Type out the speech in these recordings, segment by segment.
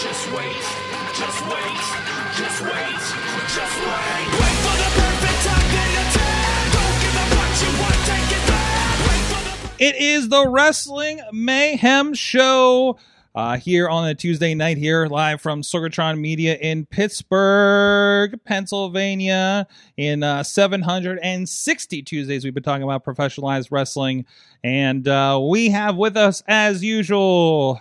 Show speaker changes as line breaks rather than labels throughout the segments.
just wait, just wait, just wait, just wait. Wait for the perfect time then attack. Don't give up what you want, take it back. Wait for the
It is the Wrestling Mayhem Show uh, here on a Tuesday night, here live from Sorgatron Media in Pittsburgh, Pennsylvania. In uh, 760 Tuesdays, we've been talking about professionalized wrestling. And uh, we have with us, as usual,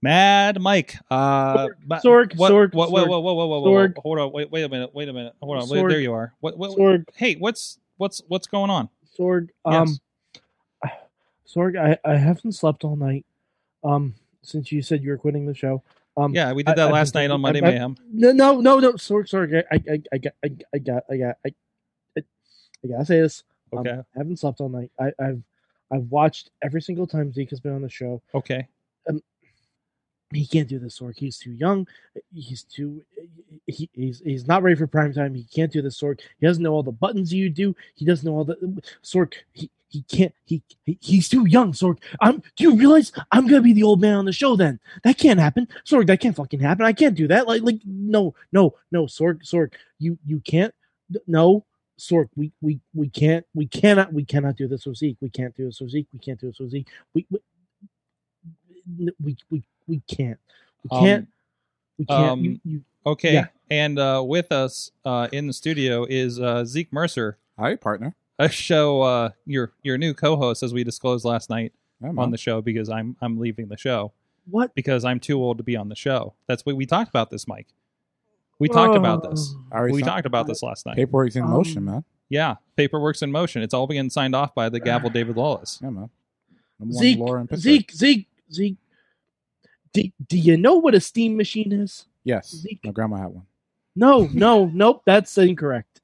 Mad Mike. Uh, Ma-
Sorg,
what,
Sorg,
what, whoa,
Sorg,
whoa, whoa, whoa, whoa, whoa, whoa.
Sorg.
Hold on. Wait, wait a minute. Wait a minute. Hold on. Wait,
Sorg.
there you are. What, what,
Sorg,
Hey, what's what's what's going on?
Sorg, um, Sorg, I, I haven't slept all night, um, since you said you were quitting the show. Um,
Yeah, we did
I-
that
I've
last
been
night on
thinking-
Monday
I've- I've-
Mayhem.
no, no, no, no, Sorg, Sorg, I, I, I, got, I, I got, I got, I, I, I gotta say this. Um,
Okay.
I haven't slept all night. I, I've, I've watched every single time Zeke has been on the show.
Okay.
He can't do this, Sorg. He's too young. He's too, he, he's, he's not ready for prime time. He can't do this, Sorg. He doesn't know all the buttons you do. He doesn't know all the Sork. He, he can't. He, he he's too young, Sork. I'm. Do you realize I'm gonna be the old man on the show? Then that can't happen, Sork. That can't fucking happen. I can't do that. Like like no no no Sork Sork. You you can't. No Sork. We we we can't. We cannot. We cannot do this with Zeke. We can't do this with Zeke. We can't do this with Zeke. We we we we, we can't. We
Um,
can't. we can't. you,
um,
you,
Okay.
Yeah.
And uh, with us uh, in the studio is uh, Zeke Mercer,
Hi, partner.
a show uh, your your new co-host, as we disclosed last night
I'm
on
on
the show, because I'm I'm leaving the show
what?
because I'm too old to be on the show. That's what we talked about this, Mike. We talked about this.
Oh.
I already
We
signed-
talked about this last night.
Paperwork's in
Um,
motion, man.
Yeah, paperwork's in motion. It's all being signed off by the gavel, David Lawless.
Yeah, man. Number one
Zeke,
lawyer in Pittsburgh.
Zeke, Zeke, Zeke. Do, do you know what a steam machine is?
Yes.
Zeke.
My grandma had one.
No, no, nope, that's incorrect.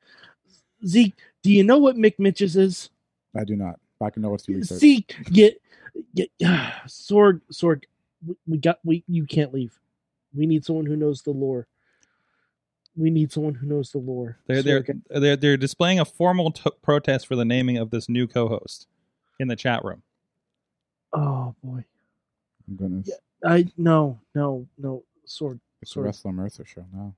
Zeke, do you know what McMitches is?
I do not. But I can know it's two research.
Zeke, get, get, Sorg, Sorg, we, we got, we, you can't leave. We need someone who knows the lore. We need someone who knows the lore.
They're they're,
Sorg,
they're they're displaying a formal t- protest for the naming of this new co-host in the chat room.
oh boy,
I'm goodness.
Yeah. I no, no, no, Sorg,
It's a
Sorg,
Wrestler Mercer show now.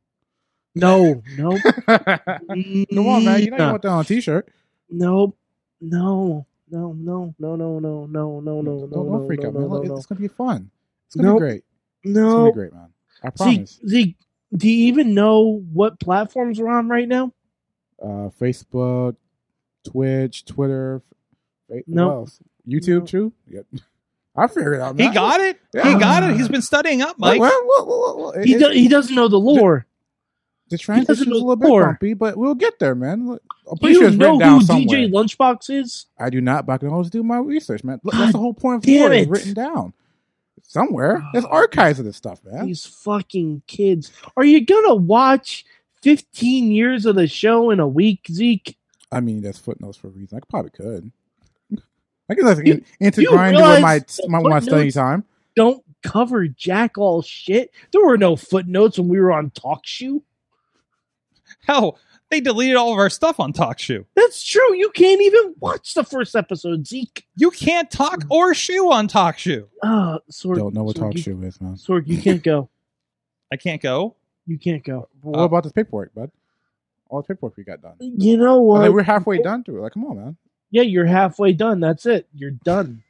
no, no,
Come on, man. You know you want that on a t-shirt.
No, no, no, no, no, no, no, no, no, no, no,
don't, don't
no,
freak
no,
out,
no,
man.
no,
Look,
no.
It's going to be fun. It's going to
Nope.
be great. It's going to
No,
be great, man. I
Zeke,
promise.
Zeke, do you even know what platforms we're on right now?
Uh, Facebook, Twitch, Twitter. Wait, what
Nope.
else? YouTube,
Nope.
too? Yep. I figured it out,
He
man.
got it.
Yeah.
He got it. He's been studying up,
Well,
Mike.
well, well, well, well, it-
He
it-
do, he doesn't know the lore.
The transition's a
know
little bit
lore.
bumpy, but we'll get there, man. Look, I'm
Do
pretty sure
you
it's
know
written down
who
somewhere.
DJ Lunchbox is?
I do not, but I can always do my research, man. Look,
God
that's the whole point of
damn
lore. It's
it.
written down somewhere. There's archives of this stuff, man.
These fucking kids. Are you gonna watch fifteen years of the show in a week, Zeke?
I mean, there's footnotes for a reason. I probably could. I guess I can
You-
into
you
grinding with my
realize
my, my study
footnotes-
time.
Don't cover jack all shit. There were no footnotes when we were on Talk Shoe.
Hell, they deleted all of our stuff on TalkShoe.
That's true. You can't even watch the first episode, Zeke.
You can't talk or shoe on TalkShoe.
Uh, Sorg,
Don't know what
Sorg,
talk
you-
shoe is, man.
Sorg, you can't go.
I can't go.
You can't go.
But what
Uh,
about this paperwork, bud? All the paperwork we got done.
You know what?
Like, we're halfway done through. it. Like, come on, man.
yeah, you're halfway done. That's it. You're done.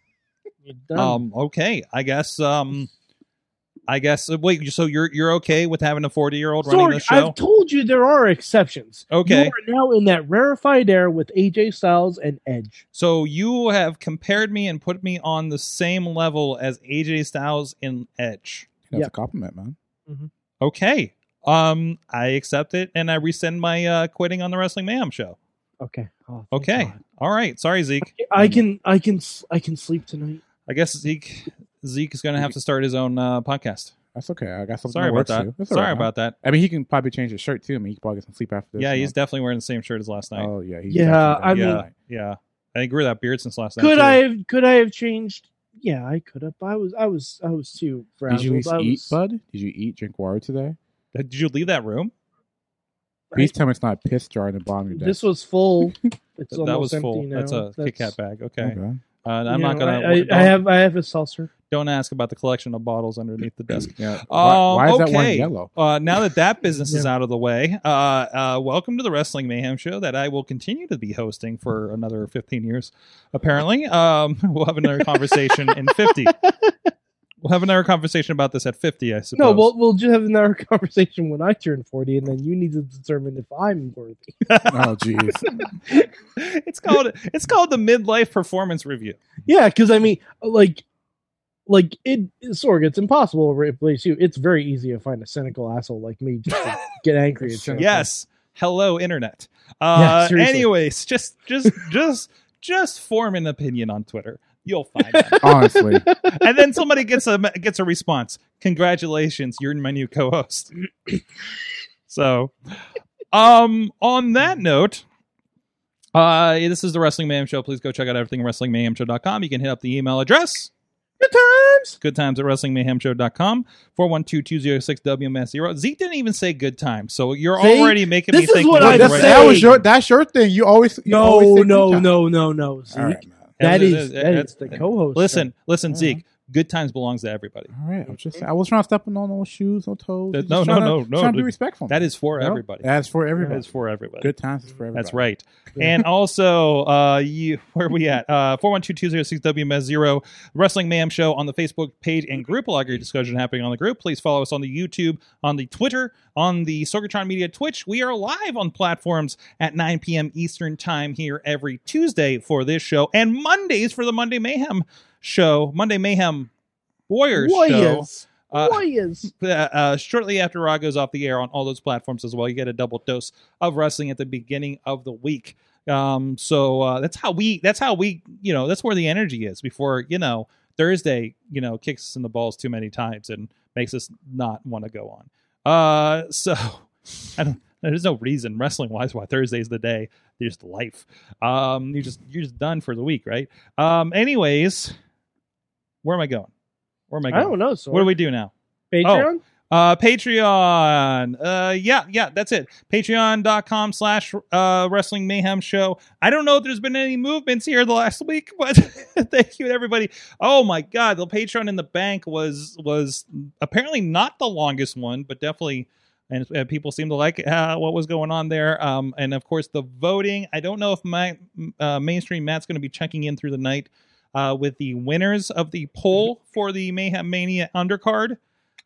You're done.
Um, okay, I guess. Um, I guess. uh, Wait, so you're you're okay with having a forty year old running the
Sorg,
show?
I've told you there are exceptions.
Okay.
You are now in that rarefied air with AJ Styles and Edge.
so you have compared me and put me on the same level as AJ Styles and Edge.
That's
Yeah.
a compliment, man.
Okay. Um, I accept it and I rescind my uh, quitting on the Wrestling Mayhem show.
Okay. Oh, thank
Okay.
God.
All right. Sorry, Zeke.
I can I can s- I can sleep tonight.
I guess Zeke Zeke is going to have to start his own uh, podcast.
That's okay. I got something.
Sorry
that
about
works
that.
too. That's all
Sorry
right, man.
about that.
I mean, he can probably change his shirt too. I mean, he can probably get some sleep after this.
Yeah,
you
he's definitely wearing the same shirt as last
know?
night.
Oh yeah. He's
Yeah,
definitely
I
done
yeah,
that.
yeah. I grew that beard since last night.
could
too.
I have could I have changed? Yeah, I could have. but I was I was I was too frazzled.
Did you at least
I
eat,
was,
bud? Did you eat, drink water today?
Did you leave that room?
Please tell me it's not a piss jar in the bottom of your desk.
This was full. It's
Th-
almost
that was
empty
full.
Now.
That's a Kit Kat bag. Okay.
Okay.
Uh, and I'm
you
not
know,
gonna.
I,
don't,
I, I have I have a seltzer.
don't ask about the collection of bottles underneath the desk.
Yeah.
Um,
why, why is that one
okay.
yellow?
Uh, now that that business is out of the way, uh, uh, welcome to the Wrestling Mayhem show that I will continue to be hosting for another 15 years. Apparently, um, we'll have another conversation in 50. We'll have another conversation about this at 50, I suppose.
No, we'll we'll just have another conversation when I turn forty, and then you need to determine if I'm worthy.
oh jeez.
it's called it's called the midlife performance review.
Yeah, because I mean, like, like it, Sorg. It's impossible to replace you. It's very easy to find a cynical asshole like me just to get angry at you.
Okay.
Yes. Hello, internet. Uh,
seriously.
anyways, just just just just form an opinion on Twitter. You'll find out.
Honestly,
and then somebody gets a gets a response. Congratulations, you're my new co-host. so, um, on that note, uh, this is the Wrestling Mayhem Show. Please go check out everything at WrestlingMayhemShow.com. You can hit up the email address.
Good times.
Good times at WrestlingMayhemShow.com. 412-206-WMS0. Zeke didn't even say good times, so you're
See?
already making me
This is
think.
what
you're
I
the
that's,
right.
that was
say.
your that's your thing. You always you always
No,
say
no,
good
no, no, no.
time.
Zeke,
All right, man.
that
It is-
is,
it-
that
it's-
is the co-host.
Listen, listen,
Yeah.
Zeke. Good times belongs to everybody.
All right. I'm just. I was trying to step on no shoes, no toes.
That-
Just
no, no,
trying to-
no, no,
Trying to be
dude.
respectful.
That is for
Yep.
everybody.
That's for
That
everybody.
is for everybody.
Good times is for everybody.
That's right.
Yeah.
And also, uh, you where we at? Uh, 412-206-WMS0, Wrestling Mayhem Show on the Facebook page and group. A lot of great discussion happening on the group. Please follow us on the YouTube, on the Twitter, on the Sorgatron Media Twitch. We are live on platforms at 9 p.m. Eastern Time here every Tuesday for this show and Mondays for the Monday Mayhem Show, Monday Mayhem Warriors, Show.
Warriors.
Uh,
Warriors.
uh, uh, shortly after Raw goes off the air on all those platforms as well. You get a double dose of wrestling at the beginning of the week. Um, so uh, that's how we. That's how we. You know, that's where the energy is before you know Thursday. You know, kicks us in the balls too many times and makes us not want to go on. Uh, so I don't. There's no reason wrestling wise why Thursday's the day. There's life. Um, you just you're just done for the week, right? Um, anyways, where am I going? Where am I
I
going?
don't know. So
What do we do now?
Patreon?
uh patreon uh yeah yeah that's it patreon.com slash uh wrestling mayhem show i don't know if there's been any movements here the last week but thank you to everybody oh my god the patreon in the bank was was apparently not the longest one but definitely and uh, people seem to like uh, what was going on there um and of course the voting i don't know if my uh, mainstream matt's going to be checking in through the night uh, with the winners of the poll for the Mayhem Mania undercard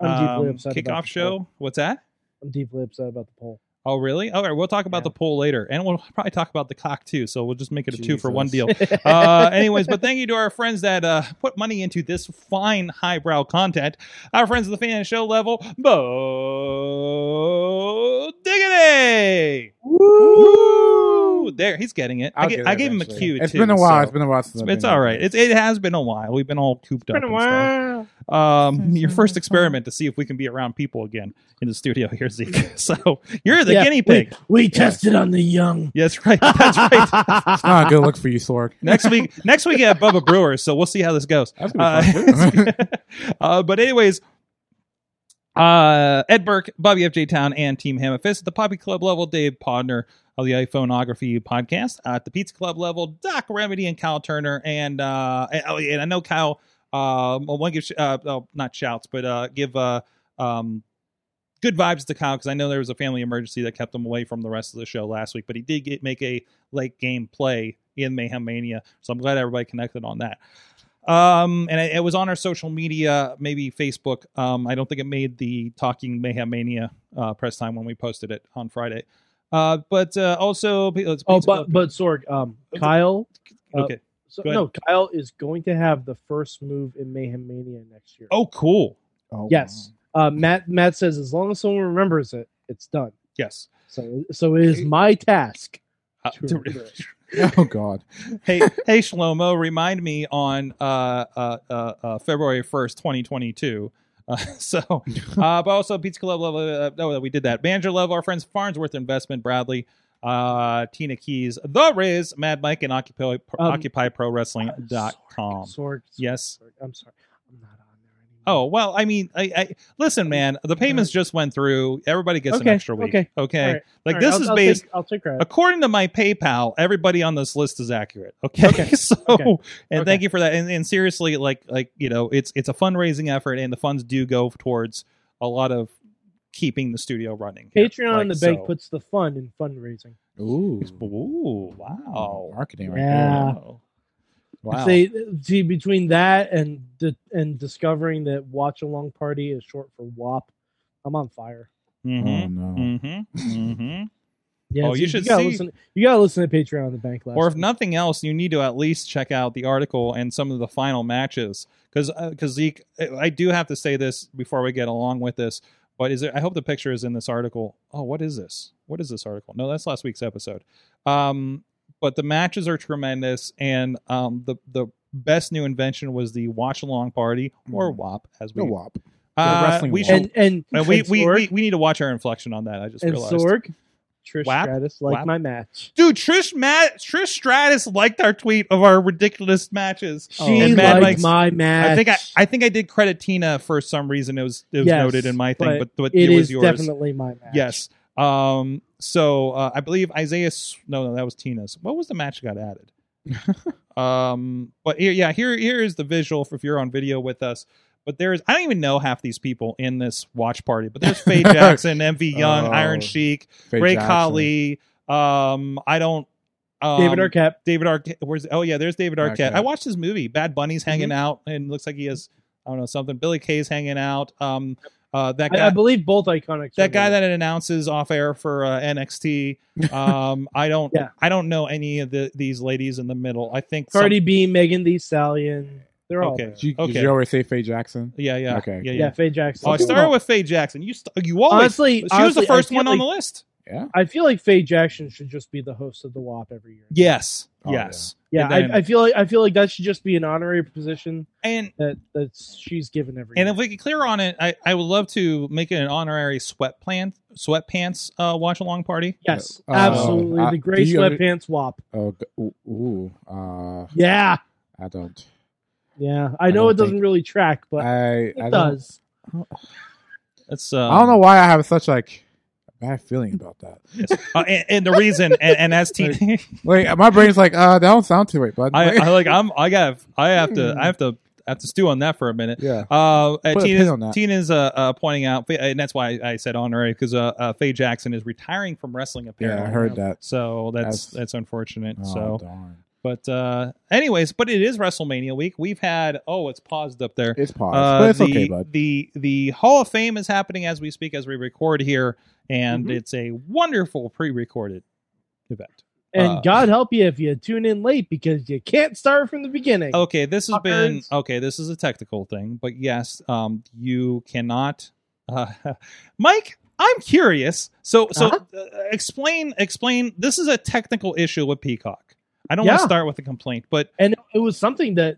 Mm-hmm. I'm deeply
um,
upset. about
Kickoff
the
show.
poll.
What's that?
I'm deeply upset about the poll.
Oh, really? All right. We'll talk about
Yeah.
the poll later, and we'll probably talk about the cock too. So we'll just make it a two for one deal.
Jesus.
Uh, anyways, but thank you to our friends that uh, put money into this fine highbrow content. Our friends at the fan show level, Bo Diggity. Woo! There, he's getting it. I,
I'll
ga-
get
I
it
gave him a
eventually.
cue.
It's
too,
been a while.
so-
It's been a while since I've
It's
been
all
on.
right. It's, it has been a while. We've been all cooped up. and stuff. Um, your first experiment to see if we can be around people again in the studio here, Zeke. So you're the
Yeah,
guinea
we-
pig.
We, tested on the young.
Yes, right. That's right.
Oh,
It's not a good look for you, Sorg.
next week, next week at Bubba Brewer. So we'll see how this goes.
That's
Uh,
gonna be fun. too.
uh, but anyways, uh, Ed Burke, Bobby FJ Town, and Team Hammer Fist at the Poppy Club level. Dave Podner of the iPhoneography podcast at the Pizza Club level. Doc Remedy and Kyle Turner, and uh, and, oh, and I know Kyle. Uh, well, one give sh- uh, oh, not shouts, but uh, give uh, um, good vibes to Kyle because I know there was a family emergency that kept him away from the rest of the show last week, but he did get make a late game play in Mayhem Mania, so I'm glad everybody connected on that. Um, and it, it was on our social media, maybe Facebook. Um, I don't think it made the Talking Mayhem Mania uh, press time when we posted it on Friday. Uh, but uh, also, pe- it's-
Oh, but but Sorg, um, Kyle. uh,
okay.
So,
Go ahead.
no, Kyle is going to have the first move in Mayhem Mania next year.
Oh, cool.
Oh,
Yes. Uh, Matt Matt says as long as someone remembers it, it's done.
Yes.
So so it is my task.
Uh,
to remember it.
wow. Oh God.
hey, hey, Shlomo, remind me on uh, uh, uh, uh, February first, twenty twenty two, Uh, so, uh, but also Pizza Club Love. Uh, no, we did that. Banjo Love, our friends Farnsworth Investment, Bradley, uh, Tina Keys, The Riz, Mad Mike, and Occupy,
Um,
Occupy Pro Wrestling dot com.
Sorg.
Yes.
Sorg, I'm sorry. I'm not on there anymore.
um, Oh well, I mean, I, I listen, man. The payments just went through. Everybody gets
Okay,
an extra week.
okay,
okay.
All right,
Like
all right,
this
I'll-
is
I'll
based.
Take, I'll take credit.
According to my PayPal, everybody on this list is accurate. Okay, so
Okay.
and
Okay.
thank you for that. And, and seriously, like like you know, it's it's a fundraising effort, and the funds do go towards a lot of keeping the studio running. here.
Patreon
Like,
and the bank
so-
puts the fun in fundraising.
Ooh.
Ooh, wow,
oh, Marketing right
Yeah.
there. Oh,
wow, wow.
They see between that and the and discovering that watch along party is short for WAP. I'm on fire.
Oh,
hmm
no.
hmm hmm
Yeah,
Oh,
so
you should
gotta
see-
Listen, you gotta listen to Patreon and the bank last.
or if
week.
nothing else, you need to at least check out the article and some of the final matches. Because Zeke, I do have to say this before we get along with this. But is there, I hope the picture is in this article. Oh, what is this? What is this article? No, that's last week's episode. Um, but the matches are tremendous, and um, the the best new invention was the watch along party or
Mhm.
WAP as we
The WAP.
Uh,
The wrestling
we
WAP.
should
and and,
uh, we,
and
we,
Sorg,
we we need to watch our inflection on that. I just
and
realized.
Sorg, Trish
WAP?
Stratus like
WAP?
my match.
Dude, Trish Matt Trish Stratus liked our tweet of our ridiculous matches.
She
Oh, and Mad
liked
Mike's-
my match.
I think I, I think I did credit Tina for some reason. It was it was
Yes,
noted in my thing, but,
but
but
it
it, was
is
yours.
definitely my match.
Yes. Um. So uh, I believe Isaiah. S- No, no, that was Tina's. What was the match that got added? um. But here, yeah, here here is the visual for if you're on video with us. But there is I don't even know half these people in this watch party. But there's Faye Jackson, MV Young,
Oh.
Iron Sheik,
Faye
Ray
Jackson.
Kali. Um. I don't. Um,
David Arquette.
David Arquette. Where's? Oh yeah, there's David Arquette.
Arquette.
I watched his movie. Bad Bunny's hanging out, and looks like he has I don't know something. Billy Kay's hanging out. Um, uh, that
I,
guy,
I believe both iconics.
that guy
are-
that announces off air for uh, NXT. Um, I don't,
Yeah.
I don't know any of the these ladies in the middle. I think some-
Cardi B, Megan Thee Stallion, they're all
Okay.
there.
Did you, did
Okay.
you already say Faye Jackson?
yeah, yeah,
Okay.
yeah,
Yeah,
yeah.
Faye Jackson.
Oh, I
Some people
started
don't.
with Faye Jackson. You, st- you always.
honestly,
she was
honestly,
the first
I feel
one on the
like-
list.
Yeah.
I feel like Faye Jackson should just be the host of the WAP every year.
Yes,
Oh,
yes,
yeah.
And then-
I, I feel like I feel like that should just be an honorary position
and
that that she's given every.
And
year.
if we could clear on it, I, I would love to make it an honorary sweat plan, sweatpants uh, watch along party.
yes,
Uh,
absolutely,
uh,
the gray
do you under-
sweatpants WAP.
Oh, g- ooh, ooh, uh,
Yeah,
I don't.
yeah. I
I
know
don't
it doesn't
think-
really track, but
I,
it
I don't,
does.
That's uh,
I don't know why I have such like bad feeling about that.
uh, and, and the reason, and, and as teen,
Like my brain's like, uh, that don't sound too right, bud.
I, I like I'm I got I have to I have to I have to stew on that for a minute.
yeah.
Uh, uh,
Hmm. Put a
Tina's,
pin on that.
Tina's uh, uh, pointing out, and that's why I said honorary because uh, uh, Faye Jackson is retiring from wrestling
Yeah, I
apparently.
heard that.
so that's that's,
That's-
unfortunate.
Oh,
so,
darn.
but uh, anyways, but it is WrestleMania week. We've had oh, it's paused up there.
It's paused,
Uh,
but it's
the,
okay, bud.
The the Hall of Fame is happening as we speak, as we record here, and
Mhm.
Mm-hmm.
it's a wonderful pre-recorded event.
And
Uh,
God help you if you tune in late because you can't start from the beginning.
Okay, this has been
Fuckers.
okay. This is a technical thing, but yes, um, you cannot, uh, Mike. I'm curious. So so uh
Uh-huh.
explain explain. This is a technical issue with Peacock. I don't want to
Yeah.
start with a complaint, but
And it was something that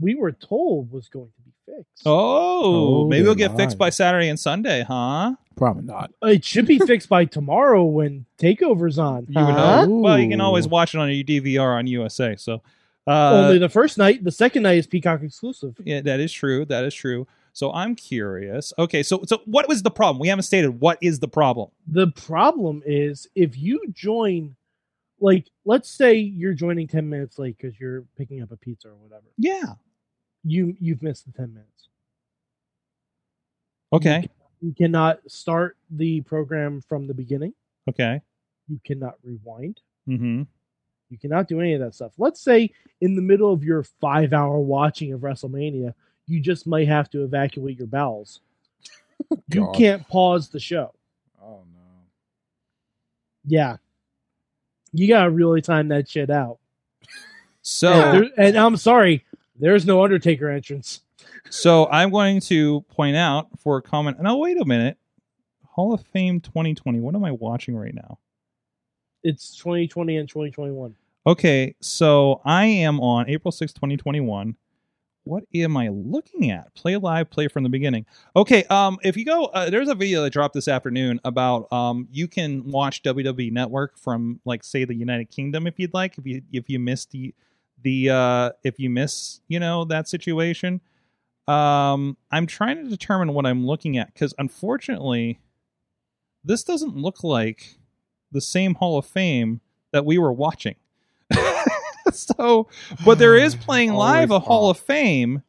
we were told was going to be fixed.
oh,
Oh,
maybe it'll get
my.
fixed by Saturday and Sunday, huh?
Probably not.
It should be fixed by tomorrow when takeover's on. Uh,
You would
Huh?
hope. Well, you can
Ooh.
always watch it on your DVR on USA. So, uh,
Only the first night. The second night is Peacock exclusive.
yeah, that is true. That is true. So I'm curious. Okay, so so what was the problem? We haven't stated what is the problem.
The problem is if you join, like, let's say you're joining ten minutes late because you're picking up a pizza or whatever.
Yeah.
You you've missed the ten minutes.
Okay.
You cannot start the program from the beginning.
Okay.
You cannot rewind.
Mm-hmm.
You cannot do any of that stuff. Let's say in the middle of your five hour watching of WrestleMania, you just might have to evacuate your bowels. You
God.
can't pause the show.
Oh no.
Yeah. You gotta really time that shit out.
So
And, there- and I'm sorry, there's no Undertaker entrance.
so I'm going to point out for a comment. No, wait a minute. Hall of Fame 2020. What am I watching right now?
It's 2020 and 2021.
Okay, so I am on April 6, 2021, what am I looking at? Play live, play from the beginning. Okay, um, if you go, uh, there's a video that dropped this afternoon about um, you can watch WWE Network from like say the United Kingdom if you'd like. If you if you miss the the uh, if you miss you know that situation, um, I'm trying to determine what I'm looking at because unfortunately, this doesn't look like the same Hall of Fame that we were watching. so but there is playing live a Hall of Fame.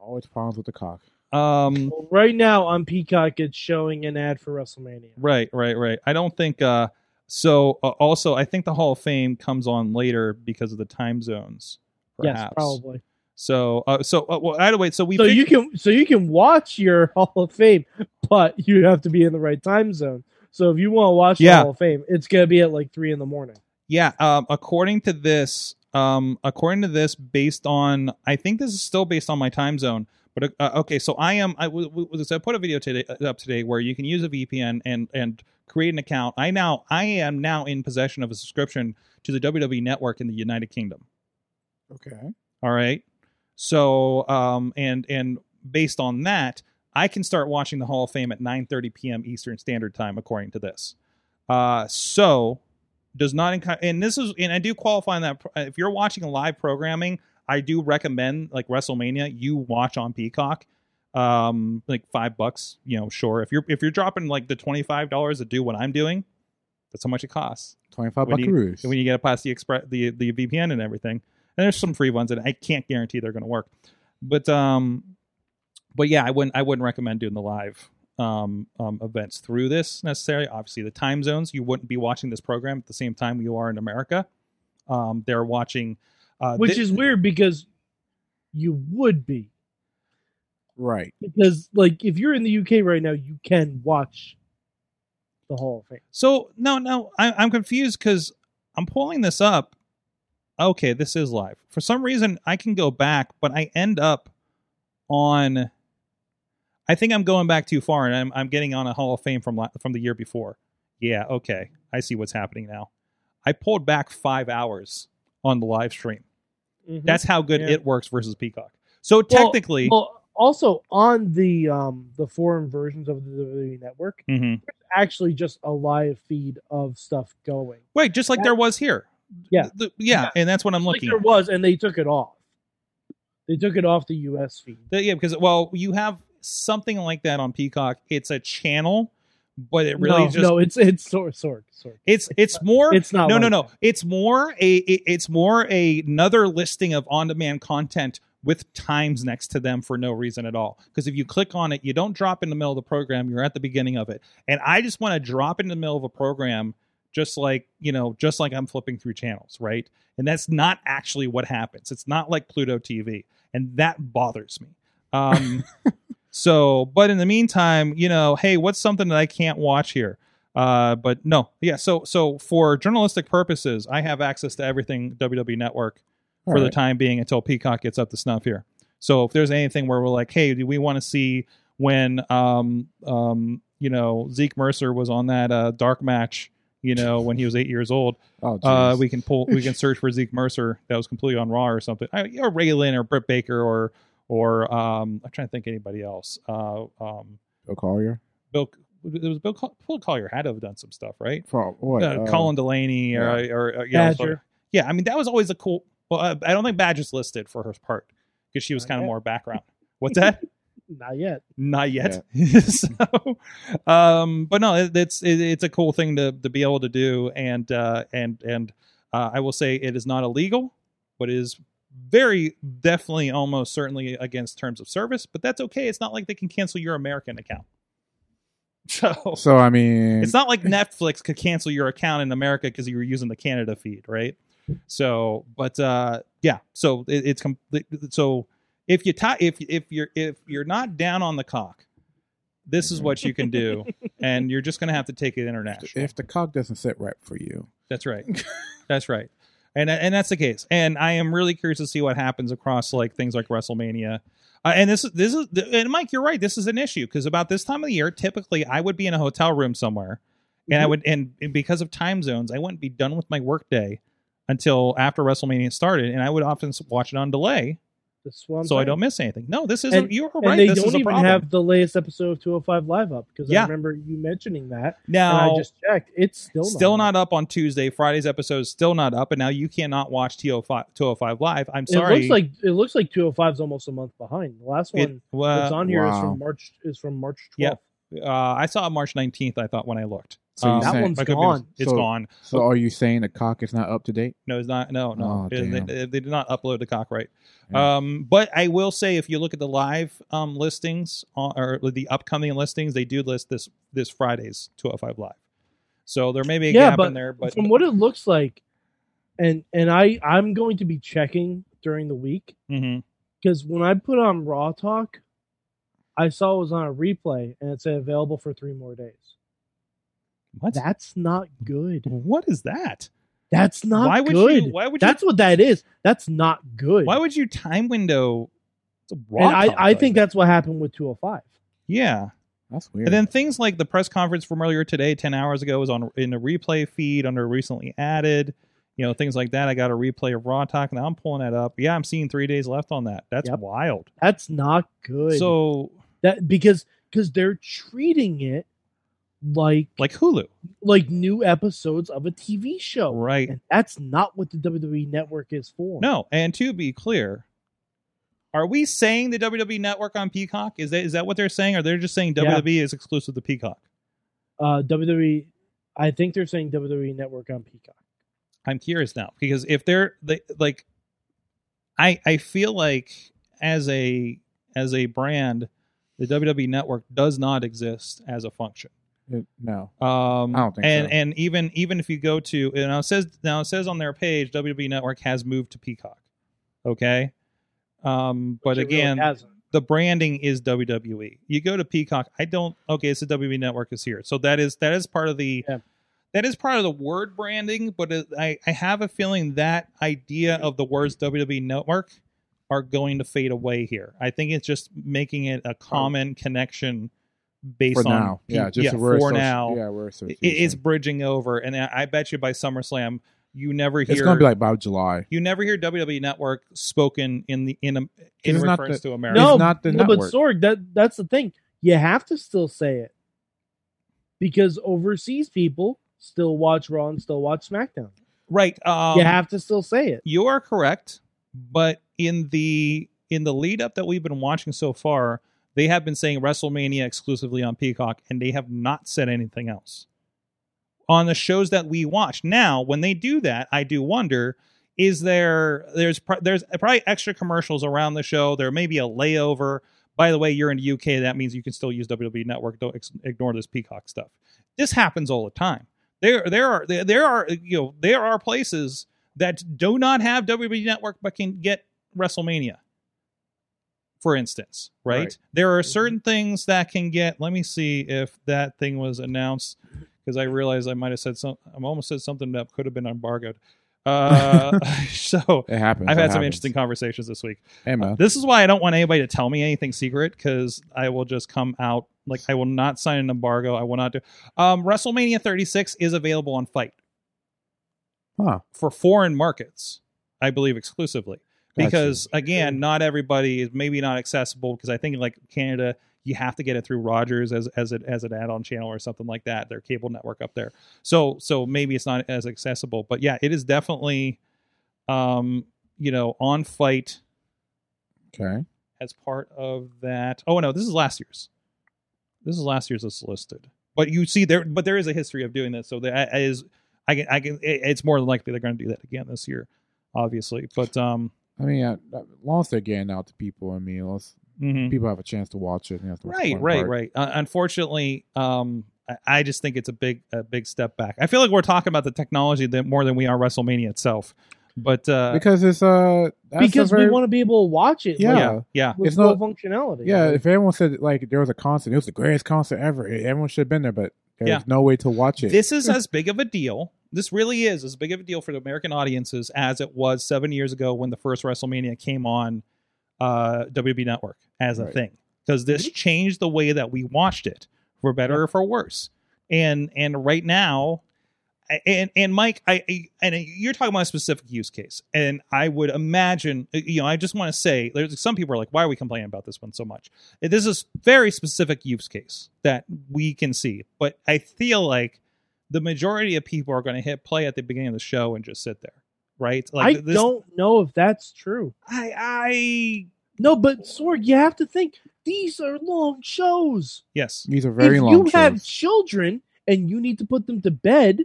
Always problems with the cock.
Um,
Well, right now on Peacock, it's showing an ad for WrestleMania.
right, right, right. I don't think. Uh, so uh, also, I think the Hall of Fame comes on later because of the time zones. Perhaps.
Yes, probably.
So, uh, so uh, well, either way, so we
So
fig-
you can so you can watch your Hall of Fame, but you have to be in the right time zone. So if you want to watch
Yeah.
the Hall of Fame, it's gonna be at like three in the morning.
yeah. Um, according to this, um, according to this, based on, I think this is still based on my time zone. But uh, okay, so I am. I, w- w- so I put a video today uh, up today where you can use a VPN and and create an account. I now I am now in possession of a subscription to the WWE Network in the United Kingdom.
Okay.
All right. So um and and based on that, I can start watching the Hall of Fame at 9:30 p.m. Eastern Standard Time according to this. Uh so does not inco- and this is and I do qualify on that if you're watching live programming, I do recommend like WrestleMania you watch on Peacock um like 5 bucks, you know, sure. If you're if you're dropping like the $25 to do what I'm doing, that's how much it costs.
25
When you-
buckaroos.
And when you get it past the express the the VPN and everything. And there's some free ones, and I can't guarantee they're going to work. But um, but yeah, I wouldn't I wouldn't recommend doing the live um, um events through this necessarily. Obviously, the time zones you wouldn't be watching this program at the same time you are in America. Um, they're watching, uh,
Which
thi-
is weird because you would be.
right.
Because like if you're in the UK right now, you can watch the Hall of Fame.
so no no I, I'm confused because I'm pulling this up. Okay, this is live. For some reason, I can go back, but I end up on. I think I'm going back too far, and I'm I'm getting on a Hall of Fame from la- from the year before. Yeah, okay, I see what's happening now. I pulled back five hours on the live stream.
Mhm.
That's how good
Yeah.
it works versus Peacock. So
Well-
technically,
well also on the um the foreign versions of the WWE network,
Mhm.
actually just a live feed of stuff going.
wait, just like there was here.
Yeah.
The- yeah,
Yeah.
and that's what I'm
like
looking.
there
at.
was, and they took it off. They took it off the US feed.
That- yeah, because well, you have something like that on Peacock. It's a channel, but it really
no,
just
no, it's it's sort sort sort.
it's it's more
It's not.
no no
like
no
that.
it's more a it- it's more a, another listing of on-demand content with times next to them for no reason at all because if you click on it you don't drop in the middle of the program you're at the beginning of it and i just want to drop in the middle of a program just like you know just like i'm flipping through channels right and that's not actually what happens it's not like pluto tv and that bothers me um so but in the meantime you know hey what's something that i can't watch here uh, but no, yeah. So so for journalistic purposes, I have access to everything WWE Network
All
for the
right.
time being until Peacock gets up to snuff here. So if there's anything where we're like, hey, do we want to see when um um you know Zeke Mercer was on that uh, dark match, you know when he was eight years old,
Oh,
uh,
jeez.
we can pull we can search for Zeke Mercer that was completely on Raw or something, I, or Ray Lynn or Britt Baker or or um I'm trying to think anybody else. Uh, um,
Bill Collier.
Bill it was Bill, Col- Bill Collier had to have done some stuff, right?
For what?
uh, Colin Delaney or, or, or, yeah,
Badger.
so- yeah, I mean that was always a cool. Well, uh, I don't think Badger's listed for her part because she was
Not
kind of
yet.
more background. What's that?
Not yet.
Not yet. so, um, but no, it, it's it, it's a cool thing to to be able to do, and uh, and and uh, I will say it is not illegal, but it is very definitely almost certainly against terms of service. But that's okay. It's not like they can cancel your American account. So
So I mean,
it's not like Netflix could cancel your account in America because you were using the Canada feed, right? So, but uh, yeah, so it, it's complete. So if you tie, if if you're if you're not down on the cock, this is what you can do, and you're just gonna have to take it international.
if the cock doesn't sit right for you,
That's right. That's right. And and that's the case. And I am really curious to see what happens across like things like WrestleMania. Uh, and this is this is and Mike, you're right. This is an issue because about this time of the year, typically I would be in a hotel room somewhere, and I
Mm-hmm.
would and because of time zones, I wouldn't be done with my workday until after WrestleMania started, and I would often s- watch it on delay
That's what I'm
so I
saying.
don't miss anything. No, this isn't.
And-
you're
And
right.
they
This
don't
is a
even
problem.
have the latest episode of 205 Live up because
Yeah.
I remember you mentioning that. and
now,
I just checked. It's still not
still
up.
not up on Tuesday. Friday's episode is still not up, and now you cannot watch TO5, 205 live. I'm sorry.
It looks like it looks like 205 is almost a month behind. The last
It-
one
well,
that's on here is
Wow.
from March is from March 12th.
Yeah. uh, I saw it March 19th. I thought when I looked. Um,
So you're
That
saying-
one's
I could be-
gone.
It's
So-
gone.
So are you saying the cock is not up to date?
No, it's not. No, no.
Oh,
It- they,
damn.
they- they did not upload the cock right.
Yeah.
Um, but I will say, if you look at the live um, listings uh, or the upcoming listings, they do list this this Friday's 205 live. So there may be a
Yeah,
gap
but
in there, but
from what it looks like, and and I I'm going to be checking during the week
Mhm.
because when I put on Raw Talk, I saw it was on a replay and it said available for three more days.
what?
That's not good.
What is that?
That's not
why would
good.
you? Why would you?
That's what that is. That's not good.
why would you time window? It's a raw
and I,
talk
I
like
think
that.
that's what happened with 205.
yeah.
That's weird.
And then things like the press conference from earlier today, ten hours ago, was on in a replay feed under recently added. You know, things like that. I got a replay of Raw Talk, and I'm pulling that up. Yeah, I'm seeing three days left on that. That's
Yep.
wild.
That's not good.
So,
that because because they're treating it like
like Hulu,
like new episodes of a TV show,
right?
Oh, and that's not what the WWE Network is for.
No, and to be clear, are we saying the WWE Network on Peacock? Is that is that what they're saying, or they're just saying
Yeah.
WWE is exclusive to Peacock?
uh, WWE. I think they're saying WWE Network on Peacock.
I'm curious now because if they're they, like, I I feel like as a as a brand, the WWE Network does not exist as a function.
It- no.
Um,
I don't think
and
so.
and even even if you go to and now it says now it says on their page WWE Network has moved to Peacock. Okay, um, but
Which it really
again,
hasn't.
the branding is WWE. You go to Peacock. I don't. Okay, it's the WWE Network is here. So that is that is part of the
Yeah.
that is part of the word branding. But it, I I have a feeling that idea of the words WWE Network are going to fade away here. I think it's just making it a common connection based
For
on
now.
Pe-
yeah, just
yeah,
we're
for
associ-
now.
Yeah, we're
It-
associated.
it's bridging over, and I I bet you by SummerSlam you never hear
It's going to be like by July.
you never hear WWE Network spoken in the in a, in
It's not
reference
the-
to America.
No,
It's not the
no, but
network.
Sorg, that that's the thing. You have to still say it because overseas people still watch Raw and still watch SmackDown.
Right. Um,
you have to still say it.
you are correct, but in the in the lead up that we've been watching so far, they have been saying WrestleMania exclusively on Peacock, and they have not said anything else on the shows that we watch. Now, when they do that, I do wonder: is there there's pr- there's probably extra commercials around the show? There may be a layover. By the way, you're in the UK. That means you can still use WWE Network. Don't ex- ignore this Peacock stuff. This happens all the time. There, there are there, there are you know there are places that do not have WWE Network but can get WrestleMania, for instance, right?
Right. Mm-hmm.
There are certain things that can get. Let me see if that thing was announced because I realized I might have said something. I almost said something that could have been embargoed. Uh, so
It happens.
I've
it
had some
happens.
interesting conversations this week.
Hey, man.
This is why I don't want anybody to tell me anything secret because I will just come out like I will not sign an embargo. I will not do. Um, WrestleMania 36 is available on Fight
Huh.
for foreign markets, I believe exclusively.
Gotcha.
Because again, not everybody is maybe not accessible because I think like Canada, you have to get it through Rogers as as it as an add-on channel or something like that, their cable network up there. So so maybe it's not as accessible. But yeah, it is definitely um, you know, on fight
Okay.
as part of that. Oh no, this is last year's. This is last year's that's listed. But you see there, but there is a history of doing this. So that is, I can, I can. it- It's more than likely they're going to do that again this year, obviously. But um,
I mean, uh, as long as they're getting out to people, I mean, unless
mhm.
people have a chance to watch it. you have to watch the
right,
fun
right,
part.
right. Uh, unfortunately, um, I, I just think it's a big, a big step back. I feel like we're talking about the technology that more than we are WrestleMania itself. But uh,
Because it's uh that's a
because
very-
we want to be able to watch it.
Yeah.
like,
yeah, yeah,
with
It's
full
not-
functionality.
Yeah,
Like,
if everyone said like there was a concert, it was the greatest concert ever. e-, Everyone should have been there, but there's
Yeah.
no way to watch it.
This is as big of a deal. This really is as big of a deal for the American audiences as it was seven years ago when the first WrestleMania came on uh, WB Network as a
Right.
thing, because this changed the way that we watched it for better or for worse. And and right now, and and Mike, I, I and you're talking about a specific use case, and I would imagine, uh, you know, I just want to say, there's some people are like, why are we complaining about this one so much? This is very specific use case that we can see, but I feel like the majority of people are going to hit play at the beginning of the show and just sit there, right?
I don't know if that's true.
I, I,
No, but Sorg, you have to think these are long shows.
yes,
These are very
if
long.
you have
shows.
children and you need to put them to bed,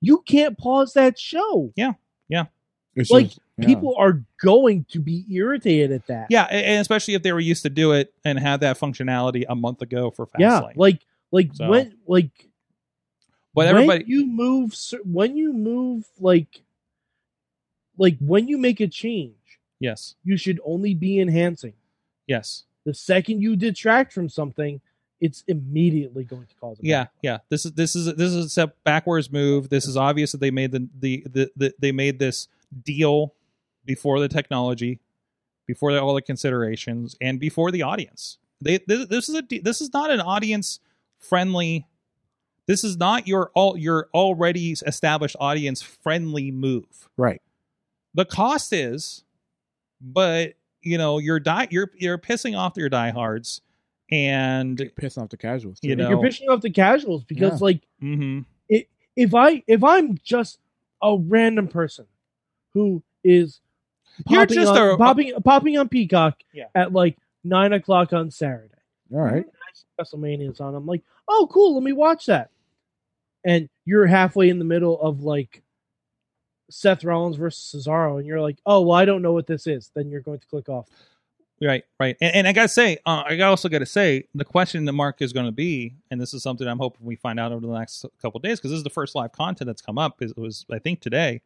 you can't pause that show.
It's
like,
just- yeah.
People are going to be irritated at that.
yeah, and and especially if they were used to do it and had that functionality a month ago for Fastlane.
yeah. Like, like
So-
when, like
but everybody,
when you move, cer- when you move, like, like when you make a change,
yes,
you should only be enhancing.
yes.
The second you detract from something, it's immediately going to cause. a
Yeah, yeah. This is this is this is a step backwards move. This is obvious that they made the the, the, the they made this deal before the technology, before the, all the considerations, and before the audience. They this, this is a de- this is not an audience friendly. This is not your all your already established audience friendly move.
right.
The cost is, but you know you're die you're you're pissing off your diehards, and
Pissing off the casuals.
You
too.
know.
You're pissing off the casuals because,
Yeah.
like,
hmm
if I if I'm just a random person who is
You're
popping
just
on,
a-
popping popping on Peacock
Yeah.
at like nine o'clock on Saturday.
All right.
WrestleMania's on. I'm like, oh, cool. Let me watch that. And you're halfway in the middle of like Seth Rollins versus Cesaro, and you're like, oh, well, I don't know what this is. Then you're going to click off.
Right, right, and, and I gotta say, uh, I also gotta say, the question that Mark is going to be, and this is something I'm hoping we find out over the next couple of days, because this is the first live content that's come up. Is it was I think today.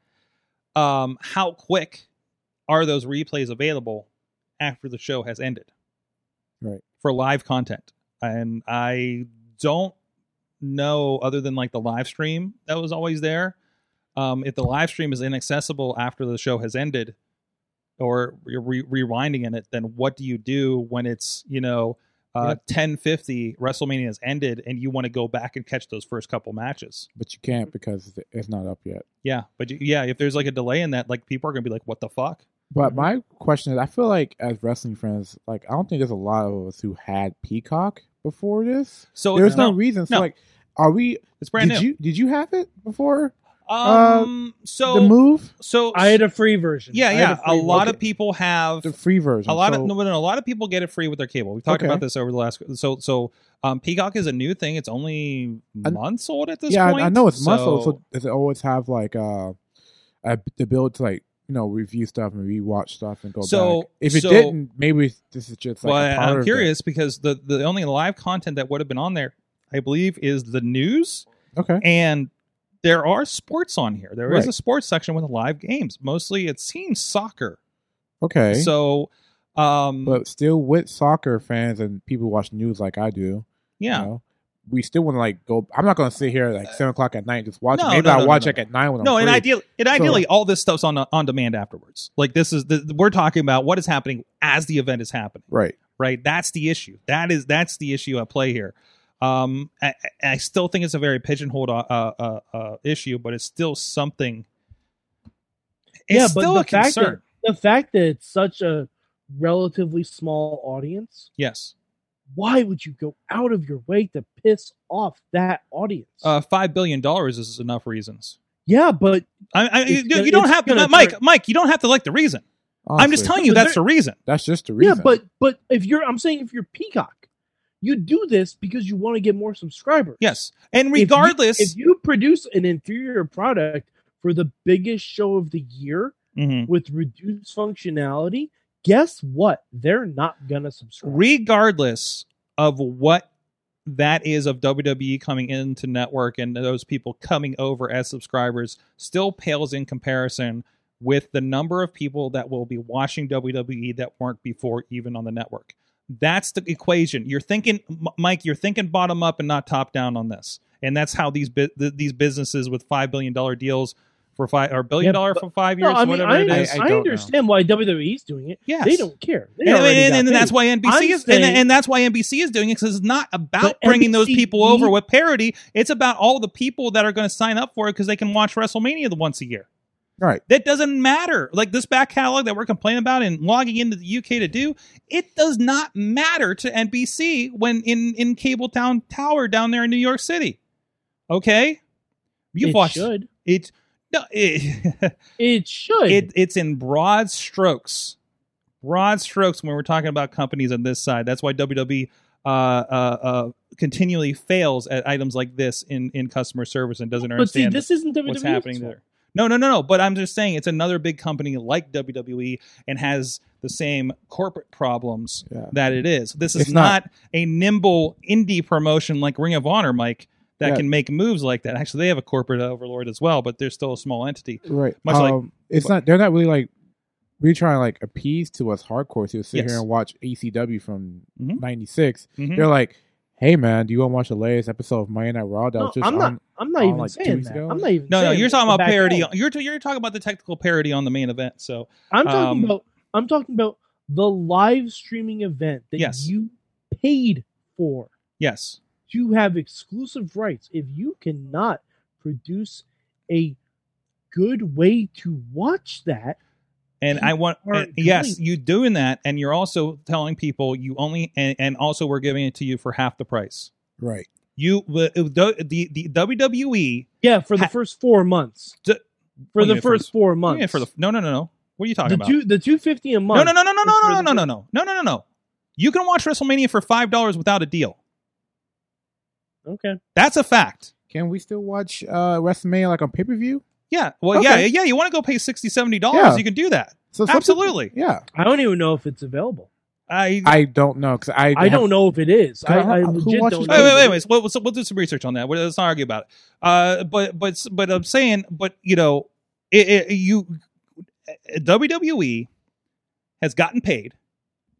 Um, how quick are those replays available after the show has ended?
Right.
for live content, and I don't know other than like the live stream that was always there. Um, if the live stream is inaccessible after the show has ended, or you're re- rewinding in it, then what do you do when it's you know uh, ten fifty WrestleMania has ended and you want to go back and catch those first couple matches?
But you can't because it's not up yet.
Yeah, but you, yeah, if there's like a delay in that, like people are gonna be like, "What the fuck?"
But
Mm-hmm.
my question is, I feel like as wrestling fans, like I don't think there's a lot of us who had Peacock before this.
So
There's no,
Oh, no,
reason. So
no.
like, are we?
it's brand
did
new.
you did you have it before
um, so
the move?
so
I had a free version. I
yeah,
had
yeah. A,
free
lot
version.
of people have
The free version.
a lot
So-
of no, no, no, a lot of people get it free with their cable. We've talked
Okay.
about this over the last so so um Peacock is a new thing. It's only
I-
months old at this
yeah, I-
point.
I, know it's muscle. So does it always have like uh, a, the build to like you know review stuff and rewatch stuff and go
So-
back? If it
so-
didn't, maybe this is just like.
well,
a
I-
part of
I'm
it.
curious because the the only live content that would have been on there, I believe, is the news
Okay.
and there are sports on here. There is
Right.
a sports section with live games. Mostly, it seems soccer.
Okay.
So, um,
but still, with soccer fans and people who watch news like I do,
yeah, Uh,
you know, we still want to like go. I'm not gonna sit here at, like seven o'clock at night and just watch.
No,
it. Maybe
no,
I
no,
watch
no,
like at nine when
no,
I'm
and
free.
ideally, and ideally, all this stuff's on on demand afterwards. Like this is the, we're talking about what is happening as the event is happening,
Right.
right? That's the issue. That is that's the issue at play here. Um, I, I- I still think it's a very pigeonholed uh, uh, uh, issue, but it's still something. It's
Yeah, but
still
the
a
fact that-
concern.
the fact that it's such a relatively small audience.
yes,
Why would you go out of your way to piss off that audience?
uh, five billion dollars is enough reasons.
yeah, but
I, I,
It's
you,
gonna-
you don't
it's
have
gonna
to, Mike.
hurt.
Mike, you don't have to like the reason. I'm just
Honestly,
telling you
But
that's the reason.
That's just the reason.
Yeah, but but if you're, I'm saying if you're Peacock, you do this because you want to get more subscribers.
Yes, and
If you-
regardless,
if you, produce an inferior product for the biggest show of the year
Mhm.
with reduced functionality, guess what? They're not gonna subscribe.
regardless of what that is of WWE coming into network and those people coming over as subscribers still pales in comparison with the number of people that will be watching WWE that weren't before even on the network. That's the equation. You're thinking M- Mike, you're thinking bottom up and not top down on this. And that's how these bu- th- these businesses with 5 billion dollar deals for five or billion
Yeah,
dollar
but-
for five
No,
years,
I mean,
whatever
I,
it is.
I
I,
don't know.
understand why WWE's doing it.
yes,
They don't care. They
and, and,
already
and,
got
and
paid.
that's why NBC
I'm
is and,
saying-
and that's why NBC is doing it because it's not about
But
bringing those
NBC
people over with parody. It's about all the people that are going to sign up for it because they can watch WrestleMania the once a year.
Right.
That doesn't matter. Like this back catalog that we're complaining about and logging into the UK to do, it does not matter to NBC when in in Cable Town Tower down there in New York City. Okay, you've
it
watched
should.
it. No, it,
It should.
it it's in broad strokes broad strokes when we're talking about companies on this side that's why wwe uh, uh, uh, continually fails at items like this in, in customer service and doesn't
but see,
understand
this isn't WWE's
what's happening
fault.
there no no no no but i'm just saying it's another big company like wwe and has the same corporate problems
Yeah.
that it is this is
It's
not,
not-
a nimble indie promotion like ring of honor mike that
Yeah.
can make moves like that actually they have a corporate overlord as well but they're still a small entity
Right.
Much
um,
like-
it's not they're not really like we try to like appease to us hardcore to sit
Yes.
here and watch ECW from
Mhm.
'96.
Mhm.
They're like, hey man, do you want to watch the latest episode of Monday Night Raw? That
No,
was just
I'm not.
on-
I'm not
on,
even
like, two
saying
weeks
that.
ago.
I'm not even.
No, no,
saying
you're
that.
talking about
Back
parody.
out.
You're you're talking about the technical parody on the main event. So
I'm talking
Um,
about I'm talking about the live streaming event that
Yes.
you paid for.
yes,
You have exclusive rights. If you cannot produce a good way to watch that,
and I want
Or
and yes,
complete.
you doing that, and you're also telling people you only and, and also we're giving it to you for half the price.
right.
You the the, the E, WWE
yeah, for the
Ha-
first four months.
D- wait
for
a
the
minute, for the-
first, four
Yeah,
months.
for the no no no no. What are you talking
the
about?
two the two fifty a
no
month.
no no no no
It's for
no no
the
no no no no no no no no. You can watch WrestleMania for five dollars without a deal.
no. Okay.
That's a fact.
Can we still watch uh, WrestleMania like on pay per view?
Yeah. Well, yeah,
Okay.
yeah. You want to go pay 60 dollars?
Yeah.
You can do that.
So some people-
Absolutely.
yeah.
I don't even know if it's available.
I
I don't know because I
I don't know if it is. I,
Can I-
I
who
legit
watches
don't
Wait,
that?
know.
wait, wait, wait. We'll, we'll, we'll do some research on that. We'll- Let's not argue about it. Uh, but but but I'm saying, but you know, it, it, you WWE has gotten paid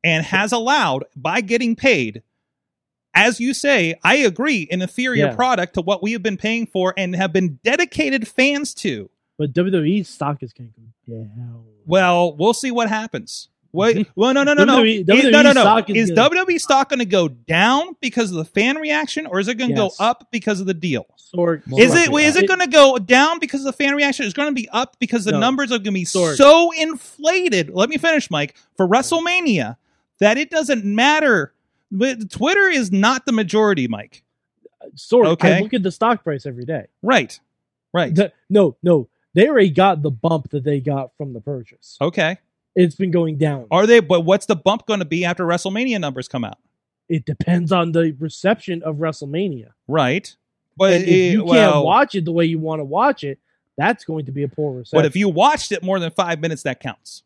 and has allowed by getting paid. As you say, I agree, an inferior
Yeah.
product to what we have been paying for and have been dedicated fans to.
But WWE's stock is going to go down.
Well, we'll see what happens. Wait, well, no, no, no, no,
WWE
Is- no, no, no.
E stock is
Is
gonna-
WWE stock going to go down because of the fan reaction, or is it going to
Yes.
go up because of the deal?
Sorg,
More
Is
likely
it is
up.
it going to go down because of the fan reaction? It's going to be up because the
No.
numbers are going to be
Sorg.
so inflated. Let me finish, Mike. For WrestleMania, that it doesn't matter. But Twitter is not the majority, Mike.
Sorg,
Okay.
I look at the stock price every day.
Right, right.
The- no, no. They already got the bump that they got from the purchase.
okay.
It's been going down.
Are they? But what's the bump going to be after WrestleMania numbers come out?
It depends on the reception of WrestleMania.
Right. But
and if
it-
you can't
well,
watch it the way you want to watch it, that's going to be a poor reception.
but if you watched it more than five minutes, that counts.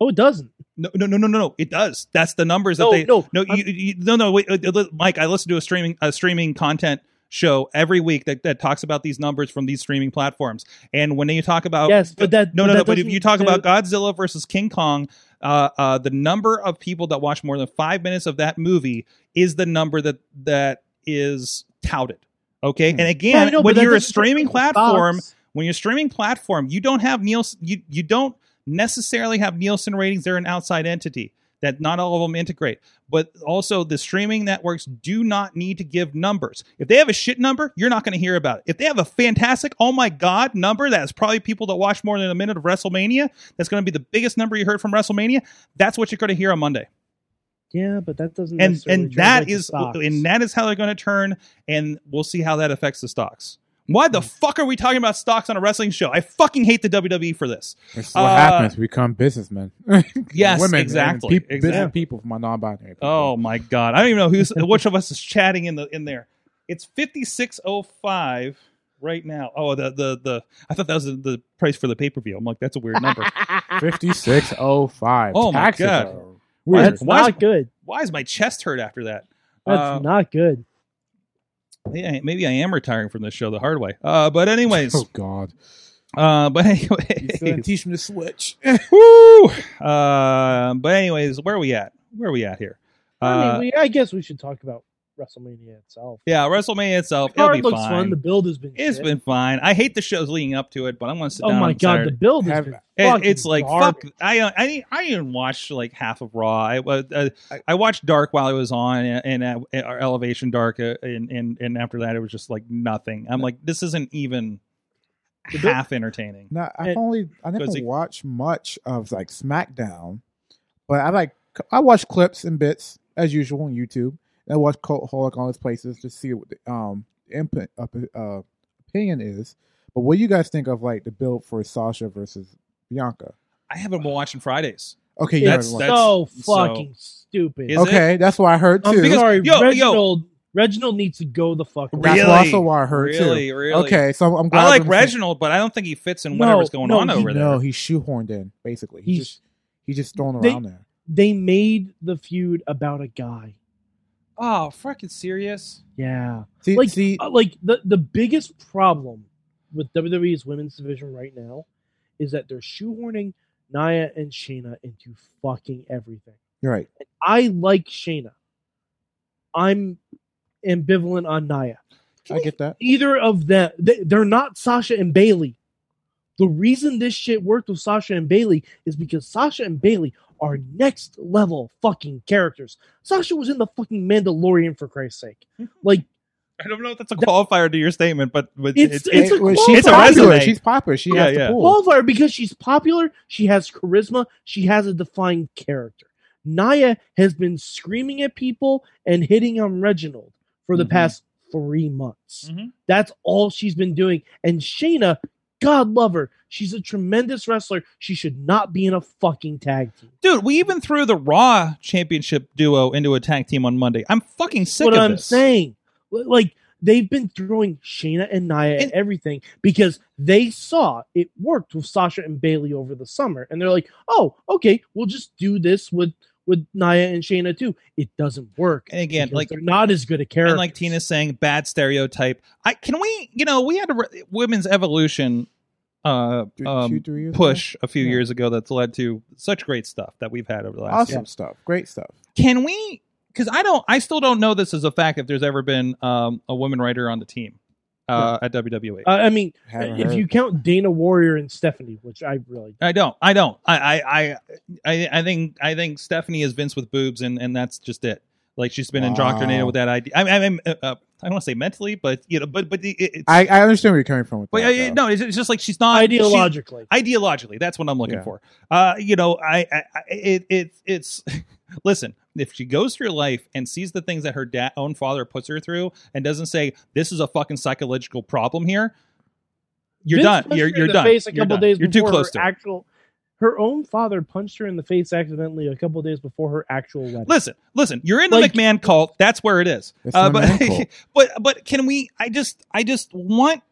oh, it doesn't.
No, no, no, no, no, no. It does. That's the numbers
No,
that they.
no.
no,
I'm-
you, you, no, no. Wait, uh, uh, Mike. I listen to a streaming a streaming content show every week that, that talks about these numbers from these streaming platforms. And when you talk about
Yes, but that-
no,
but
no,
that
no. But if
doesn't-
you talk
that-
about Godzilla versus King Kong, uh, uh, the number of people that watch more than five minutes of that movie is the number that that is touted. Okay, and again,
Hmm. I know, but
when
that
you're a
doesn't affect
streaming
the
platform,
stocks.
when you're streaming platform, you don't have Nielsen. You you don't necessarily have Nielsen ratings. They're an outside entity that not all of them integrate. But also, the streaming networks do not need to give numbers. If they have a shit number, you're not going to hear about it. If they have a fantastic, oh my god, number that is probably people that watch more than a minute of WrestleMania, that's going to be the biggest number you heard from WrestleMania. That's what you're going to hear on Monday
Yeah, but that doesn't.
and
necessarily
and
translate
that
to
is
stocks.
and that is how they're going to turn and we'll see how that affects the stocks why
Hmm.
the fuck are we talking about stocks on a wrestling show i fucking hate the wwe for this
This is what
Uh,
happens. We become businessmen.
Yes,
women, and
exactly,
peop-
exactly.
Business people from my non-binary. people.
oh my god i don't even know who's which of us is chatting in the in there it's 5605 right now oh the the the i thought that was the, the price for the pay-per-view i'm like that's a weird number
5605.
Oh my
Taxes
God.
are
Why-
Weird.
that's
why is-
not good.
why is my chest hurt after that
That's
Uh,
not good.
yeah, maybe i am retiring from this show the hard way uh but anyways
Oh God.
uh but anyway
Son, Teach them to switch.
Woo! Uh, Um, but anyways, where are we at? Where are we at here?
I
Uh,
mean, we, I guess we should talk about WrestleMania itself.
Yeah, WrestleMania itself.
The card
it'll be
looks
fine.
fun. The build has been.
It's
shit.
been fine. I hate the shows leading up to it, but I'm going to sit
Oh
down.
my
on
god,
Saturday.
the build has
Have-
been.
It,
fucking
it's like
garbage.
fuck. I uh, I didn't- I even watched like half of Raw. I uh, uh, I watched Dark while it was on, and, and uh, our Elevation Dark, uh, and and and after that it was just like nothing. I'm like, this isn't even
The bit-
half entertaining.
No, I've
And-
only I never
Because it-
watched much of like SmackDown, but I like I watch clips and bits as usual on YouTube. And I watch Colt Holic on his places to see what the um input uh, uh, opinion is. But what do you guys think of like the build for Sasha versus Bianca?
I haven't been watching Fridays.
Okay, you
It's
haven't watched.
that's-
so
so-
fucking stupid.
Is it?
okay, that's what I heard
I'm
too.
Um, because-
sorry,
Yo, yo.
Reginald. Reginald needs to go the fuck.
that's
away.
Really?
also what I heard
Really,
too.
really.
Okay, so I'm
I
glad
like
we're on the same-
Reginald, but I don't think he fits in
No,
whatever's going
no,
on
he-
over there.
No, he's shoehorned in basically. He's,
He's
just he's just thrown
They-
around there.
they made the feud about a guy.
Oh, freaking serious.
Yeah.
See,
like
see,
uh, like the the biggest problem with WWE's women's division right now is that they're shoehorning Naya and Shayna into fucking everything.
you're right.
I like Shayna. I'm ambivalent on Naya.
I get that.
Either of them, they, they're not Sasha and Bailey. The reason this shit worked with Sasha and Bailey is because Sasha and Bailey are next level fucking characters. Sasha was in the fucking Mandalorian for Christ's sake. Like
I don't know if that's a qualifier to your statement, but, but
It's-
it-
it's-
it-
a
well,
qualifier.
she's
It's a
popular.
resume.
She's popular. She
Yeah,
has
yeah.
to pull.
qualifier because she's popular, she has charisma, she has a defined character. Naya has been screaming at people and hitting on Reginald for the
Mhm.
past three months.
Mhm.
That's all she's been doing. And Shayna, God love her, she's a tremendous wrestler. She should not be in a fucking tag team.
dude, we even threw the Raw Championship duo into a tag team on Monday. I'm fucking sick
what
of
I'm
this.
saying. L- Like they've been throwing Shayna and Nia
And-
at everything because they saw it worked with Sasha and Bailey over the summer, and they're like, "Oh, okay, we'll just do this with with Nia and Shayna too." It doesn't work,
And again,
because
like-
they're not as good a character.
And like Tina's saying, bad stereotype. I can we, you know, we had a re- women's evolution uh,
Two- two,
um,
three years ago.
push a few
Yeah.
years ago that's led to such great stuff that we've had over the last
Awesome
year.
stuff. Great stuff.
Can we? Because I don't, I still don't know this as a fact if there's ever been um, a woman writer on the team uh, at WWE.
Uh, I mean,
Haven't
if
heard.
you count Dana Warrior and Stephanie, which I really
I don't. I don't. I, I, I, I, I think. I think Stephanie is Vince with boobs, and and that's just it. Like she's been
Wow.
indoctrinated with that idea. I, I, I, uh, uh, I don't want to say mentally, but you know, but but the- it, it's,
I, I understand where you're coming from with
but
that.
uh,
though.
no, it's, it's just like she's not she's-
ideologically.
ideologically that's what i'm looking
Yeah.
for uh you know i, I I- it, it it's listen if she goes through life and sees the things that her dad own father puts her through and doesn't say this is a fucking psychological problem here you're
Vince
done
punched
you're
her in
you're
the
done
Face a
you're
couple
done.
days
you're too
before
close
her
to it.
actual. Her own father punched her in the face accidentally a couple days before her actual wedding.
listen listen you're in the
Like-
mcmahon cult that's where it is
It's
uh,
not
but
an uncle.
but but can we i just i just want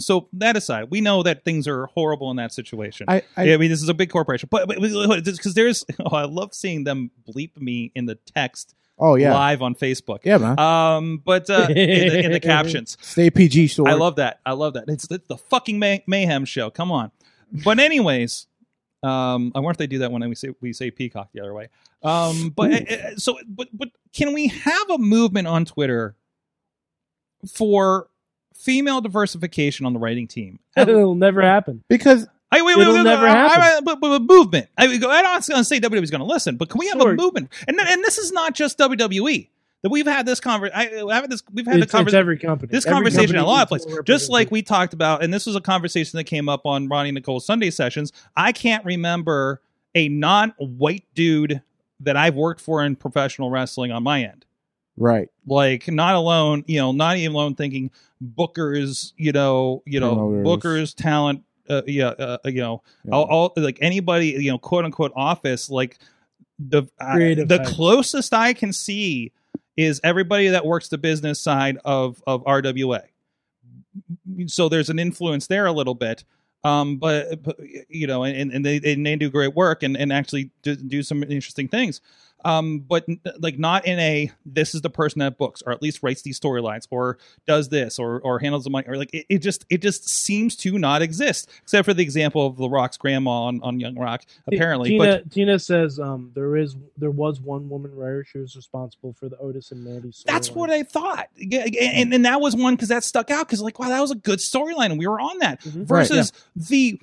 so that aside we know that things are horrible in that situation
I, I,
yeah, I mean, this is a big corporation, but because there's, oh, I love seeing them bleep me in the text
oh yeah,
live on Facebook.
yeah, man.
Um, but uh, in, the, in the captions,
Stay PG. Short.
I love that. I love that. It's, it's the fucking may- mayhem show. Come on. But anyways, um, I wonder if they do that when we say we say peacock the other way. Um, but uh, uh, so, but but can we have a movement on Twitter for female diversification on the writing team?
It'll never happen.
because
I wait, wait,
It'll
wait,
never
I- I-
happen.
I- but, but, but movement. I, mean, I don't going to say WWE's going to listen, but can we have
Sure.
a movement? And th- and this is not just WWE. That we've had this conversation. I've had this. We've had
It's-
the
it's
conversation.
every company.
This
Every
conversation in
company
a lot of
needs
places,
more E.
just
representation.
like we talked about, and this was a conversation that came up on Ronnie and Nicole's Sunday sessions. I can't remember a non-white dude that I've worked for in professional wrestling on my end
right,
like not alone you know not even alone thinking booker's you know you know
Promoters.
booker's talent uh, yeah uh, you know
Yeah.
all, all like anybody you know quote unquote office like the I-
Creative
the
types.
closest i can see is everybody that works the business side of of rwa so there's an influence there a little bit um but, but you know and, and they and they do great work and and actually do, do some interesting things um, but n- like not in a this is the person that books or at least writes these storylines or does this or or handles the money or like it, it just it just seems to not exist except for the example of the Rock's grandma on, on Young Rock apparently. but
Tina, Tina says um, there is there was one woman writer she was responsible for the Otis and Mandy.
That's
storyline.
what I thought. Yeah, and, and that was one because that stuck out because like, wow, that was a good storyline. and We were on that
Mhm.
versus the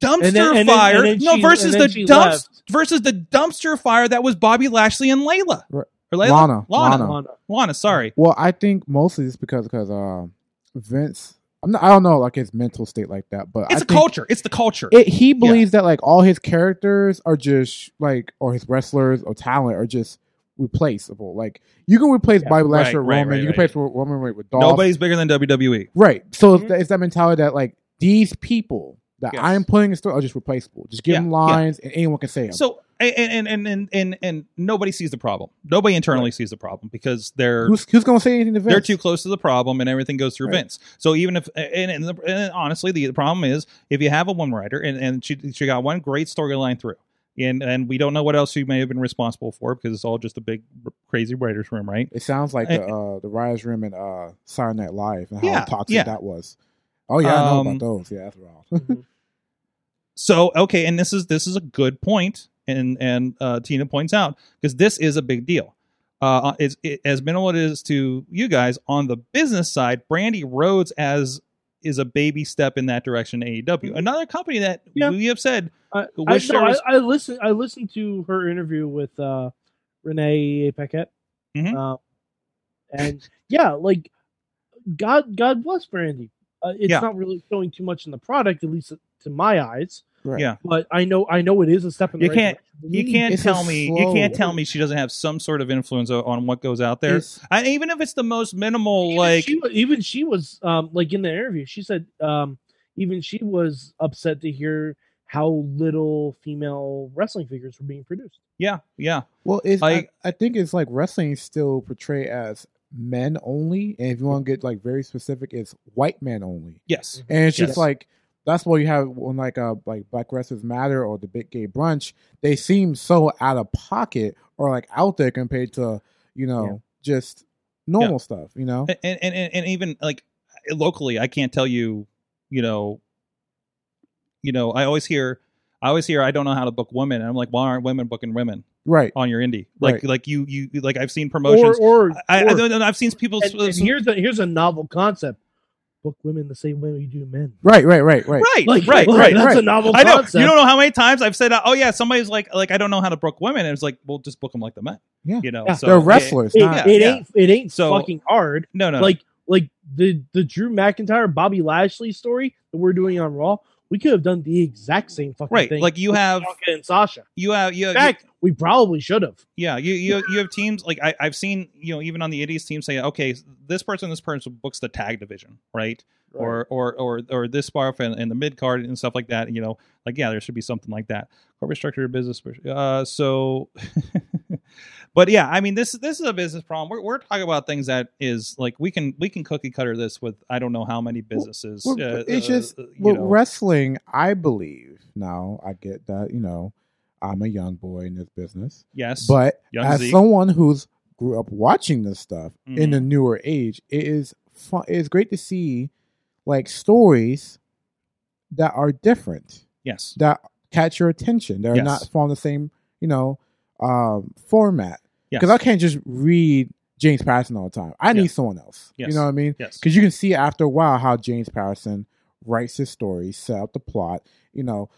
dumpster
And then- and then-
fire.
and then
no,
she-
versus
and then
the
she
dumps
left.
versus the dumpster fire that was Bobby Lashley and Layla
Right.
or Layla Lana.
Lana,
Lana.
Lana.
Lana.
Sorry,
Well, I think mostly it's because because um, Vince. I'm not, I don't know like his mental state like that, but
it's
I
a
think
culture. It's the culture.
It, he believes that like all his characters are just like or his wrestlers or talent are just replaceable. Like you can replace
Yeah.
Bobby Lashley
Right,
with
right,
Roman,
right,
you can
right.
replace Roman with, with Dolph.
Nobody's bigger than WWE.
right. So it's
Mhm.
that it's that mentality that like these people that
Yes.
I'm putting in story are just replaceable. Just give
Yeah,
them
yeah.
lines and anyone can say them.
So and and and and and, and nobody sees the problem. Nobody internally sees the problem because they're
who's who's gonna say anything to Vince?
they're too close to the problem and everything goes through
Right.
Vince. So even if and, and, the, and honestly the, problem is if you have a one writer and, and she she got one great storyline through. And and we don't know what else she may have been responsible for because it's all just a big r- crazy writers room, right?
It sounds like the
And-
uh, the Riot's Room and uh, Saturday Night Live and how
Yeah,
toxic
yeah.
that was. Oh yeah, I know
Um,
about those. Yeah, that's wrong.
So okay, and this is this is a good point, and and uh, Tina points out because this is a big deal. Uh, it's, it, as minimal it is to you guys on the business side, Brandy Rhodes as is a baby step in that direction. to AEW, another company that
Yeah.
we have said
I, I,
Wish
no,
there was-
I, I listened. I listened to her interview with uh, Renee Paquette,
Mhm.
uh, and yeah, like God, God bless Brandy. Uh, it's
Yeah.
not really showing too much in the product, at least to my eyes.
Right.
Yeah.
but I know, I know it is a step in the
You
right
can't-
direction.
you can't
It's a
tell me you
slow-
can't tell me she doesn't have some sort of influence o- on what goes out there.
It's-
And even if it's the most minimal,
even
like
she, wa- even she was um like in the interview she said um even she was upset to hear how little female wrestling figures were being produced
yeah, yeah,
Well, it's,
Like-
I, I think it's like wrestling is still portrayed as men only, and if you want to get like very specific, it's white men only,
yes,
and it's
Yes.
just like that's why you have when like uh like Black Wrestlers Matter or the Big Gay Brunch, they seem so out of pocket or like out there compared to you know just normal stuff, you know.
and and and, and even like locally, I can't tell you, you know, you know, I always hear. I always hear I don't know how to book women, and I'm like, why aren't women booking women
Right.
on your indie? Like,
Right.
like you, you, like I've seen
or
promotions.
or,
I, I
or-
don't know. I've seen people.
and, and here's a here's a novel concept book women the same way we do men
Right, right, right, right.
right,
like
right,
like,
right.
that's a
right.
novel
I know.
concept
You don't know how many times I've said, "Oh yeah, somebody's like, like I don't know how to book women." And it's like, well, just book them like the men.
Yeah.
you know,
Yeah.
so
They're
yeah.
wrestlers,
it,
not
it
yeah.
ain't it ain't
So- uh,
fucking hard
No, no,
like like the the drew mcintyre bobby lashley story that we're doing on raw we could have done the exact same fucking
right.
thing
Like you
with
have,
Bianca and sasha
you have, you,
in
you
fact we probably should have
yeah, you, you, you have teams like I, I've seen, you know, even on the idiots team say, okay, this person, this person books the tag division, right? Or, or, or, or this barf and, and the mid card and stuff like that. You know, like yeah, there should be something like that. Corporate structure of business. Uh, so, but yeah, I mean, this this is a business problem. We're we're talking about things that is like we can we can cookie cutter this with I don't know how many businesses.
well,
uh,
it's
uh,
just-
uh, you
Well,
know.
wrestling, I believe. Now I get that, you know, I'm a young boy in this business,
yes,
but
Young
as
Zeke.
someone who's grew up watching this stuff in
Mhm.
the newer age, it is fun. It's great to see like stories that are different,
yes,
that catch your attention. They're
Yes.
not from the same, you know, um, format.
Yes.
Because I can't just read James Patterson all the time. I
Yeah.
need someone else.
Yes.
You know what I mean?
yes,
because you can see after a while how James Patterson writes his story, set up the plot. You know,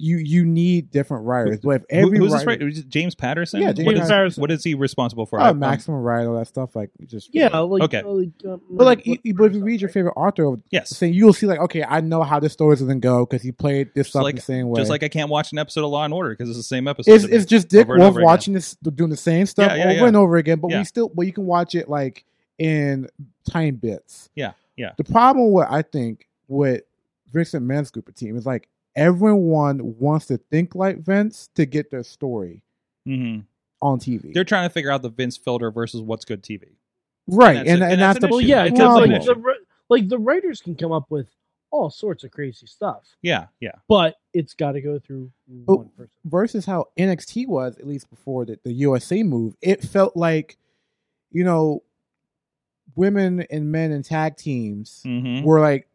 you you need different writers, but if
Who-
every
who's this
writer,
right? Is it James Patterson?
Yeah, James
what, is,
Patterson.
what is he responsible for?
oh,
I-
maximum writer, all that stuff, like you just
Yeah, like
Okay.
uh, like, um,
But like, you,
what-
you- but if you read your favorite author,
um, yes.
saying you'll see like, okay, I know how this story's gonna go because he played this
Just
stuff
like-
the same way.
Just like I can't watch an episode of Law and Order because it's the same episode.
it's
to me.
it's just Dick
over and
Wolf
over again.
watching this, doing the same stuff
Yeah, yeah,
over
yeah.
and over again. But
Yeah.
we still, but you can watch it like in tiny bits.
Yeah, yeah.
The problem, what I think with Vincent Mann's group of team is like everyone wants to think like Vince to get their story
Mhm.
on TV.
They're trying to figure out the Vince filter versus what's good TV.
right,
that's
and
it.
and,
And
that's,
that's
the
an
well,
issue.
yeah,
It's
because
Well,
like
well.
the, ri- like the writers can come up with all sorts of crazy stuff.
Yeah, yeah.
But it's got to go through one person.
versus how NXT was, at least before the, the USA move, it felt like, you know, women and men in tag teams
Mm-hmm.
were like,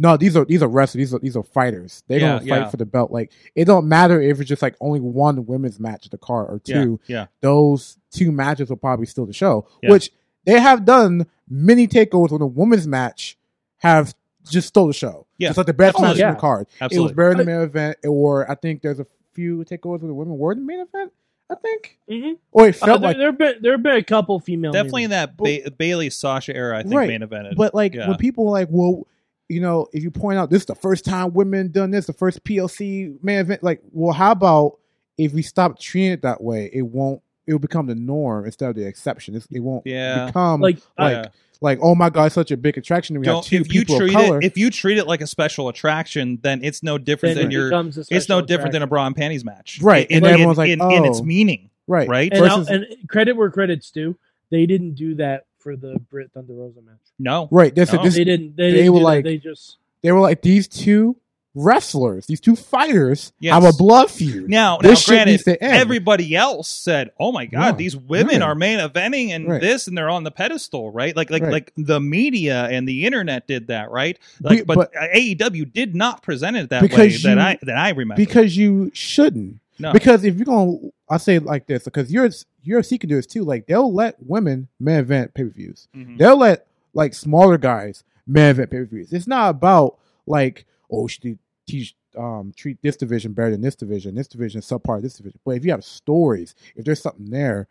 no, these are these are wrestlers, these are these are fighters. They
Yeah,
don't fight
yeah.
for the belt. Like it don't matter if it's just like only one women's match at the card or
Yeah,
two.
yeah.
Those two matches will probably steal the show.
Yeah.
Which they have done many takeovers on a women's match have just stole the show.
Yeah.
It's like the best
Absolutely.
match on
Yeah.
the card. It
Absolutely.
was better than the main event, or I think there's a few takeovers with the women were in the main event. I think,
Mm-hmm.
or it
Uh,
felt
there,
like,
there have been there have been a couple female
Definitely in
names.
that ba- Bailey Sasha era, I think
Right,
main evented.
but like
Yeah.
when people were like, well, you know, if you point out this is the first time women done this, the first PLC main event, like, well, how about if we stop treating it that way, it won't, it will become the norm instead of the exception. It's, it won't
Yeah.
become um, like,
like uh, I-
like, oh my god, such a big attraction. and We
Uh,
have
Don't,
two
if you
people of
treat
color.
it if you treat it like a special attraction, then it's no different
then
than
it
your.
becomes a
It's no
special
different than a
attraction.
bra and panties match,
Right,
In-
and
in-
everyone's like,
in, in its
oh.
meaning,
right,
right?
And, I'll-
versus-
and credit where credit's due, they didn't do that for the Brit Thunder Rosa match.
No,
right. That's
No.
this,
They didn't. They,
they
didn't
were
do that.
like-
they just
they were like these two wrestlers, these two fighters
Yes.
have a blood feud.
Now,
This
now
shit
granted,
needs to end.
everybody else said, "Oh my god,
Yeah,
these women
right.
are main eventing and
Right.
this, and they're on the pedestal, right?" Like, like,
Right.
like the media and the internet did that, right? Like,
Be-
but,
but-
AEW did not present it that way
Because
that
you-
I that I remember.
because you shouldn't.
no,
Because if you're gonna, I say it like this because your UFC can do this too. Like they'll let women main event pay per views.
Mm-hmm.
Mhm.
They'll let like smaller guys main event pay per views. It's not about like oh she teach um treat this division better than this division, this division is subpar of this division. But if you have stories, if there's something there,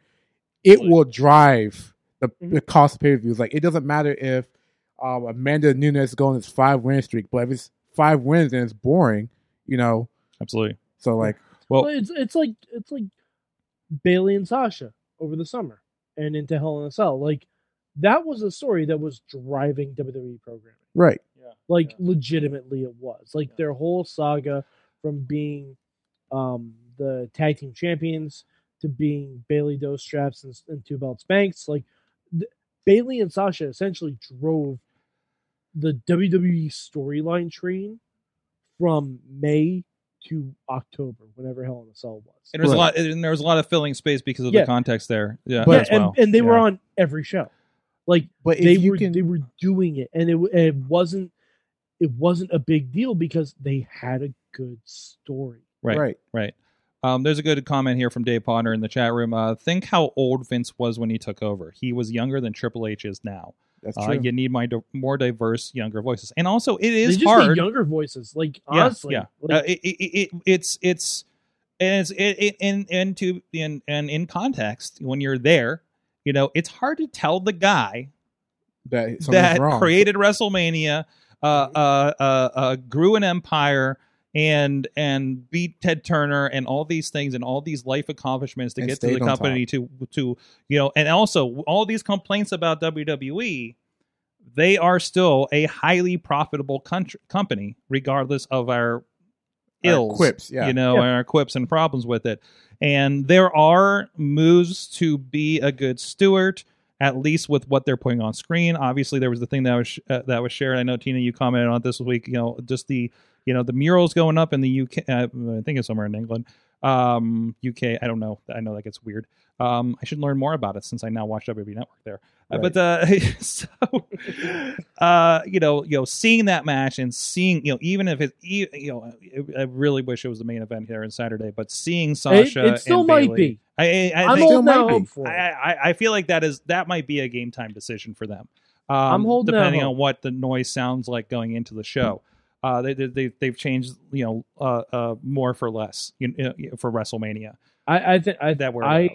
it will drive the, the cost of pay per views. Like it doesn't matter if um, Amanda Nunes is going this five win streak, but if it's five wins and it's boring, you know.
absolutely.
So like.
Well-
Well, it's it's like it's like Bailey and Sasha over the summer and into Hell in a Cell. Like that was a story that was driving WWE programming.
Right.
Like legitimately, it was like their whole saga from being um, the tag team champions to being Bailey Dose Straps and, and Two Belts Banks. Like th- Bailey and Sasha essentially drove the WWE storyline train from May to October, whenever Hell in a Cell was.
And there's a
Right.
lot, and there was a lot of filling space because of
Yeah.
the context there. Yeah,
But-
as
yeah, and,
well.
and they were
Yeah.
on every show. Like
But if
they
you
were
can
they were doing it, and it w- and it wasn't it wasn't a big deal because they had a good story.
Right.
right.
Um, there's a good comment here from Dave Potter in the chat room. Uh, think how old Vince was when he took over. He was younger than Triple H is now.
That's
Uh,
true.
you need my di- more diverse, younger voices, and also it
They
is
just need
hard.
younger voices. Like
Yeah,
honestly,
yeah.
like,
Uh, it, it, it, it's it's and it's it, it, and and to and and in context when you're there, you know it's hard to tell the guy
that
that
something's wrong.
created WrestleMania, uh, uh, uh, uh, grew an empire, and and beat Ted Turner and all these things and all these life accomplishments to
And
get to the
stayed on
company to to you know and also all these complaints about WWE. They are still a highly profitable country, company, regardless of our
Our
ills,
quips, yeah.
you know, and our quips and problems with it. And there are moves to be a good steward, at least with what they're putting on screen. Obviously, there was the thing that was uh, that was shared. I know Tina, you commented on it this week. You know, just the you know the murals going up in the UK. Uh, I think it's somewhere in England, um, UK. I don't know. I know that gets weird. Um, I should learn more about it since I now watch WWE Network there. Uh, But uh, so, uh, you know, you know, seeing that match and seeing, you know, even if it, e- you know, I I really wish it was the main event here on Saturday, but seeing
it,
Sasha,
it still
and
might
Bayley,
be.
I, I, I think,
I'm
still
holding out
might be.
hope for
I,
it.
I, I feel like that is that might be a game time decision for them. Um,
I'm holding out
depending
hope.
on what the noise sounds like going into the show. Uh, they, they, they they've changed you know uh, uh, more for less you know, for WrestleMania
I, I think I
that we're aware
I
of.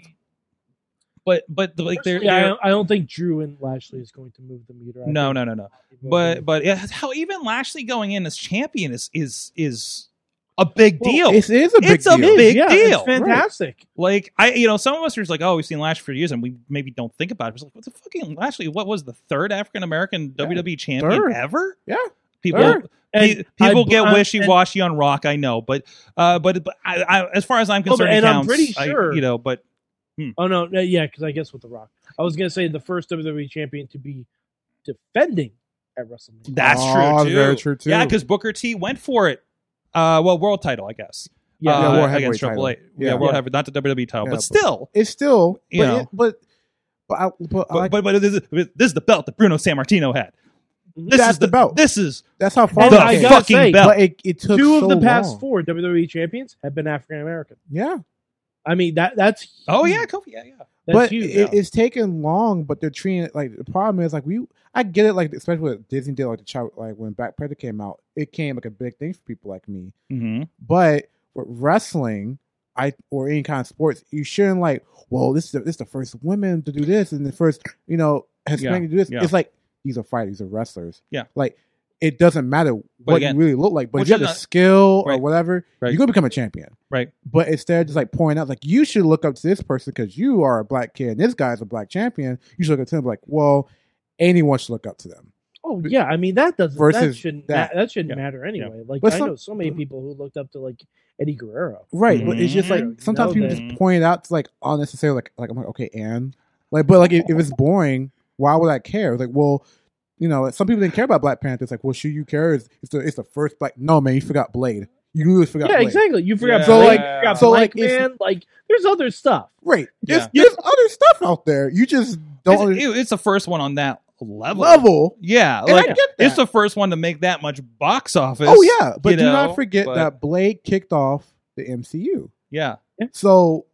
but but like they're,
personally, I,
they're
don't- I don't think Drew and Lashley is going to move the meter. I
no
think
no no no
people are
but
gonna-
but it, how even Lashley going in as champion is is is a big
Well,
deal.
It is a big
It's a
deal.
big
yeah,
deal.
It's fantastic.
like I you know some of us are just like oh we've seen Lashley for years and we maybe don't think about it. It's like what the fucking Lashley? What was the third African American
Yeah.
WWE E champion
Third.
ever?
Yeah.
People
Third.
pe-
And I-
people
I'm-
get
and-
wishy washy on Rock. I know, but uh, but but I, I, as far as I'm
Oh, but-
concerned, it
and I'm
counts.
pretty
I-
sure-
you know. But
Oh no, E no yeah, because I guess with The Rock, I was gonna say the first WWE champion to be defending at WrestleMania.
That's
Oh,
true too.
very true, too.
Yeah, because Booker T went for it. Uh, well, world title, I guess.
yeah,
uh,
Yeah, world heavyweight
against Triple H.
title.
Yeah,
Yeah.
world heavyweight, not the WWE title,
Yeah,
but
but-
still.
It's still, but,
You know.
it, but but I, but, I
But,
like-
but, but this, is, this is the belt that Bruno San Martino had. This
That's
is the,
the belt.
This is
that's how far
And
the
it
I
came.
got-
fucking
say,
belt.
But it, it took
Two
so
of the past
long.
four WWE champions have been African American.
Yeah,
I mean that that's
Oh yeah, Kofi. Yeah, yeah.
that's
but
huge.
it, it's taken long. But they're treating it like the problem is like we. I get it, like especially with Disney did, like the child, like when Black Panther came out, it came like a big thing for people like me.
Mm-hmm.
But with wrestling, I or any kind of sports, you shouldn't like. Well, this is the, this is the first women to do this, and the first you know Hispanic to do this.
yeah.
It's like these are fighters, these are wrestlers.
Yeah.
like it doesn't matter what
again-
you really look like, but
Which
if you have
is
the
not-
skill
Right.
or whatever,
Right.
you're gonna become a champion.
Right.
But instead of just like pointing out, like you should look up to this person because you are a black kid, and this guy's a black champion. You should look up to him like, well, anyone should look up to them.
oh yeah, I mean that doesn't that
versus
shouldn't that,
that.
that shouldn't
Yeah.
matter anyway. Like
But
I
some-
know so many people who looked up to like Eddie Guerrero.
Right, but it's just like
Mhm.
sometimes
No,
people
they-
just point it out to like unnecessarily, like like I'm like okay, and like but like if, if it's boring, why would I care? It's like well, you know, some people didn't care about Black Panther. It's like well, shoot, you care? It's, it's the it's the first black. No man, you forgot Blade. You literally forgot.
Yeah,
Blade.
exactly. You forgot
Yeah.
So,
Blake,
like-
you forgot
so, like,
Black
it's-
man, like there's other stuff.
Right. There's,
Yeah.
there's other stuff out there. You just don't
It's,
under-
it- it's the first one on that level.
level.
Yeah,
And
like
I get that.
it's the first one to make that much box office.
oh yeah, but
you
do
know,
not forget
but-
that Blade kicked off the MCU.
Yeah,
So,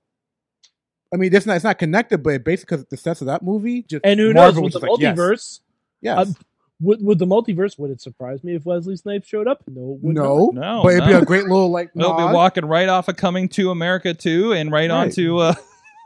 I mean, that's not it's not connected, but basically because the sets of that movie just
And who
Marvel
knows
was
with the
just like,
multiverse?
Yes,
uh,
yes.
Would, would the multiverse would it surprise me if Wesley Snipes showed up? No, it would not.
no,
No,
but it'd
Oh, no.
be a great little like
they'll be
nod.
walking right off of Coming to America too, and right,
Right.
onto uh,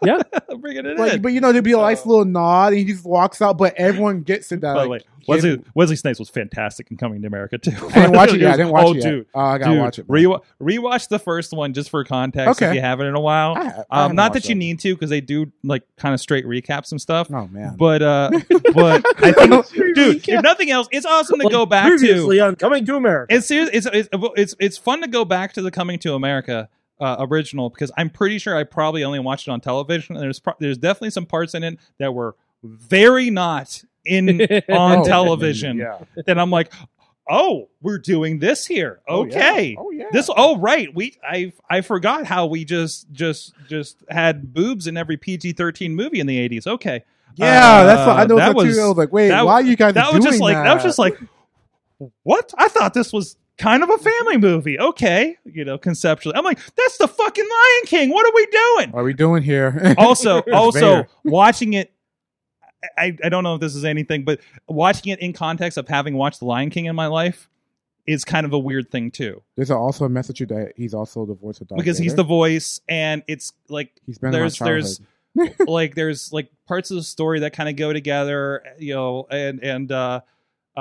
Yeah.
bringing it
Like,
in. Oh.
but you know, there'd be a nice
So-
little nod, and he just walks out. But everyone gets it that.
By the
Like,
way,
kid-
Wesley, Wesley Snipes was fantastic in Coming to America too.
I didn't watch it yet. I
was-
didn't watch
oh,
it yet.
dude.
Oh, I gotta
Dude,
watch it. man.
Rewa- rewatch the first one just for context if
Okay.
you haven't in a while.
I-
Um,
I haven't
not
watched
that you need to because they do like kind of straight recaps and stuff.
Oh man, Oh,
But uh, but I think, dude, if nothing else, it's awesome to
Like,
go back to.
previously on Coming to America.
It's, serious- it's it's it's it's fun to go back to the Coming to America uh, original because I'm pretty sure I probably only watched it on television. And there's pro- there's definitely some parts in it that were very not in on
Oh,
television.
Yeah.
Then I'm like, oh, we're doing this here.
Oh, yeah.
Okay.
Oh yeah.
This oh right we I I forgot how we just just just had boobs in every PG thirteen movie in the eighties okay
Yeah,
Uh,
that's what I know.
that
That
was-
was, I was like, wait,
that-
why you guys
that
doing
was just like
that?
that was just like what I thought this was kind of a family movie okay you know conceptually I'm like that's the fucking Lion King what are we doing
what are we doing here?
also
It's
also
Vader.
watching it I, I don't know if this is anything but watching it in context of having watched the lion king in my life is kind of a weird thing too
There's also a message that he's also the voice of Darth
because he's the
Vader.
voice and it's like
he's been
there's-
there's
there's- like there's like parts of the story that kind of go together you know and and uh uh, uh,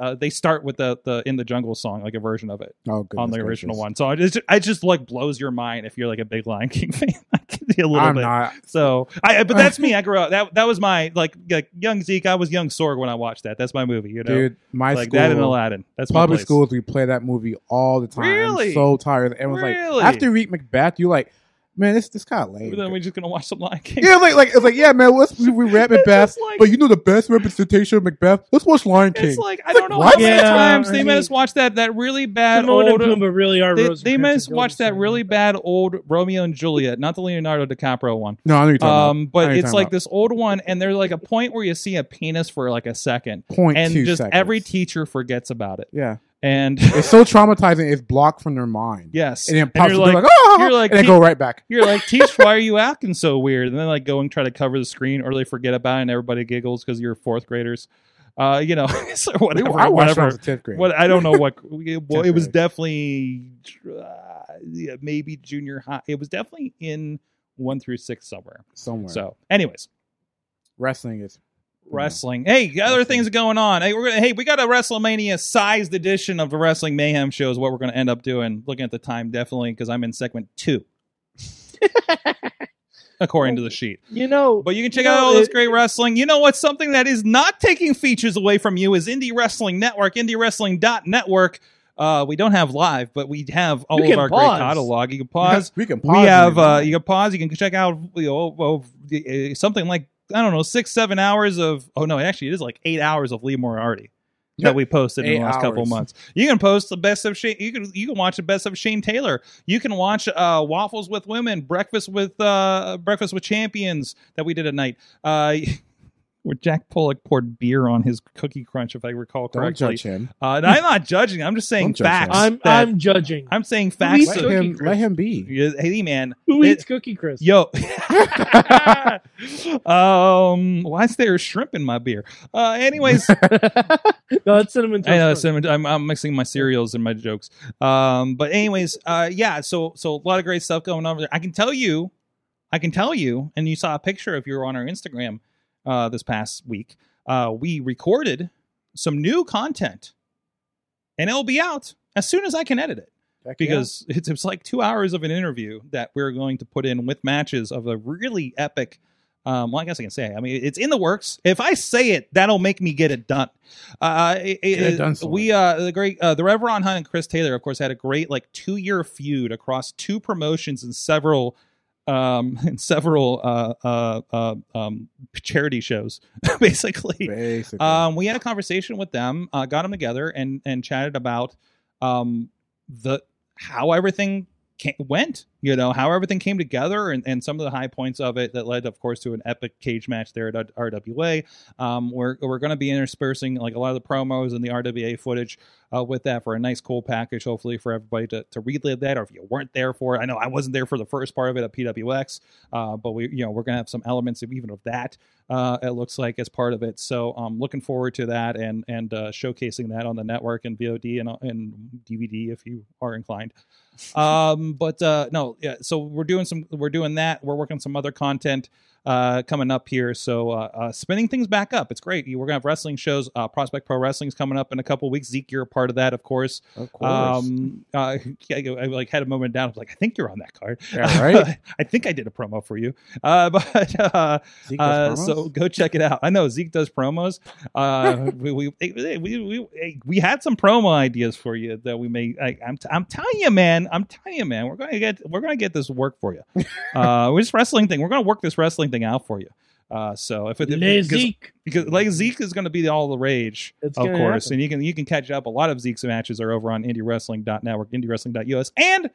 uh, they start with the the in the jungle song, like a version of it
oh, goodness
on the original
gracious.
one. So I just, I just like blows your mind if you're like a big Lion King fan. I can be a little
I'm
bit.
not.
So I, but that's me. I grew up. That that was my like like young Zeke. I was young Sorg when I watched that. That's my movie. You know,
Dude, my
like
school,
that in Aladdin. That's my
public
place.
schools, we play that movie all the time.
Really?
I'm so tired. Everyone's
Really?
like, after you read Macbeth, you're like, man, this this kind of lame.
Then we're just gonna watch some Lion King.
yeah, like like it's like yeah, man. Let's we read Macbeth,
just like-
but you know the best representation of Macbeth. Let's watch Lion King.
It's like I don't know how
what?
many
Yeah,
times they
I
made
mean-
us watch that that really bad
Timon and
old.
Pumbaa really are
They,
Rose
they
and
made
Crimson
us watch that
Guildenstern.
really bad old Romeo and Juliet, not the Leonardo DiCaprio one.
no, I know what you're talking
Um,
I know
but
you're
it's
talking
like
about.
this old one, and there's like a point where you see a penis for like a second,
about. Point
and
two
just
seconds.
every teacher forgets about it,
yeah,
and
it's so traumatizing. It's blocked from their mind.
yes,
and then pops
you're
up, they're
like-
like, oh,
you're like,
and they
"Keep-
go right back.
You're like, Teach, why are you acting so weird? And then like go and try to cover the screen, or they forget about it, and everybody giggles because you're fourth graders. Uh, you know, so
We-
whatever.
I watched it when I
whatever.
was in tenth grade.
What I don't know what it, well, it was
Temporary.
definitely uh, yeah, maybe junior high. It was definitely in one through six somewhere.
Somewhere.
So, anyways,
wrestling is
wrestling. Hey, other
Wrestling.
things going on. Hey, we're gonna. Hey, we got a WrestleMania sized edition of the Wrestling Mayhem show. Is what we're gonna end up doing. Looking at the time, definitely because I'm in segment two, according to the sheet.
You know,
But you can
You
check
know,
out all this
it-
great wrestling. You know what's something that is not taking features away from you is Indie Wrestling Network, indiewrestling.network. Uh, we don't have live, but we have all
You
of
can
our
pause.
great catalog. You can pause.
we can
we
pause
have uh,
anytime.
you can pause. You can check out you know, oh, oh, uh, something like I don't know six seven hours of oh no actually it is like eight hours of Lee Moriarty. that we posted in
Eight
the last couple
hours.
months. You can post the best of Shane. You can you can watch the best of Shane Taylor. You can watch uh, Waffles with Women, Breakfast with uh, Breakfast with Champions that we did at night. Uh, where Jack Pollock poured beer on his cookie crunch, if I recall
Don't
correctly.
judge him.
Uh, and I'm not judging. I'm just saying
Don't judge him.
facts.
I'm
that-
I'm judging.
I'm saying facts.
Let
Cookie
him,
Crisp.
let him be.
Yeah, Hey man,
Who
it-
eats Cookie Crisp?
yo. um, why is there shrimp in my beer? Uh, anyways,
no, that's cinnamon toast.
I know,
Crunch.
so I'm, I'm, I'm mixing my cereals and my jokes. Um, but anyways, uh, yeah. So so a lot of great stuff going on. over there. I can tell you, I can tell you, and you saw a picture if you were on our Instagram uh, this past week. Uh, we recorded some new content, and it'll be out as soon as I can edit it
Heck yeah.
because it's, it's like two hours of an interview that we're going to put in with matches of a really epic. Um, well, I guess I can say. I mean, it's in the works. If I say it, that'll make me get it done. Uh, it-
Get it
it-
done, Sawyer.
we uh, the great uh, the Reverend Hunt and Chris Taylor, of course, had a great like two year feud across two promotions and several um and several uh uh, uh um charity shows basically
basically.
um, we had a conversation with them, uh, got them together, and and chatted about um, the how everything came, went. You know how everything came together, and, and some of the high points of it that led, of course, to an epic cage match there at R- RWA. Um, we're we're going to be interspersing like a lot of the promos and the RWA footage uh, with that for a nice cool package, hopefully for everybody to, to relive that. Or if you weren't there for it, I know I wasn't there for the first part of it at PWX, uh, but we you know we're going to have some elements of even of that uh, it looks like as part of it. So I'm looking forward to that and and uh, showcasing that on the network and VOD and uh, and DVD if you are inclined. um, but uh, no, yeah. So we're doing some we're doing that. We're working some other content uh, coming up here. So uh, uh, spinning things back up. It's great. You- We're gonna have wrestling shows. Uh, Prospect Pro Wrestling's coming up in a couple weeks. Zeke, you're a part of that, of course.
of course.
Um, uh, yeah, I, I like had a moment down. I was like, I think you're on that card.
Yeah, right?
I think I did a promo for you. Uh, but uh,
Zeke
uh,
does
so
promos?
go check it out. I know Zeke does promos. Uh, we, we, we, we, we, we had some promo ideas for you that we may. I, I'm, t- I'm telling you, man. I'm telling you, man. We're gonna get we're gonna get this work for you. Uh, we're just wrestling thing. We're gonna work this wrestling thing out for you. Uh, so if it because-
Lezique.
because like Zeke is going to be all the rage,
It's
of
gonna
course,
happen.
and you can you can catch up. A lot of Zeke's matches are over on IndieWrestling.network, IndieWrestling.us, and a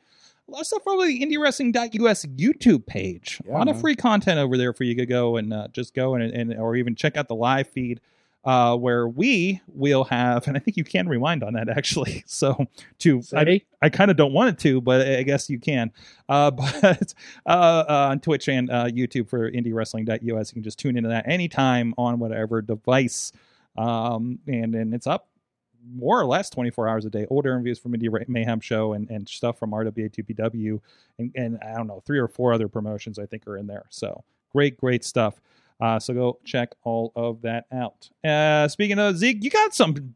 lot of stuff over the IndieWrestling.us YouTube page. a
Yeah,
lot of
man.
free content over there for you to go and uh, just go and, and or even check out the live feed. Uh, where we will have, and I think you can rewind on that actually. So to I-
Say?
I kind of don't want it to, but I guess you can. Uh, but uh, uh, on Twitch and uh, YouTube for IndieWrestling.us, you can just tune into that anytime on whatever device, um, and and it's up more or less 24 hours a day. Old interviews from Indie Ra- Mayhem Show and, and stuff from RWA 2PW, and, and I don't know three or four other promotions I think are in there. So great, great stuff. Uh, so go check all of that out. Uh, speaking of Zeke, you got some.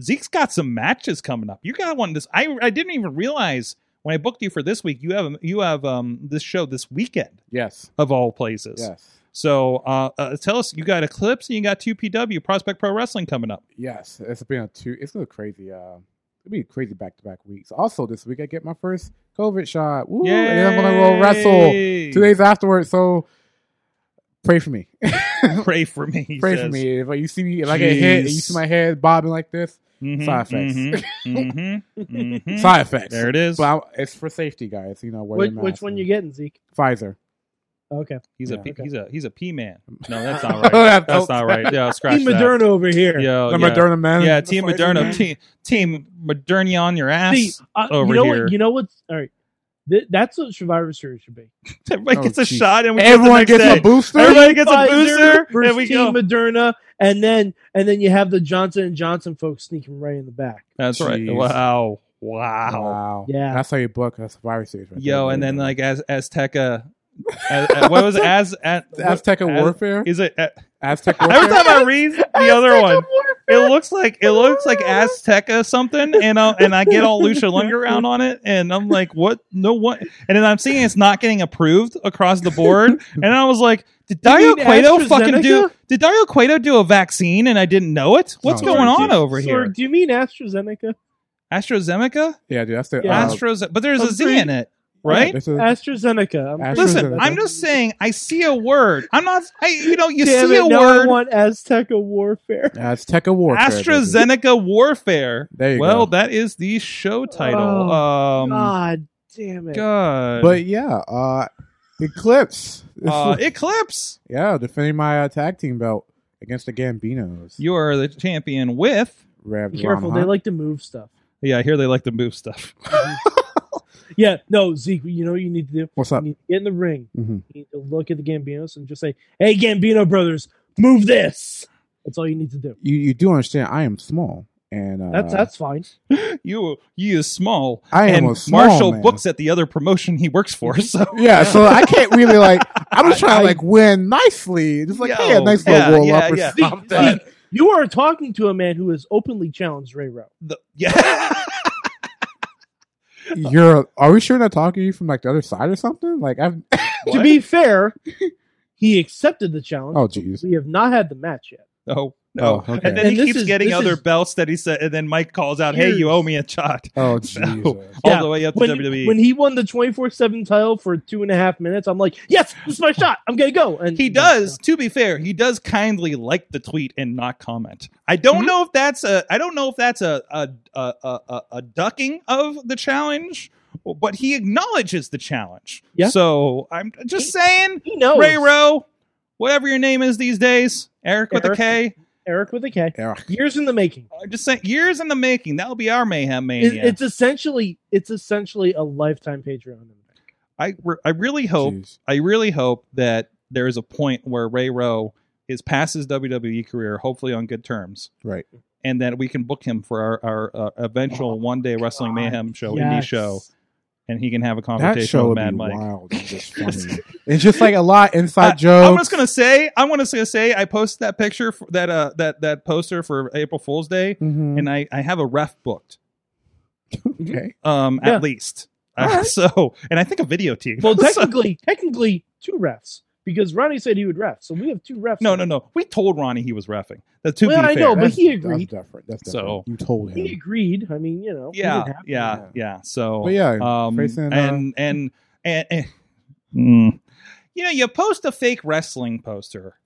Zeke's got some matches coming up. You got one this. I I didn't even realize when I booked you for this week. You have you have um this show this weekend
yes,
of all places.
yes,
So uh, uh, tell us, you got Eclipse and you got two PW Prospect Pro Wrestling coming up.
yes. It's been a two. It's been a crazy. Uh, it'll be crazy back to back weeks. Also, this week I get my first COVID shot. Woo! And then I'm gonna go wrestle
Yay!
two days afterwards. So pray for me.
Pray for me. he
pray for
says.
me. If you see me, if I get hit, and you
Jeez.
see my head bobbing like this.
Mhm,
Side effects.
mhm, mhm, mhm.
Side effects.
There it is.
But I'm- it's for safety, guys. You know, wear
Which,
your
which
mask
one
and-
you getting, Zeke?
Pfizer.
Okay.
He's a
Yeah. Oh.
P-
Okay.
he's a he's a P man. No, that's not right. That's not right. Yeah, scratch
Team
that.
Moderna over here.
Yo,
The
yeah.
Moderna man.
Yeah, Team
Pfizer
Moderna.
man.
Team, team Moderna on your ass.
See, uh,
over
you know
here.
what? You know what's all right. Th- that's what Survivor Series should be.
Everybody
Oh,
gets a
jeez.
shot and we
Everyone
get the
gets
next
a
day.
booster.
Everybody gets a
Pfizer
booster.
versus
There we
Team
go.
Moderna, and then and then you have the Johnson and Johnson folks sneaking right in the back.
That's right.
Jeez.
Wow. Wow.
Wow.
Yeah.
That's how you book a Survivor Series. right
Yo,
there.
and then like as Azteca, as, as, what was it? as at
Azteca
as-
Warfare.
Is it uh,
Aztec
every
Warfare.
time I read the other one? It looks like it looks like Azteca something, and I, and I get all Lucha Underground on it, and I'm like, what? No what? And then I'm seeing it's not getting approved across the board, and I was like, did Dario
You mean
Cueto fucking do?
AstraZeneca?
Did Dario Cueto do a vaccine and I didn't know it? What's
No,
going
it's
on
just-
over
Sorg,
here?
do you mean AstraZeneca?
AstraZeneca,
yeah, dude, that's the
Yeah.
uh,
Astros, but there's a Z
Humphrey-
in it. right?
This is-
AstraZeneca. I'm
Astra-
Listen,
AstraZeneca.
I'm just saying. I see a word. I'm not. I you know you
Damn
see
it,
a
now I
word.
want Azteca warfare.
Yeah, it's Tech Award.
AstraZeneca warfare.
There you
well,
go.
that is the show title.
Oh,
um, God.
God damn it!
But yeah, uh, Eclipse.
uh, Eclipse,
yeah, defending my uh, tag team belt against the Gambinos.
you are the champion with.
Rev
Be careful,
Ram
they
Hunt.
like to move stuff.
Yeah, I hear they like to move stuff.
Yeah, no, Zeke. You know what you need to do?
What's
You
up?
need to get in the ring.
Mhm.
You need to look at the Gambinos and just say, "Hey, Gambino brothers, move this." That's all you need to do.
You you do understand? I am small, and uh,
That's that's fine.
you, you is small.
I am
and
a small
Marshall
man.
books at the other promotion he works for. So
Yeah, so I can't really like. I'm just
I-
trying to
I-
like win nicely. Just like
Yo,
hey, a nice little
yeah,
roll
yeah,
up or
yeah. Uh,
something.
I'm done.
Zeke, you are talking to a man who has openly challenged Ray Rowe.
the, yeah.
You're. Are we sure not talking to you from like the other side or something? Like I've.
To be fair, he accepted the challenge.
Oh jeez.
We have not had the match yet.
Oh no.
Oh, okay.
And then
And
he
this
keeps
is-
getting
this
other
is-
belts that he said, and then Mike calls out, "Hey, you
Years.
owe me a shot."
Oh jeez.
Yeah,
All the way up to E.
When,
WWE.
when he won the 24 7 title for two and a half minutes, I'm like, yes, this is my shot. I'm going to go. And
He does, to be fair, he does kindly like the tweet and not comment. I don't
Mm-hmm.
know if that's a I don't know if that's a a a, a, a, a ducking of the challenge, but he acknowledges the challenge.
Yeah.
So I'm just saying,
He knows.
Ray Rowe, whatever your name is these days, Eric with a
Eric.
K.
Eric with a K.
Yeah.
Years in the making.
I'm just saying years in the making. That'll be our mayhem mania.
It- It's essentially it's essentially a lifetime Patreon.
I re- I really hope
Jeez.
I really hope that there is a point where Ray Rowe is past his WWE career, hopefully on good terms.
Right.
And that we can book him for our, our uh, eventual
Oh,
one day wrestling
God,
mayhem show, indie
Yes.
show, and he can have a
That
conversation
show
with
would
Mad
be
Mike.
wild. and just funny. it's just like a lot inside jokes.
I'm just gonna say, I'm gonna say, say I posted that picture for, that uh that that poster for April Fool's Day,
Mm-hmm.
Mhm.
and I I have a ref booked,
okay.
um
Yeah.
at least. Uh, So, and I think a video team.
Well,
So-
technically, technically two refs because Ronnie said he would ref, so we have two refs.
no, no, no. We told Ronnie he was refing. That to
Well,
be
I
fair.
know, but
That's-
he agreed.
That's different. That's different.
So-
you told
He
him.
agreed. I mean, you know, we
yeah,
didn't have to.
yeah,
that.
yeah. So,
But yeah,
um,
facing, uh,
and, and and and mm. you know, you post a fake wrestling poster,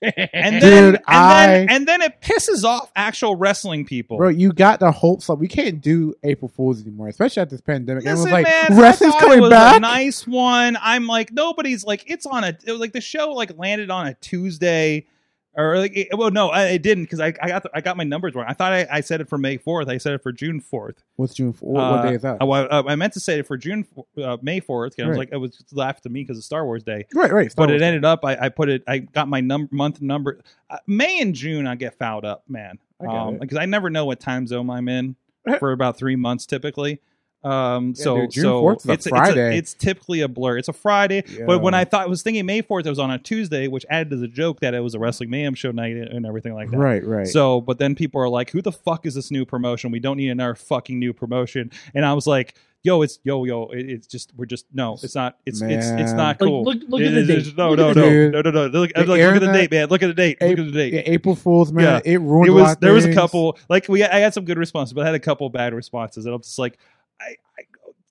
and then and
Dude,
then
I-
and then it pisses off actual wrestling people.
Bro, you got the hopes up. We can't do April Fools anymore, especially at this pandemic.
Listen,
Everyone's like,
man,
wrestling's
I thought it
coming
was
back.
A nice one. I'm like, nobody's like, it's on a it was like the show like landed on a Tuesday. Or like, it, well, no, I, it didn't because I, I got the, I got my numbers wrong. I thought I, I said it for May fourth. I said it for June fourth.
What's June? What, what
Uh,
day is that?
I, wa- uh, I meant to say it for June, uh, May fourth. I was
Right.
like, it was just laughed to me because of Star Wars Day.
right, right. Star
but
Wars.
it ended up, I, I put it. I got my num- month number. Uh, May and June, I get fouled up, man,
I got it.
because I never know what time zone I'm in for about three months typically. Um,
Yeah,
so
dude, June
so
4th is a
it's,
Friday.
It's, it's typically a blur. It's a Friday.
Yeah.
But when I thought I was thinking May fourth, it was on a Tuesday, which added to the joke that it was a Wrestling Mayhem show night and everything like that.
Right, right.
So, but then people are like, "Who the fuck is this new promotion? We don't need another fucking new promotion." And I was like, "Yo, it's yo, yo, it, it's just we're just no, it's not, it's it's it's not
Man.
Like,
cool."
look, look
It-
at the
it- it's-
date.
No,
Look
no,
at
the
no,
date.
no, no, no, Look, I'm
The
like, look at the
internet-
date, man. Look at the date. Look
April,
at the date.
yeah, April Fools, man. It ruined.
It
a lot
was
of
there was a
things.
couple like we I had some good responses, but I had a couple bad responses, and I'm just like, I, I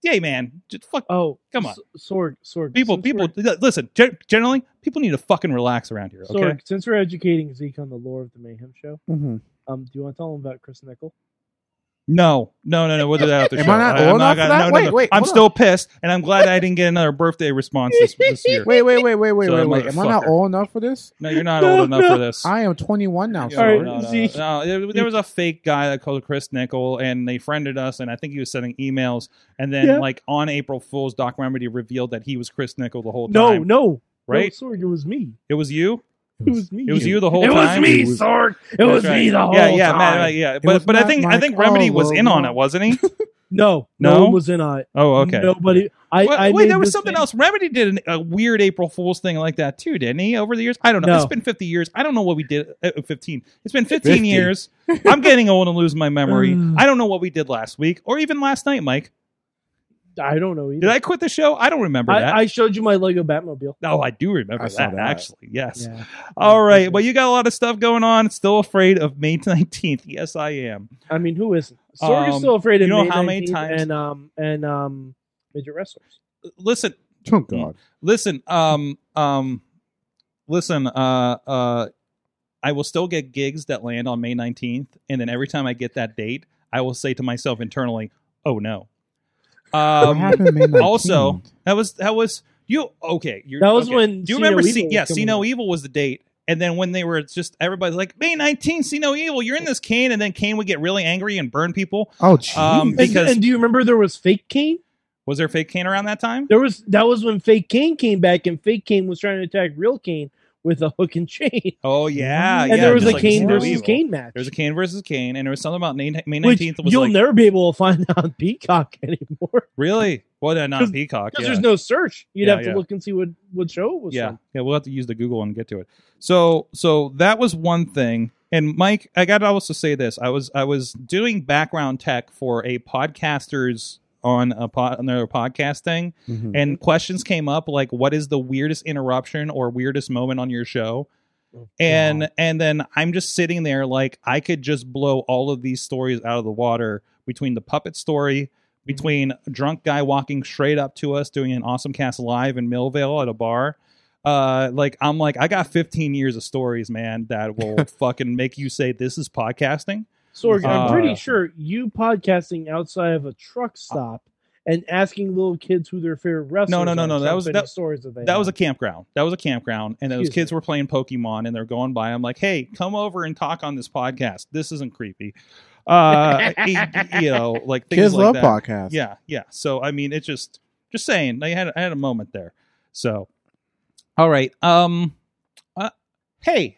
hey man, just fuck
Uh,
Oh,
Come on.
S- Sorg, Sorg.
people,
since
people.
we're-
Listen, gen- generally, people need to fucking relax around here. Okay,
Sorg, since we're educating Zeke on the lore of the Mayhem Show,
Mhm.
um, do you want to tell him about Chris Nickel?
No, no, no, no. We'll do that after the
Am
show.
I not
I'm
old enough for
gonna-
that?
no, no,
Wait,
no.
wait,
I'm
hold
still pissed, and I'm glad I didn't get another birthday response this, this year.
Wait, wait, wait, wait, wait,
So,
wait, wait. Am I not
motherfucker.
old enough for this?
No, you're not
No,
old enough
no.
for this.
I am 21 now.
No,
sir.
Alright,
no, no,
Zeke.
no. There, there was a fake guy that called Chris Nickel, and they friended us, and I think he was sending emails. And then,
Yeah.
like on April Fool's, Doc Remedy revealed that he was Chris Nickel the whole time.
No, no,
right?
no, Sorg, it was me.
It was you.
It was me.
It was you the whole
it was
time.
me,
It was-
Sorg. It was
That's
me
right.
the whole
yeah, yeah,
time.
man, right, yeah.
was
But but I
not
think I
Mike
think Remedy was in on
Oliver.
it, wasn't he?
No,
No?
no one was in on it.
Oh, okay.
Nobody. I,
Wait,
I
wait,
made
there was
this
something
thing-
else. Remedy did an, a weird April Fool's thing like that too, didn't he? Over the years, I don't know.
No.
It's been fifty years. I don't know what we did. Uh, Fifteen. It's been fifteen
50.
years. I'm getting old and losing my memory. I don't know what we did last week or even last night, Mike.
I don't know. Either.
Did I quit the show? I don't remember that.
I, I showed you my Lego Batmobile.
oh, I do remember
I saw
that,
that.
actually. Yes.
Yeah.
All right. Well, you got a lot of stuff going on. Still afraid of May nineteenth? Yes, I am.
I mean, who isn't? Sorg
Um,
is still afraid of
you know
May
how many
19th
times-
and um and um midget wrestlers.
Listen,
Oh
Mm,
God!
listen, um, um, listen, uh, uh, I will still get gigs that land on May 19th. And then every time I get that date, I will say to myself internally, oh no.
what
Um,
happened May 19th?
also- that was, that was, you, okay. You're,
That was
okay.
when
Do you
See No
remember?
Evil
C-
was
yeah,
coming
See No
out.
Evil was the date. And then when they were just everybody's like May 19th, See No Evil. You're in this cane, and then Kane would get really angry and burn people.
oh jeez.
um,
And,
Because-
and do you remember there was fake Kane?
Was there fake Kane around that time?
There was that was when fake Kane came back and fake Kane was trying to attack real Kane with a hook and chain.
Oh yeah,
And
yeah,
there was
just
a
like See
Kane
No
versus
Evil.
Kane match.
There was a Kane versus Kane, and there was something about May May
which
19th. Was
you'll
like,
never be able to find on Peacock anymore
Really? Well, no, not
'Cause-
Peacock.
because
Yeah.
there's no search. You'd
Yeah,
have to
yeah.
look and see what what show it was.
yeah,
on.
yeah. We'll have to use the Google and get to it. So, so that was one thing. And Mike, I got to also say this: I was I was doing background tech for a podcasters on a pod, on their podcast thing,
Mhm.
and
Mm-hmm.
questions came up like, "What is the weirdest interruption or weirdest moment on your show?" and and then i'm just sitting there like i could just blow all of these stories out of the water between the puppet story between a drunk guy walking straight up to us doing an awesome cast live in millvale at a bar uh like i'm like i got 15 years of stories man that will fucking make you say this is podcasting
Sorg, I'm
Uh,
pretty sure you podcasting outside of a truck stop and asking little kids who their favorite wrestlers.
no, no,
are
no,
is
that
how
was-
many
that-
stories that they
that was a
have.
campground that was a campground and those
Excuse
kids
me.
were playing pokemon and they're going by i'm like hey come over and talk on this podcast this isn't creepy uh you know like things
kids
like
love
that.
podcasts.
Yeah, yeah. So I mean, it's just just saying. I had I had a moment there. So, all right. Um, uh, hey,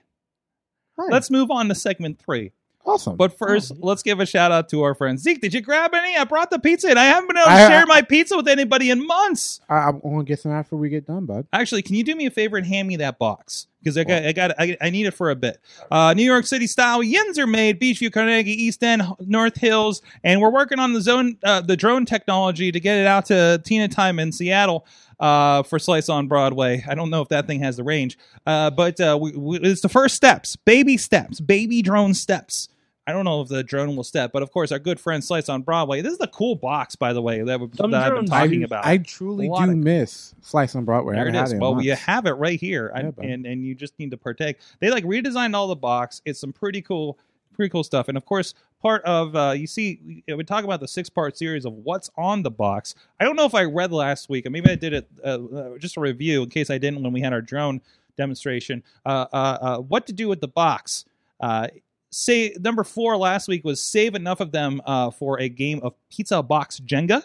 Hi.
let's move on to segment three.
awesome.
But first, let's give a shout out to our friend Zeke. Did you grab any? I brought the pizza, and I haven't been able to
I-
share
I-
my pizza with anybody in months.
I, I'm gonna get some after we get done, bud.
Actually, can you do me a favor and hand me that box? Because I got, I got, I, I need it for a bit. Uh, New York City style yins are made, Beachview, Carnegie, East End, North Hills, and we're working on the zone, uh, the drone technology to get it out to Tina Time in Seattle uh, for Slice on Broadway. I don't know if that thing has the range, uh, but uh, we, we, it's the first steps, baby steps, baby drone steps. I don't know if the drone will step, but of course, our good friend Slice on Broadway. This is a cool box, by the way, that, we-
Some
that I've been
drones-
talking
I,
about.
I truly
A lot
do
of-
miss Slice on Broadway.
There
I
it
haven't
is.
had it in
Well,
months.
you have it right here, I-
Yeah, bud.
and and you just need to partake. They like redesigned all the box. It's some pretty cool, pretty cool stuff. And of course, part of uh, you see, we talk about the six part series of what's on the box. I don't know if I read last week, and maybe I did it uh, uh, just a review in case I didn't when we had our drone demonstration. Uh, uh, uh, what to do with the box? Uh, say number four last week was save enough of them uh, for a game of pizza box Jenga.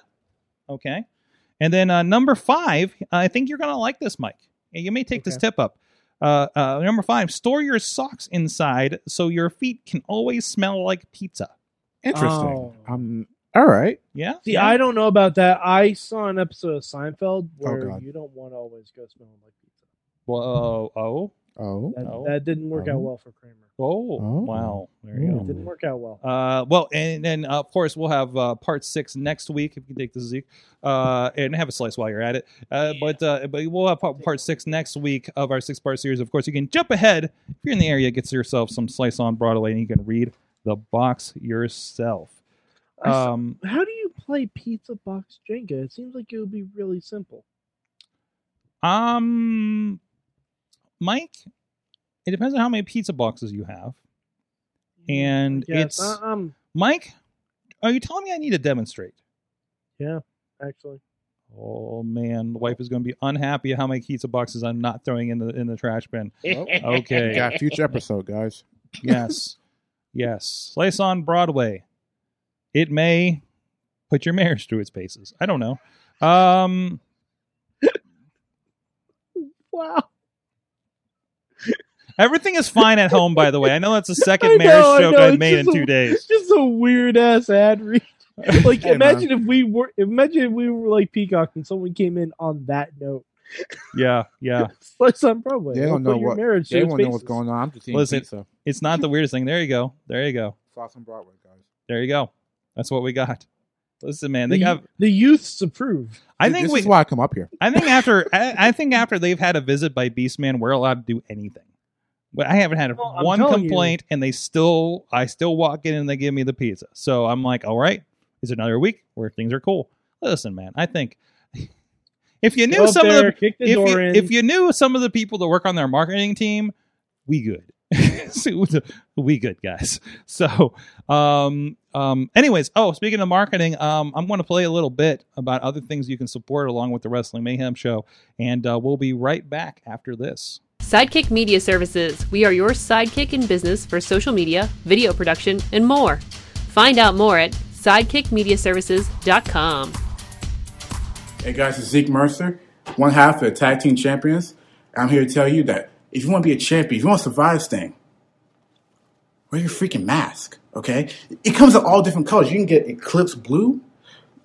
Okay. And then uh, number five, I think you're going to like this, Mike. And You may take this tip up. Uh, uh, number five, store your socks inside so your feet can always smell like pizza.
Interesting.
Oh.
Um. All right.
Yeah.
See,
yeah.
I don't know about that. I saw an episode of Seinfeld where
God.
you don't want to always go smelling like pizza.
Whoa. Oh.
Oh.
That,
Oh.
that didn't work out
Oh.
well for Kramer.
Oh. Wow. There you
Ooh.
It didn't work out well.
go. Uh, well, and then uh, of course we'll have uh, part six next week if you can take the Zeke uh, and have a slice while you're at it. Uh, But uh, but we'll have part, part six next week of our six part series. Of course, you can jump ahead if you're in the area. Get yourself some slice on Broadway, and you can read the box yourself.
I saw-
Um,
How do you play pizza box Jenga? It seems like it would be really simple.
Um, Mike, it depends on how many pizza boxes you have. And
Yes,
it's-
uh, um,
Mike, are you telling me I need to demonstrate?
actually,
Oh man, the wife is going to be unhappy at how many pizza boxes I'm not throwing in the in the trash bin.
We
Okay,
got a future episode, guys.
yes, yes. Slice on Broadway. It may put your marriage through its paces. I don't know. Um,
wow.
everything is fine at home, by the way. I know that's the
I
second
know,
marriage
I
joke
know,
I've
it's
made in
just a-
two days.
It's just a weird ass ad read. Like,
Hey, man.
imagine if we were, imagine if we were like Peacock and someone came in on that note.
Yeah, yeah.
Slice on Broadway.
They don't
They'll put
know
your
what-
marriage.
They
to its
won't know what's
basis.
going on. I'm just eating
Listen.
pizza.
It's not the weirdest thing. There you go. There you go.
Slice on Broadway, guys.
There you go. That's what we got. Listen, man,
the,
they have.
the youths approve.
I think
this
we.
is why I come up here.
I think after. I, I think after they've had a visit by Beastman, we're allowed to do anything. But I haven't had
Well, I'm
one
telling you-
complaint, and they still. I still walk in and they give me the pizza. So I'm like, all right, it's another week where things are cool. Listen, man, I think If you
Go
knew
up
some of the
there, kick the
if
door
you,
in.
if you knew some of the people that work on their marketing team, we good. So, it was a- we good guys. So, um, um, anyways, oh, speaking of marketing, um, I'm going to play a little bit about other things you can support along with the Wrestling Mayhem show, and uh, we'll be right back after this.
Sidekick Media Services. We are your sidekick in business for social media, video production, and more. Find out more at sidekickmediaservices.com.
Hey guys, it's Zeke Mercer, one half of the Tag Team Champions. I'm here to tell you that if you want to be a champion, if you want to survive this thing, wear your freaking mask, okay? It comes in all different colors. You can get Eclipse Blue,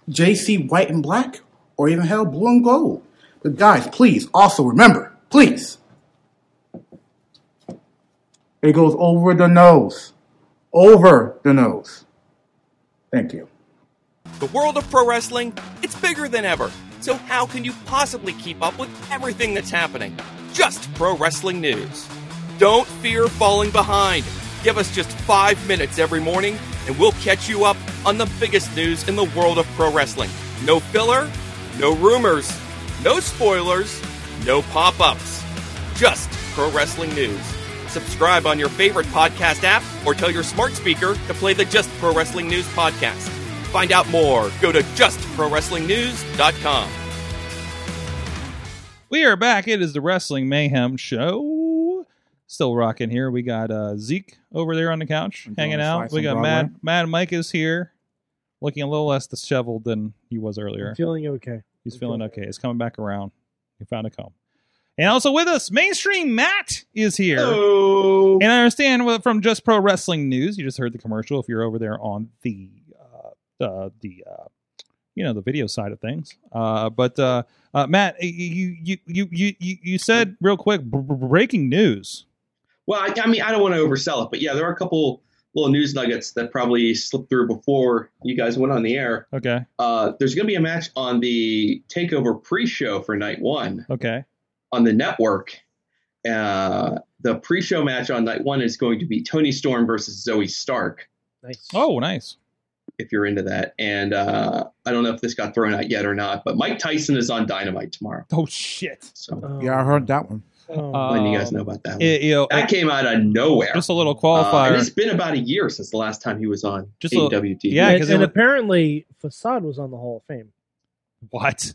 JC White and Black, or even hell, Blue and Gold. But guys, please also remember, please, it goes over the nose. Over the nose. Thank you.
The world of pro wrestling, it's bigger than ever. So how can you possibly keep up with everything that's happening? Just pro wrestling news. Don't fear falling behind. Give us just 5 minutes every morning and we'll catch you up on the biggest news in the world of pro wrestling. No filler, no rumors, no spoilers, no pop-ups. Just pro wrestling news. Subscribe on your favorite podcast app or tell your smart speaker to play the Just Pro Wrestling News podcast. Find out more. Go to justprowrestlingnews.com.
We are back. It is the Wrestling Mayhem show. Still rocking here. We got uh, Zeke over there on the couch
Enjoying
hanging
a
out.
slice
We
on
got
Broadway.
Mad Mad Mike is here, looking a little less disheveled than he was earlier.
I'm feeling okay.
He's
I'm
feeling
feeling
okay. He's coming back around. He found a comb. And also with us, mainstream Matt is here. And I understand what- from just pro wrestling news. You just heard the commercial. If you're over there on the uh, uh, the uh, you know the video side of things, uh, but uh, uh, Matt, you you you you you you said real quick b- b- breaking news.
Well, I, I mean, I don't want to oversell it, but yeah, there are a couple little news nuggets that probably slipped through before you guys went on the air.
Okay,
Uh, there's going to be a match on the Takeover pre-show for night one
okay,
on the network. Uh, the pre-show match on night one is going to be Tony Storm versus Zoe Stark.
Nice.
oh nice.
If you're into that, and uh, I don't know if this got thrown out yet or not, but Mike Tyson is on Dynamite tomorrow,
Oh shit.
so
Oh,
Yeah, I heard that one.
oh.
Uh,
letting you guys know about that. one.
It- you know,
that came out of nowhere.
just a little
Uh, and
qualifier.
it's been about a year since the last time he was on
Just a-
AWT.
yeah,
and,
'cause it
and
was-
apparently Facade was on the Hall of Fame.
what?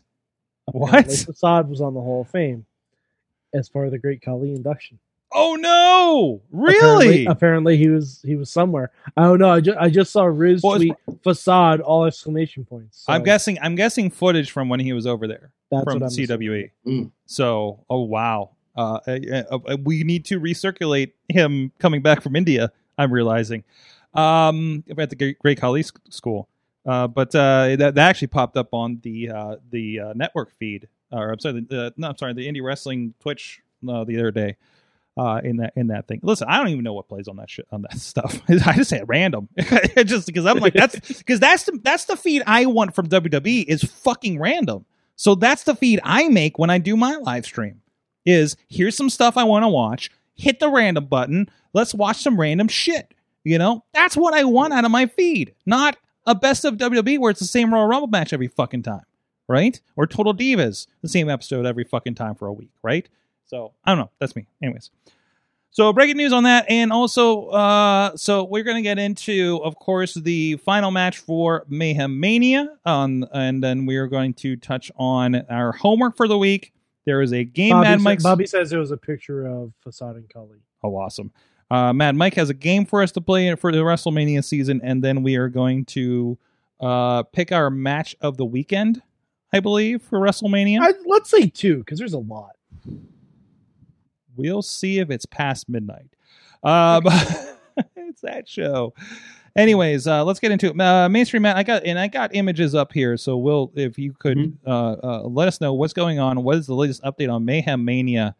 Apparently
What?
Facade was on the Hall of Fame as part of the Great Khali induction.
Oh no!
Apparently,
Really?
apparently he was he was somewhere. I don't know. I just I just saw Riz
Well, it's
tweet facade all exclamation points. So
I'm guessing. I'm guessing footage from when he was over there
that's
from E.
what I'm
CWE.
Mm.
So, oh wow, uh, uh, uh, we need to recirculate him coming back from India. I'm realizing um, at the Great- Great Khali S- School, uh, but uh, that, that actually popped up on the uh, the uh, network feed, or I'm sorry, the, uh, no, I'm sorry, the indie wrestling Twitch uh, the other day. Uh, in that in that thing. Listen, I don't even know what plays on that shit on that stuff. I just say random, just because I'm like that's because that's the that's the feed I want from WWE is fucking random. So that's the feed I make when I do my live stream. Is here's some stuff I want to watch. Hit the random button. Let's watch some random shit. You know, that's what I want out of my feed, not a best of WWE where it's the same Royal Rumble match every fucking time, right? Or Total Divas, the same episode every fucking time for a week, right? So I don't know. That's me, anyways. So breaking news on that, and also, uh, so we're gonna get into, of course, the final match for Mayhem Mania, um, and then we are going to touch on our homework for the week. There is a game,
Bobby,
Mad
sa-
Mike's.
Bobby says it was a picture of Facade and Cully.
Oh, awesome. Uh, Mad Mike has a game for us to play for the WrestleMania season, and then we are going to uh, pick our match of the weekend, I believe, for WrestleMania.
I, let's say two because there's a lot.
We'll see if it's past midnight. Um, it's that show. Anyways, uh, let's get into it. Uh, Mainstream Matt, I got and I got images up here, so we'll if you could
Mm-hmm.
uh, uh, let us know what's going on, what is the latest update on Mayhem Mania,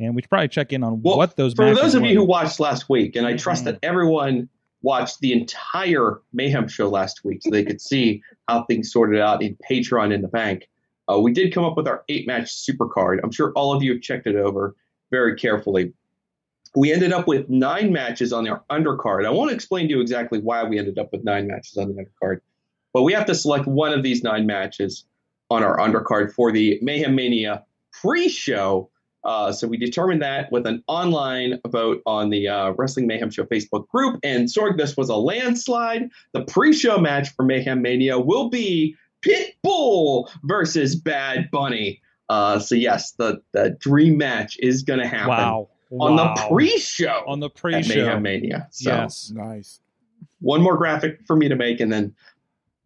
and we should probably check in on
Well,
what those
For
matches
those of you
were.
who watched last week, and I trust that everyone watched the entire Mayhem show last week so they could see how things sorted out in Patreon in the bank, uh, we did come up with our eight match super card. I'm sure all of you have checked it over very carefully. We ended up with nine matches on our undercard. I won't explain to you exactly why we ended up with nine matches on the undercard, but we have to select one of these nine matches on our undercard for the Mayhem Mania pre-show. Uh, so we determined that with an online vote on the uh, Wrestling Mayhem Show Facebook group, and Sorg, this was a landslide. The pre-show match for Mayhem Mania will be Pitbull versus Bad Bunny. Uh, so yes, the the dream match is going to happen
Wow.
on the
Wow.
pre-show
on the
at
pre-show.
Mayhem Mania. So
Yes.
Nice.
one more graphic for me to make and then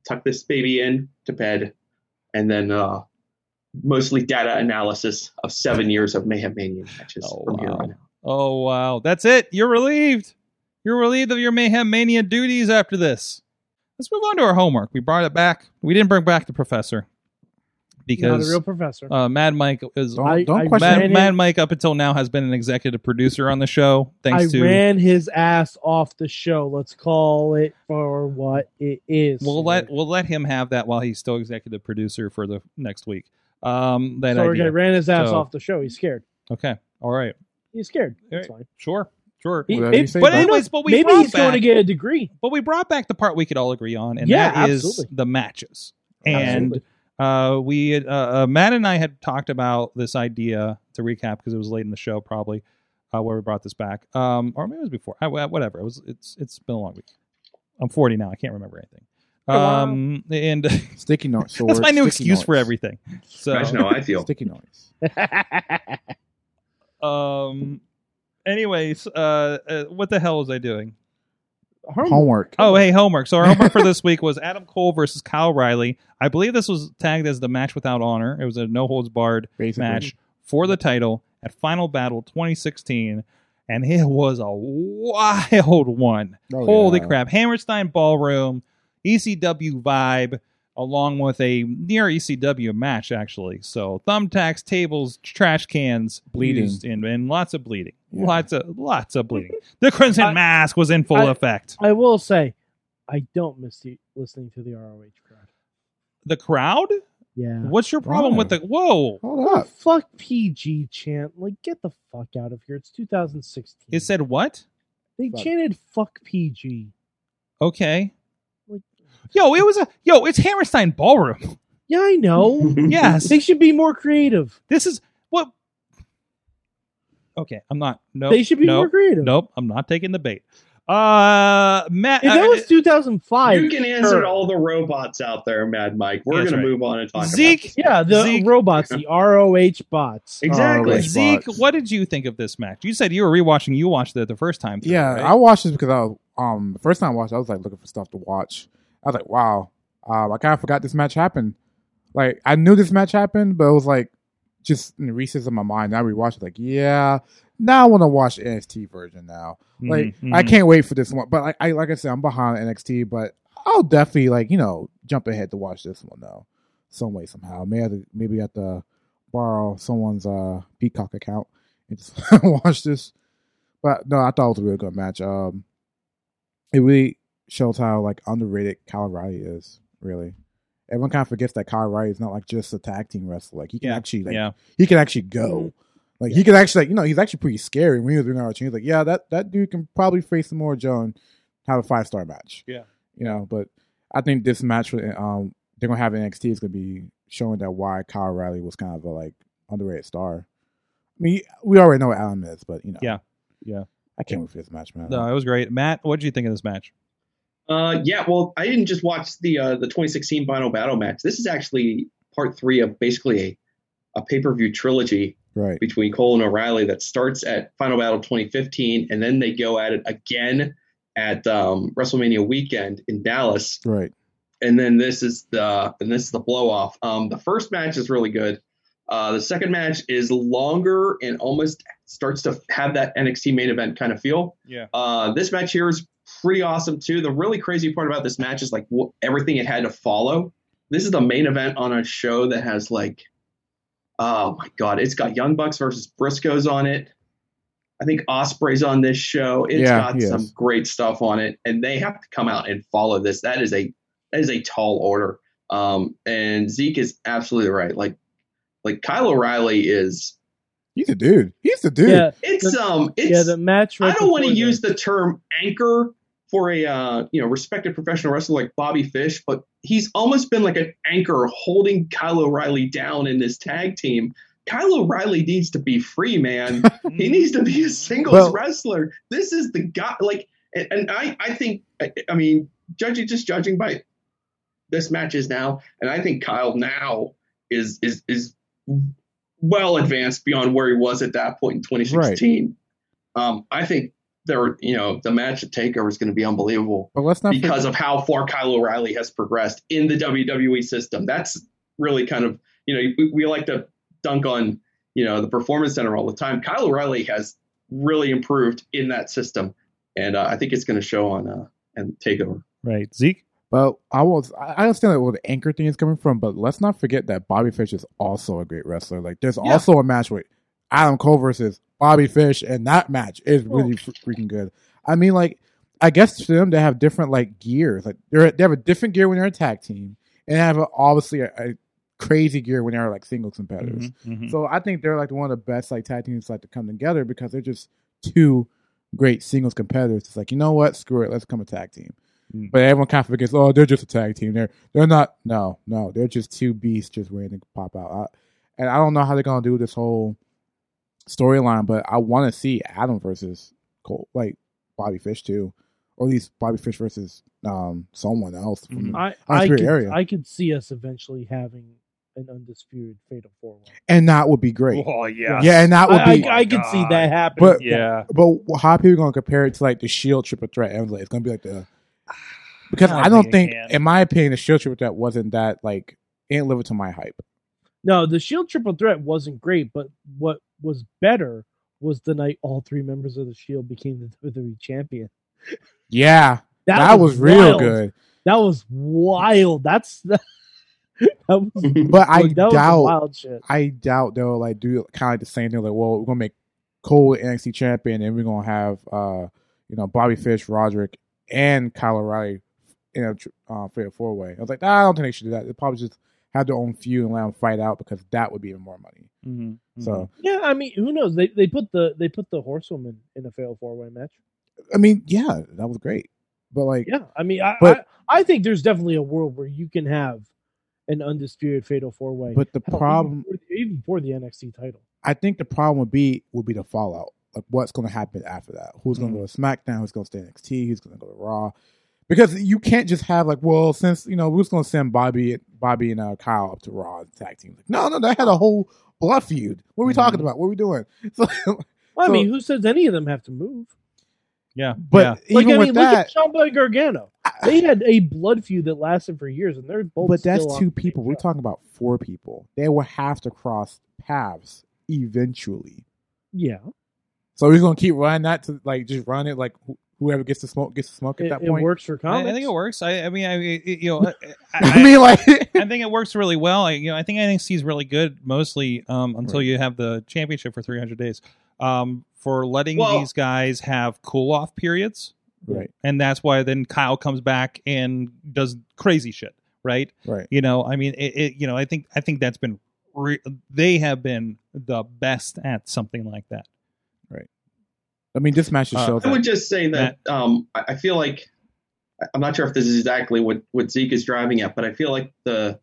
tuck this baby in to bed and then uh, mostly data analysis of seven years of mayhem mania matches
Oh,
from here
wow.
on out.
Oh wow, that's it. You're relieved. You're relieved of your mayhem mania duties after this. Let's move on to our homework. We brought it back. We didn't bring back the professor
Not a
because
real professor.
uh, Mad Mike is
Don't,
I-
don't
I
question
ran
Mad,
it.
Mad Mike up until now has been an executive producer on the show. Thanks
I
to
ran his ass off the show. Let's call it for what it is.
we'll let we'll let him have that while he's still executive producer for the next week. Um, that
Sorg,
idea.
I ran his ass
So-
off the show. He's scared.
Okay. All right.
He's scared.
All
That's
right.
fine.
Sure. Sure.
He-
Whatever you
it-
say,
But
bud.
anyways, but we
Maybe
brought
he's going to
back-
get a degree.
But we brought back the part we could all agree on, and
Yeah,
that is
absolutely.
the matches. And
Absolutely.
uh, we, had- uh, uh, Matt and I had talked about this idea to recap because it was late in the show, probably uh, where we brought this back, um, or maybe it was before. I, whatever. It was. It's it's been a long week. I'm 40 now. I can't remember anything. Um, and
Sticky notes. Sword,
that's my new
sticky
excuse for
notes.
everything. So
Imagine how I feel.
Sticky notes.
um, anyways, uh, uh, what the hell was I doing?
Homework.
Oh, hey, homework. So our homework for this week was Adam Cole versus Kyle Riley. I believe this was tagged as the match without honor. It was a no holds barred
Basically.
match for the title at Final Battle 2016, and it was a wild one.
Oh,
Holy
yeah.
crap! Hammerstein Ballroom, ECW vibe, along with a near ECW match actually. So thumbtacks, tables, trash cans,
Bleeding.
used, and, and lots of bleeding.
Yeah.
Lots of lots of bleeding. The Crimson
I-
Mask was in full
I-
effect.
I will say, I don't miss the, listening to the ROH crowd.
The crowd?
Yeah.
What's your problem
Why?
with the whoa?
Hold up.
Fuck PG chant. Like, get the fuck out of here. It's 2016.
It said what?
they
fuck.
chanted fuck PG.
Okay.
Like-
Yo, it was a yo. It's Hammerstein Ballroom.
Yeah, I know.
Yes,
they should be more creative.
this is what. Okay, I'm not. No,
they should be
no,
more creative.
Nope, I'm not taking the bait. Uh, Matt.
If that was 2005.
you can answer
sure.
to all the robots out there, Mad Mike. We're
That's
going
right.
to move on and talk
uh, Zeke-
about this.
Yeah, the
Zeke-
robots, the ROH bots.
Exactly.
Alright.
Zeke,
Xbox.
what did you think of this match? You said you were rewatching. You watched it the first time. through,
Yeah,
right?
I watched this because I was, um the first time I watched, it, I was like looking for stuff to watch. I was like, wow, um, I kind of forgot this match happened. Like I knew this match happened, but it was like just in the recess of my mind. I rewatched it, like yeah, now I want to watch NXT version now.
Mhm,
Like
mhm.
I can't wait for this one. But like I like I said, I'm behind NXT, but I'll definitely like you know jump ahead to watch this one though, some way somehow. Maybe I have to, maybe I have to borrow someone's uh Peacock account and just watch this. But no, I thought it was a really good match. Um, it really shows how like underrated Kyle Riley is. Really, everyone kind of forgets that Kyle Riley is not like just a tag team wrestler. Like he can
Yeah.
actually like
Mm-hmm. yeah,
he can actually
Mm-hmm.
go. Like he can actually, like, you know, he's actually pretty scary. When he was doing our team, he's like, yeah, that that dude can probably face Samoa Joe and have a five star match.
Yeah.
you know, but I think this match with um they're gonna have in NXT is gonna be showing that why Kyle Riley was kind of a like underrated star. I mean, we already know what Alan is, but you know,
Yeah. Yeah.
I can't wait for this match, man.
no, it was great. Matt, what did you think of this match?
Uh, yeah, well, I didn't just watch the uh, the 2016 final battle match. This is actually part three of basically a, a pay per view trilogy
right?
between Cole and O'Reilly that starts at Final Battle 2015, and then they go at it again at um, WrestleMania weekend in Dallas,
Right.
and then this is the and this is the blow off. Um, the first match is really good. Uh, the second match is longer and almost starts to have that NXT main event kind of feel.
Yeah.
Uh, this match here is pretty awesome too. The really crazy part about this match is like wh- everything it had to follow. This is the main event on a show that has like, oh my god, it's got Young Bucks versus Briscoes on it. I think Osprey's on this show. It's
Yeah,
got
he is.
some great stuff on it, and they have to come out and follow this. That is a that is a tall order. Um, and Zeke is absolutely right. Like, like Kyle O'Reilly is.
He's a dude. He's a dude.
Yeah,
It's um. It's
yeah, the match.
I
right
don't want to
before
use
this.
the term anchor for a uh, you know respected professional wrestler like Bobby Fish, but he's almost been like an anchor holding Kyle O'Reilly down in this tag team. Kyle O'Reilly needs to be free, man.
Mm.
he needs to be a singles
Well-
wrestler. This is the guy. Like, and, and I, I think, I, I mean, judging just judging by this match is now, and I think Kyle now is is is well advanced beyond where he was at that point in 2016. Um, I think there, were- you know, the match at Takeover is going to be unbelievable
But let's not forget,
because of how far Kyle O'Reilly has progressed in the WWE system. That's really kind of you know we, we like to dunk on you know the Performance Center all the time. Kyle O'Reilly has really improved in that system, and uh, I think it's going to show on uh, and takeover.
Right, Zeke.
but I was I I understand where the anchor thing is coming from, but let's not forget that Bobby Fish is also a great wrestler. Like there's
Yeah.
also a match with Adam Cole versus Bobby Fish, and that match is really fr- freaking good. I mean, like I guess to them they have different like gears. Like they're they have a different gear when they're a tag team, and they have a, obviously a, a crazy gear when they're like single competitors.
Mm-hmm.
Hmm.
So I think they're like one of the best like tag teams like to come together because they're just two great singles competitors. It's like you know what, screw it, let's become a tag team.
Hmm.
Mm.
But everyone kind of forgets, oh, they're just a tag team. They're they're not. No, no, they're just two beasts just waiting to pop out. I, and I don't know how they're gonna do this whole storyline, but I want to see Adam versus Cole, like Bobby Fish too, or at least Bobby Fish versus um someone else. From
Mhm.
the-
I
Oh, it's
I
your
could,
area.
I could see us eventually having an undisputed fatal four way.
and that would be great.
Oh yeah,
Yeah, and that would
I,
be.
I, I could see
God.
that happening.
but
yeah.
But how are people gonna compare it to like the Shield E triple threat? And like, it's gonna be like the because
I don't
I don't
think
think,
it can.
in my opinion, the Shield E triple threat wasn't that like it didn't live up to my hype.
No, the Shield E triple threat wasn't great, but what was better was the night all three members of the Shield E became the WWE champion.
Yeah, that, was, real
wild.
good.
That was wild. That's that, was
But I
that was
doubt,
wild shit.
I doubt they'll like do kind of like the same thing. Like, well, we're gonna make Cole NXT champion, and we're gonna have uh, you know, Bobby Fish, Roderick, and Kyle O'Reilly in a tr- uh, fair four way. I was like, nah, I don't think they should do that. They probably just have their own feud and let them fight out because that would be even more money.
Mm-hmm.
So
Yeah, I mean, who knows? They they put the they put the horsewoman in a fail four way match.
I mean, yeah, that was great. But like,
Yeah, I mean, I,
But-
I I think there's definitely a world where you can have an undisputed fatal four way.
but the problem,
even for, the- even for the NXT title.
I think the problem would be would be the fallout. Like, what's going to happen after that? Who's
Mm-hmm.
going to go to SmackDown? Who's going to stay NXT? Who's going to go to Raw? Because you can't just have like, well, since you know we're just going to send Bobby, Bobby and uh, Kyle up to Raw as tag team. Like, no, no, they had a whole blood feud. What are we
Mm-hmm.
talking about? What are we doing? So,
Well,
So-
I mean, who says any of them have to move?
yeah,
but
Like,
even
I mean,
with
look
that,
at Ciampa and Gargano. They had a blood feud that lasted for years, and they're both.
but that's
still on
two
the same
people. We're
show.
talking about four people. They will have to cross paths eventually.
Yeah,
So he's gonna keep running that to like just run it like wh- whoever gets the smoke gets the smoke at
it,
that
it
point.
works for
I, I
comics.
think it works. I, I mean, I, I- you know, I,
I,
I-
mean, like
I think it works really well. I, you know, I think NXT is really good, mostly um, until you have the championship for 300 days, um, for letting
Well-
these guys have cool off periods,
right,
and that's why then Kyle comes back and does crazy shit, right?
right.
You know, I mean, it, it you know, I think I think that's been re- they have been the best at something like that.
I mean, this match just
Uh,
shows.
I
that-
would just say that um, I I feel like I- I'm not sure if this is exactly what, what Zeke is driving at, but I feel like the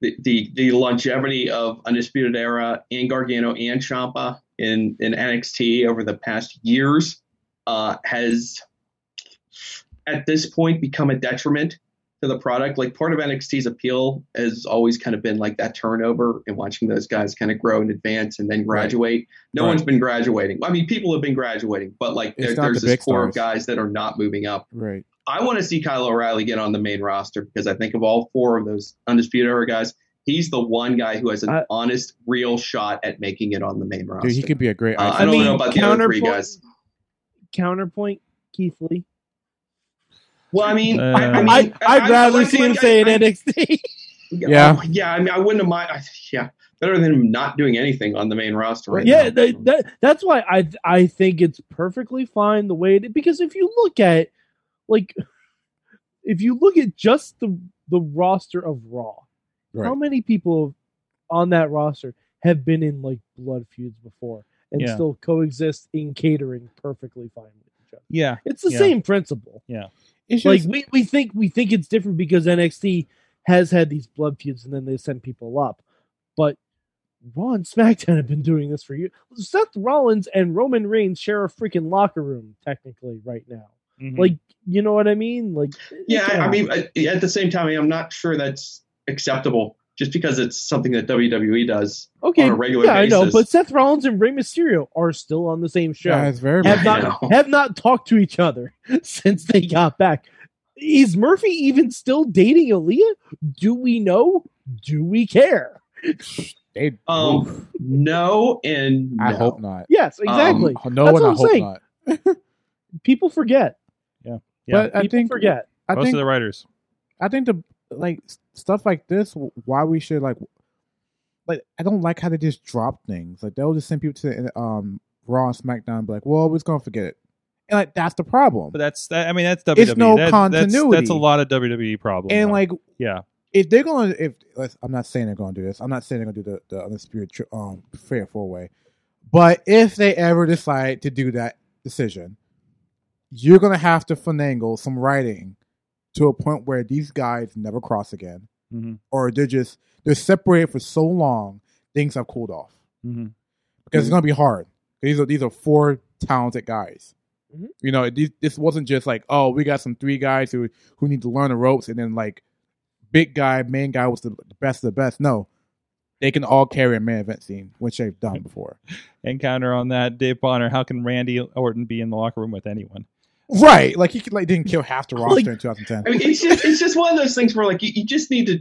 the the, the longevity of Undisputed Era and Gargano and Champa in in NXT over the past years uh, has at this point become a detriment to the product. Like part of NXT's appeal has always kind of been like that turnover and watching those guys kind of grow and advance and then graduate. No
Right.
one's been graduating. I mean, people have been graduating, but like
It's
there,
not
there's
the
this
big
core of
stars.
guys that are not moving up.
right.
I want to see Kyle O'Reilly get on the main roster because I think of all four of those undisputed era guys, he's the one guy who has an
I-
honest, real shot at making it on the main roster.
Dude, he could be a great.
Uh,
icon.
I don't know about the other three guys.
Counterpoint, Keith Lee.
Well, I mean,
Uh,
I, I mean,
I,
I-
I'd
I-
rather
like-
see him
like,
say
I-
in NXT.
Yeah.
I- yeah. I mean, I wouldn't have mind. I, yeah, better than him not doing anything on the main roster right
yeah,
now.
that, that that's why I I think it's perfectly fine the way it because if you look at like if you look at just the the roster of Raw,
Right.
how many people on that roster have been in like blood feuds before and
Yeah.
still coexist in catering perfectly fine with each other?
Yeah,
It's the
Yeah.
same principle.
It's
Like
just,
we, we think we think it's different because NXT has had these blood feuds and then they send people up. But Raw and SmackDown have been doing this for you. Seth Rollins and Roman Reigns share a freaking locker room, technically, right now.
Mhm.
Like, you know what I mean? Like,
Yeah, I, I
yeah.
mean, at, at the same time, I mean, I'm not sure that's acceptable just because it's something that WWE does.
okay,
on a regular
yeah, I know.
basis.
But Seth Rollins and Rey Mysterio are still on the same show.
Yeah, it's very
have
I
bad.
not
know.
have not talked to each other since they got back. Is Murphy even still dating Aaliyah? Do we know? Do we care?
They-
Um,
oof.
No, and
I
no.
hope not.
Yes, exactly.
Oh, No
That's what
one, I
I'm
hope
saying.
not.
People forget.
Yeah.
But I
People
think
forget.
I
Most
think
of the writers.
I think the like s- stuff like this, w- why we should like, like I don't like how they just drop things. Like they'll just send people to the, um Raw and SmackDown, and be like, well, we're just gonna forget it, and like that's the problem.
But that's that, I mean that's WWE.
It's no
That- that's- That's,
continuity.
a lot of WWE problems.
and like
yeah,
if they're gonna if let's- I'm not saying they're gonna do this, I'm not saying they're gonna do the the undisputed tri- um fair four way, but if they ever decide to do that decision, you're gonna have to finagle some writing to a point where these guys never cross again.
hmm
or they're just they're separated for so long, things have cooled off
hmm
because it's gonna be hard. These are these are four talented guys.
Mhm.
You know, these, this wasn't just like oh we got some three guys who who need to learn the ropes and then like big guy main guy was the best of the best. No, they can all carry a main event scene, which they've
Mm.
done before.
And counter on that, Dave Bonner. How can Randy Orton be in the locker room with anyone?
right? Like he could, like didn't kill half the roster
Like-
in 2010.
I mean, it's just it's just one of those things where like you, you just need to.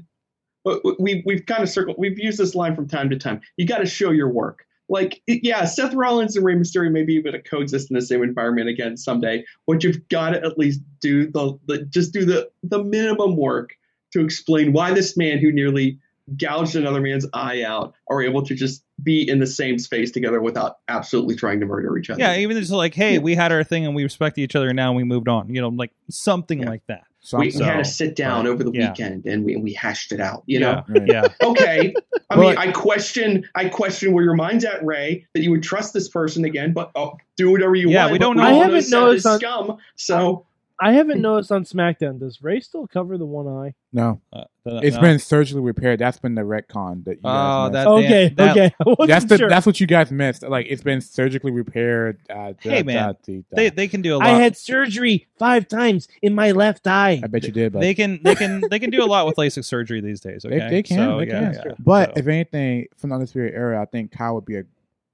uh, We we've kind of circled. We've used this line from time to time. You got to show your work. Like it- yeah, Seth Rollins and Rey Mysterio may be able to coexist in the same environment again someday, but you've got to at least do the, the just do the the minimum work to explain why this man who nearly gouged another man's eye out are able to just be in the same space together without absolutely trying to murder each other.
Yeah, even just like, hey, we had our thing and we respect each other, and now we moved on. You know, like something
Yeah.
like that.
So
we,
I'm
we had
sorry.
to sit down over the
Yeah.
weekend and we and we hashed it out. You know.
yeah,
Right.
yeah.
okay. I
Well-
mean, I question, I question where your mind's at, Ray, that you would trust this person again. But oh, do whatever you
Yeah,
want.
we don't
but
know.
all
I
haven't
said
noticed
is
on-
scum. So
I haven't noticed on SmackDown. Does Ray still cover the one eye?
No,
Uh, th-
it's
no.
been surgically repaired. That's been the retcon that you.
Oh,
guys missed.
that,
okay,
that-
okay. I wasn't
that's the
sure.
that's what you guys missed. Like it's been surgically repaired. Uh,
Hey,
da-
man.
da- dee- da.
They they can do a lot.
I had surgery five times in my left eye.
I bet you did, but
they can they can they can do a lot with LASIK surgery these days.
They-
Okay,
they can,
So,
they
yeah,
can.
yeah.
but
So,
if anything from the Undisputed era, I think Kyle would be a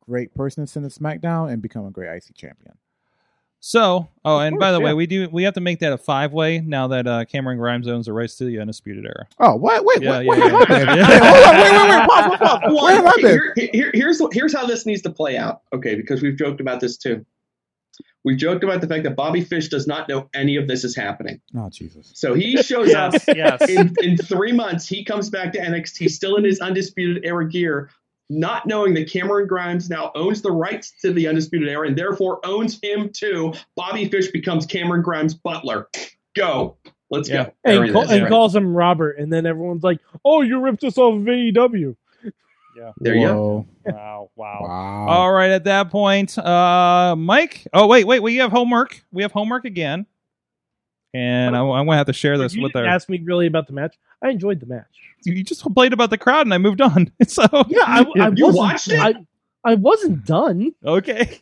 great person to send to SmackDown and become a great IC champion.
so oh,
Of
and
course,
by the way,
yeah.
we do we have to make that a five way now that uh, Cameron Grimes owns the rights to the Undisputed Era.
Oh, what? Wait,
Yeah,
what?
yeah,
what
yeah.
happened?
Yeah.
Wait, hold on, wait, wait,
Oh,
wait, pause, pause, pause.
Well,
Where have I been?
here- here- here's here's how this needs to play out. Okay, because we've joked about this too. We've joked about the fact that Bobby Fish does not know any of this is happening.
Oh, Jesus.
So he shows up
Yes, yes.
in, in three months, he comes back to NXT still in his Undisputed Era gear, not knowing that Cameron Grimes now owns the rights to the Undisputed Era and therefore owns him too. Bobby Fish becomes Cameron Grimes' butler. Go. Let's
Yeah.
go. There
and,
it
call,
is.
and
Right.
calls him Robert, and then everyone's like, "Oh, you ripped us off of E AEW."
There you go.
Whoa.
Wow, wow.
Wow.
All right, at that point, uh, Mike. Oh wait, wait, we have homework. We have homework again, and I, I'm gonna have to share this
you
with
didn't
our.
ask me really about the match. I enjoyed the match.
you just complained about the crowd, and I moved on. So
Yeah, I, I
You
wasn't,
watched it?
I, I wasn't done.
okay,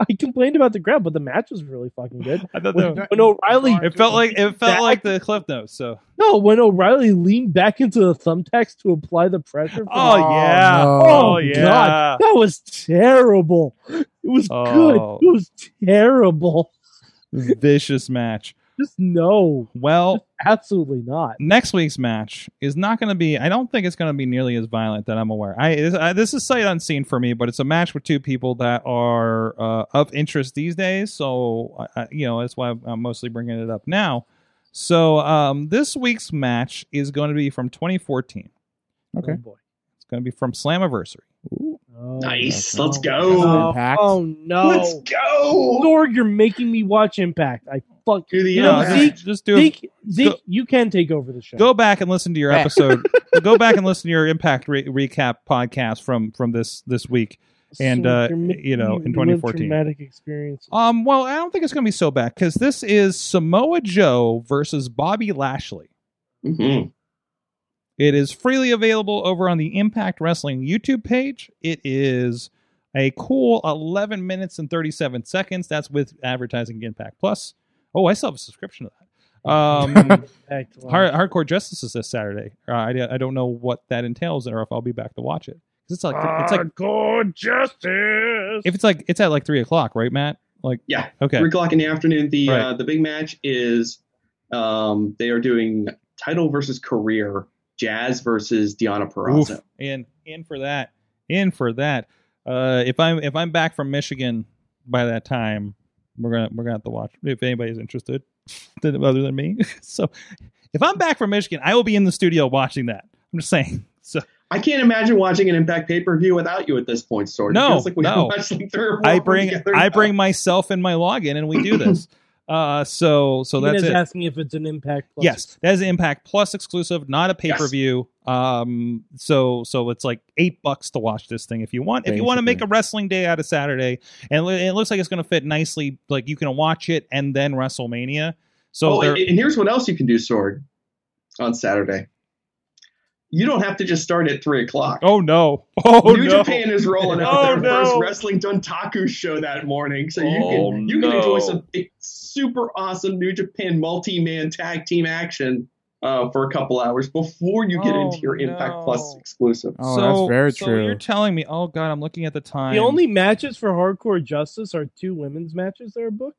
I complained about the grab, but the match was really fucking good.
I thought
When,
that,
when O'Reilly,
it felt like it felt
That-
like the cliff notes. So
no, when O'Reilly leaned back into the thumbtacks to apply the pressure. For
oh yeah,
no.
oh,
Oh,
yeah.
God. that was terrible. It was
Oh.
good. It was terrible.
vicious match.
Just no,
Well,
absolutely not.
next week's match is not going to be. I don't think it's going to be nearly as violent that I'm aware. I, this- I this is sight unseen for me, but it's a match with two people that are uh, of interest these days. So I, I, you know that's why I'm- I'm mostly bringing it up now. So um, this week's match is going to be from 2014.
Okay.
Oh, boy.
It's going to be from Slammiversary.
Oh,
Nice.
no.
Let's go.
Impact.
Oh no.
Let's go.
Lord, you're making me watch Impact. I fuck.
Do the
You know,
uh,
just-
Zeke-
just do it.
Zeke, Zeke, you can take over the show.
Go back and listen to your episode. go back and listen to your Impact re- recap podcast from from this this week. and, uh,
you're making
you know,
me
in
relive
2014.
traumatic experience.
Um, well, I don't think it's going to be so bad because this is Samoa Joe versus Bobby Lashley.
Mhm.
It is freely available over on the Impact Wrestling YouTube page. It is a cool 11 minutes and 37 seconds. That's with advertising Impact Plus. Oh, I still have a subscription to that. Um,
Act like-
Hard, Hardcore Justice is this Saturday. Uh, I, I don't know what that entails, or if I'll be back to watch it. 'Cause it's like it's like
Hardcore justice.
if it's like it's at like three o'clock, right, Matt? Like
Yeah.
okay,
Three o'clock in the afternoon. The uh,
Right.
the big match is um, they are doing title versus career, Jazz versus Diana
Oof.
Peraza.
in in for that, in for that. Uh, if I'm if I'm back from Michigan by that time, we're gonna we're gonna have to watch if anybody's interested, then- other than me. so if I'm back from Michigan, I will be in the studio watching that. I'm just saying. So
I can't imagine watching an Impact pay per view without you at this point, Sword.
No,
it feels like we
no.
watched like three or four
I bring
together
I
now.
bring myself and my login, and we do this. Uh, so so
Even
that's
is
it.
asking if it's an impact. Plus
Yes, that is an Impact Plus exclusive, not a pay per view. Um, so so it's like eight bucks to watch this thing if you want. If you want to make a
Basically.
wrestling day out of Saturday, and it it looks like it's going to fit nicely. Like you can watch it and then WrestleMania. So
oh,
there,
and, and here's what else you can do, Sword, on Saturday. You don't have to just start at three o'clock.
oh no, oh
New
no,
Japan is rolling out
Oh,
their first
no.
wrestling Dontaku show that morning, so you
Oh,
can you can
no.
enjoy some big- super awesome New Japan multi-man tag team action uh, for a couple hours before you get
Oh,
into your Impact
no.
Plus exclusive.
Oh,
so,
that's very
so
true.
you're telling me? Oh god, I'm looking at the time.
The only matches for Hardcore Justice are two women's matches that are booked.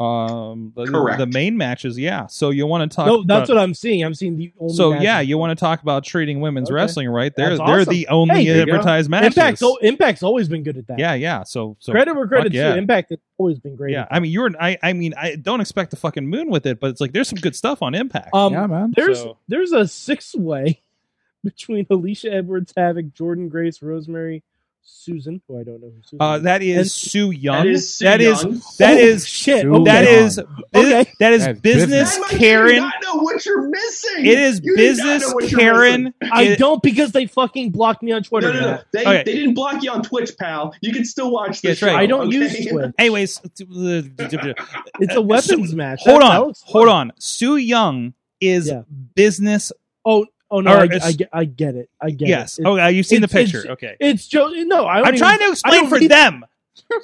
um the,
Correct.
the main matches, yeah. So you want to talk?
No, that's
about-
what I'm seeing. I'm seeing the only.
So
matches.
yeah, you want to talk about treating women's
Okay.
wrestling, right? They're
That's
they're
awesome.
the only
Hey, there
you go.
advertised matches.
Impact's al- Impact's always been good at that.
yeah, yeah. So so
credit where credit's
yeah.
due. Impact has always been great.
yeah.
at
I mean, you're I I mean, I don't expect the fucking moon with it, but it's like there's some good stuff on Impact.
that. Um,
yeah, man.
there's
So-
there's a six way between Alicia Edwards, Havoc, Jordan Grace, Rosemary, Susan, who I don't know who Susan.
uh,
is.
that is
and-
Sue Young.
That is Sue
that is
Young.
that
Holy
is
shit.
Sue
that
Young.
is
Oh, Okay.
that is
That's
business
business.
Mike, You do
Karen.
not know what you're missing.
It is
You do not know
business
what you're missing.
Karen.
I
It-
don't because they fucking blocked me on Twitter.
No, no, no.
Matt.
They,
Okay.
they didn't block you on Twitch, pal. You can still watch the
Yeah, that's
show.
right.
I don't
okay?
use Twitch.
Anyways,
It's a weapons match.
uh, hold
That- that
on,
looks fun.
hold on. Sue Young is
Yeah.
business.
Oh, oh no,
Or
I,
it's-
I get, I get it. I get
Yes.
it. It's-
Okay, you've seen the
it's- it's-
picture. Okay.
It's Joe. No, I don't
I'm
even-
trying to explain
don't
for
need-
them.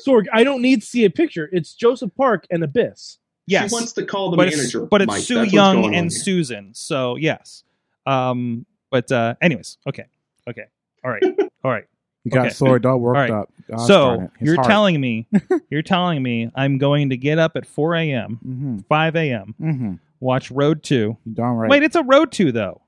Sorg, I don't need to see a picture. It's Joseph Park and Abyss.
Yes.
She wants to call the
but it's,
manager.
but it's
Mike.
Sue
That's what's
Young
going on
and
here.
Susan. So yes. Um. But uh, anyways, okay, okay, all right, all right.
You got
Okay.
sword all worked
Alright.
up. Gosh darn
so
it. His
you're
heart.
telling me, you're telling me, I'm going to get up at 4 a.m.,
Mhm.
5 a.m.,
Mhm.
watch Road Two.
You darn right.
Wait, it's a Road Two though.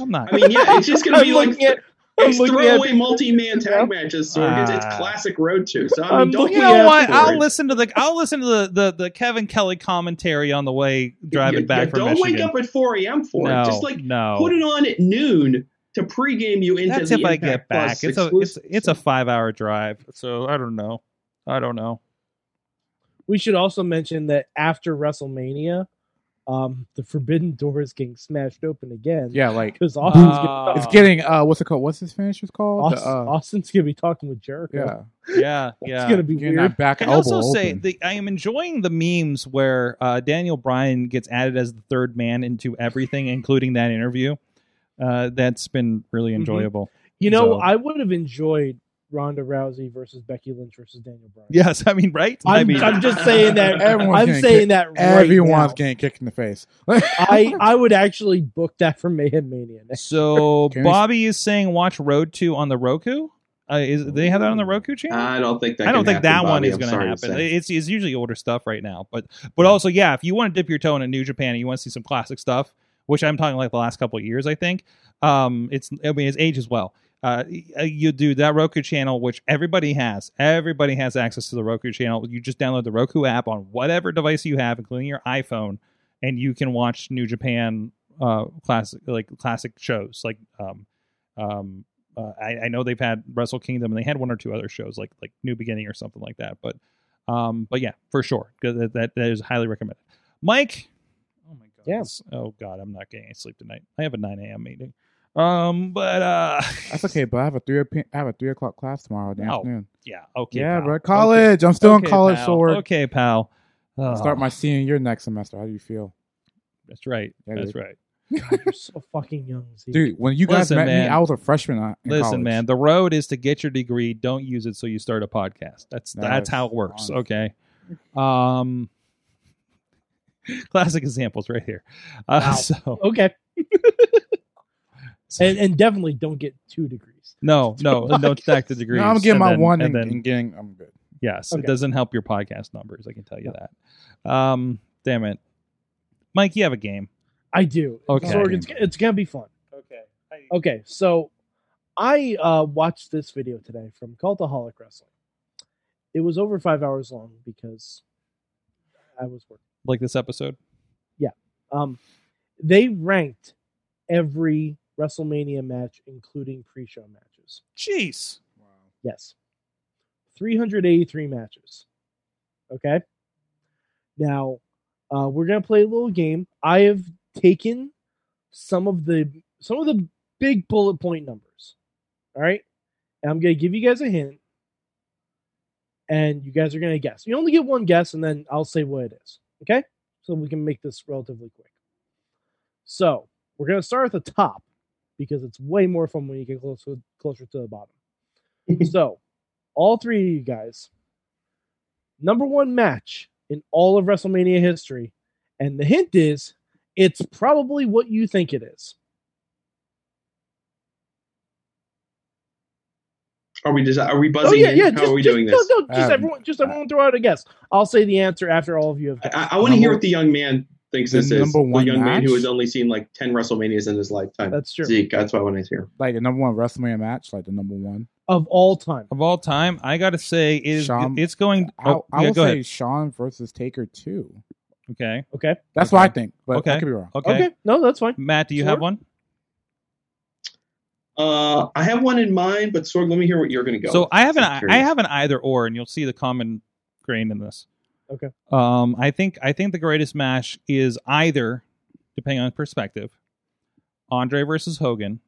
I'm not.
I mean, yeah, it's just going to
I'm
be like
looking at- I'm
It's
looking at-
throwaway multi-man tag matches, so it's, it's
Ah.
classic road to. So I mean,
I'm
don't
looking
Um, you
look
at-
know
out
what?
for
I'll
it.
listen to the I'll listen to the, the, the Kevin Kelly commentary on the way driving
You-
back
you
from
Don't
Michigan.
wake up at 4 a.m. for
no,
it. Just like
no.
put it on at noon to pregame you into
That's
the
if I
Impact
get back. It's
Plus
a it's,
exclusive.
it's a five hour drive. So I don't know. I don't know.
We should also mention that after WrestleMania, um, the Forbidden Door is getting smashed open again.
yeah, like
because Austin's,
Uh,
gonna,
it's getting uh, what's it called? What's his finish was called? The,
Austin-
uh,
Austin's gonna be talking with Jericho.
yeah,
Yeah,
It's
yeah.
gonna be
Getting
weird.
that back
I can
elbow
also say
open.
that I am enjoying the memes where uh, Daniel Bryan gets added as the third man into everything, including that interview. Uh, that's been really enjoyable.
You know,
So-
I would have enjoyed Ronda Rousey versus Becky Lynch versus Daniel Bryan.
Yes, I mean, right?
I'm,
I mean,
I'm just saying that.
Everyone's
I'm
getting
saying that right
everyone's
now.
getting kicked in the face.
I I would actually book that for Mayhem Mania. next.
so
Can we-
Bobby is saying watch Road Two on the Roku. Uh, is do they have that on the Roku channel?
I don't think that.
I don't
can
think
happen,
that one
Bobby.
is
I'm
going
sorry
to happen.
say.
It's it's usually older stuff right now, but but also yeah, if you want to dip your toe in a New Japan and you want to see some classic stuff, which I'm talking like the last couple of years, I think. Um, it's I mean it's age as well. Uh, y- you do that Roku channel, which everybody has. Everybody has access to the Roku channel. You just download the Roku app on whatever device you have, including your iPhone, and you can watch New Japan uh classic like classic shows like um um uh, I, I know they've had Wrestle Kingdom and they had one or two other shows like like New Beginning or something like that. But um, but yeah, for sure, 'cause that, that that is highly recommended. Mike, oh my god,
Yeah.
this- oh god, I'm not getting any sleep tonight. I have a 9 a.m. meeting. Um, but uh,
That's okay, but I have a three o'p- I have a three o'clock class tomorrow in the
Oh,
afternoon.
yeah, okay,
yeah,
pal.
bro.
Okay.
College. I'm still in
Okay,
college,
pal.
so we're
okay, pal.
I'll start
Ugh,
my senior year next semester. How do you feel?
That's right.
Yeah,
that's
dude.
right.
God, you're so fucking young, Zeke.
Dude, when you guys
Listen,
met me,
man.
I was a freshman uh, in
Listen,
college.
man, the road is to get your degree. Don't use it so you start a podcast. That's that's
That's
how it works.
honest.
Okay. Um, classic examples right here. Uh,
Wow.
So
Okay. and and definitely don't get two degrees.
no, no, don't stack the degrees.
No, I'm getting
And
my
then-
one
and
and,
then
and getting. I'm good.
yes, it
Okay.
doesn't help your podcast numbers. I can tell you that. Um, damn it, Mike, you have a game.
I do.
Okay.
Sorg, it's, it's gonna be fun.
Okay.
Okay, so I uh, watched this video today from Cultaholic Wrestling. It was over five hours long because I was working.
Like this episode.
Um, they ranked every WrestleMania match, including pre-show matches.
Jeez.
Yes. 383 matches. Okay. Now, uh, we're gonna play a little game. I have taken some of the some of the big bullet point numbers. All right, and I'm gonna give you guys a hint, and you guys are gonna guess. You only get one guess, and then I'll say what it is. Okay, so we can make this relatively quick. So we're gonna start at the top because it's way more fun when you get closer closer to the bottom. so, all three of you guys, number one match in all of WrestleMania history, and the hint is it's probably what you think it is.
Are we just are we buzzing? in? How
Oh, just,
are we
just-
doing
no,
this?
No, just
Um,
everyone, just everyone throw out a guess. I'll say the answer after all of you have guessed.
I, I want to hear
Number-
what the young man thinks
The
this is.
number
The
one
young man who
match?
has only seen like ten WrestleManias in his lifetime.
That's true.
Zeke, that's what I want to hear.
Like the number one WrestleMania match, like the number one.
Of all time.
Of all time, I gotta say it is.
Shawn-
it's going.
I,
oh,
I
yeah,
would
go
say
ahead.
Sean versus Taker too.
Okay.
Okay.
That's what I think, but
Okay.
I could be wrong.
Okay.
Okay. No, that's fine.
Matt, do you have
Sure.
one?
Uh, I have one in mind, but Sorg, let me hear what you're going to go.
So
with.
I have an
I'm
I, I
curious.
have an either or, and you'll see the common grain in this.
Okay.
Um, I think I think the greatest match is either, depending on perspective, Andre versus Hogan,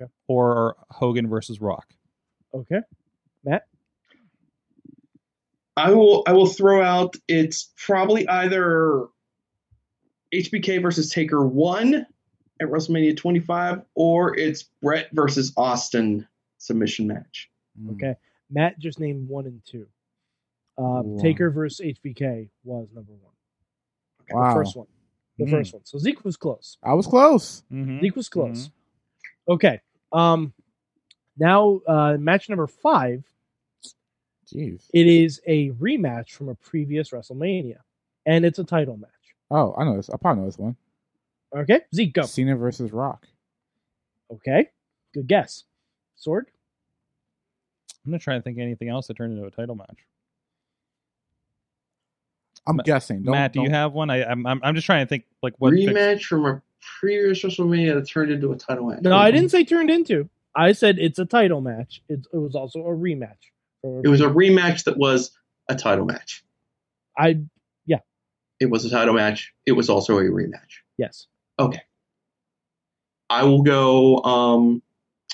Okay.
or Hogan versus Rock.
Okay.
Mm-hmm.
I will. I will throw out. It's probably either HBK versus Taker one at WrestleMania 25, or it's Brett versus Austin submission match.
Mm.
Okay. Matt just named one and two. Um,
Wow.
Taker versus HBK was number one.
Wow. Mm.
The first one. The
Hmm.
first one. So Zeke was close.
I was close.
Mm-hmm.
Zeke was close. Okay. Um now uh match number five,
Jeez.
it is a rematch from a previous WrestleMania. And it's a title match.
Oh, I know this. I probably know this one.
Okay? Zeke go.
Cena versus Rock.
Okay. Good guess. Sword?
I'm not trying to think of anything else that turned into a title match.
I'm
Ma-
guessing. Don't,
Matt, do you
don't-
have one? I, I'm I'm I'm just trying to think like what. fix-
Rematch from a previous WrestleMania that turned into a title match.
No, I didn't say turned into. I said it's a title match. It, it was also a rematch.
It was a rematch that was a title match.
I
It was a title match. It was also a rematch.
yes.
I will go. Um,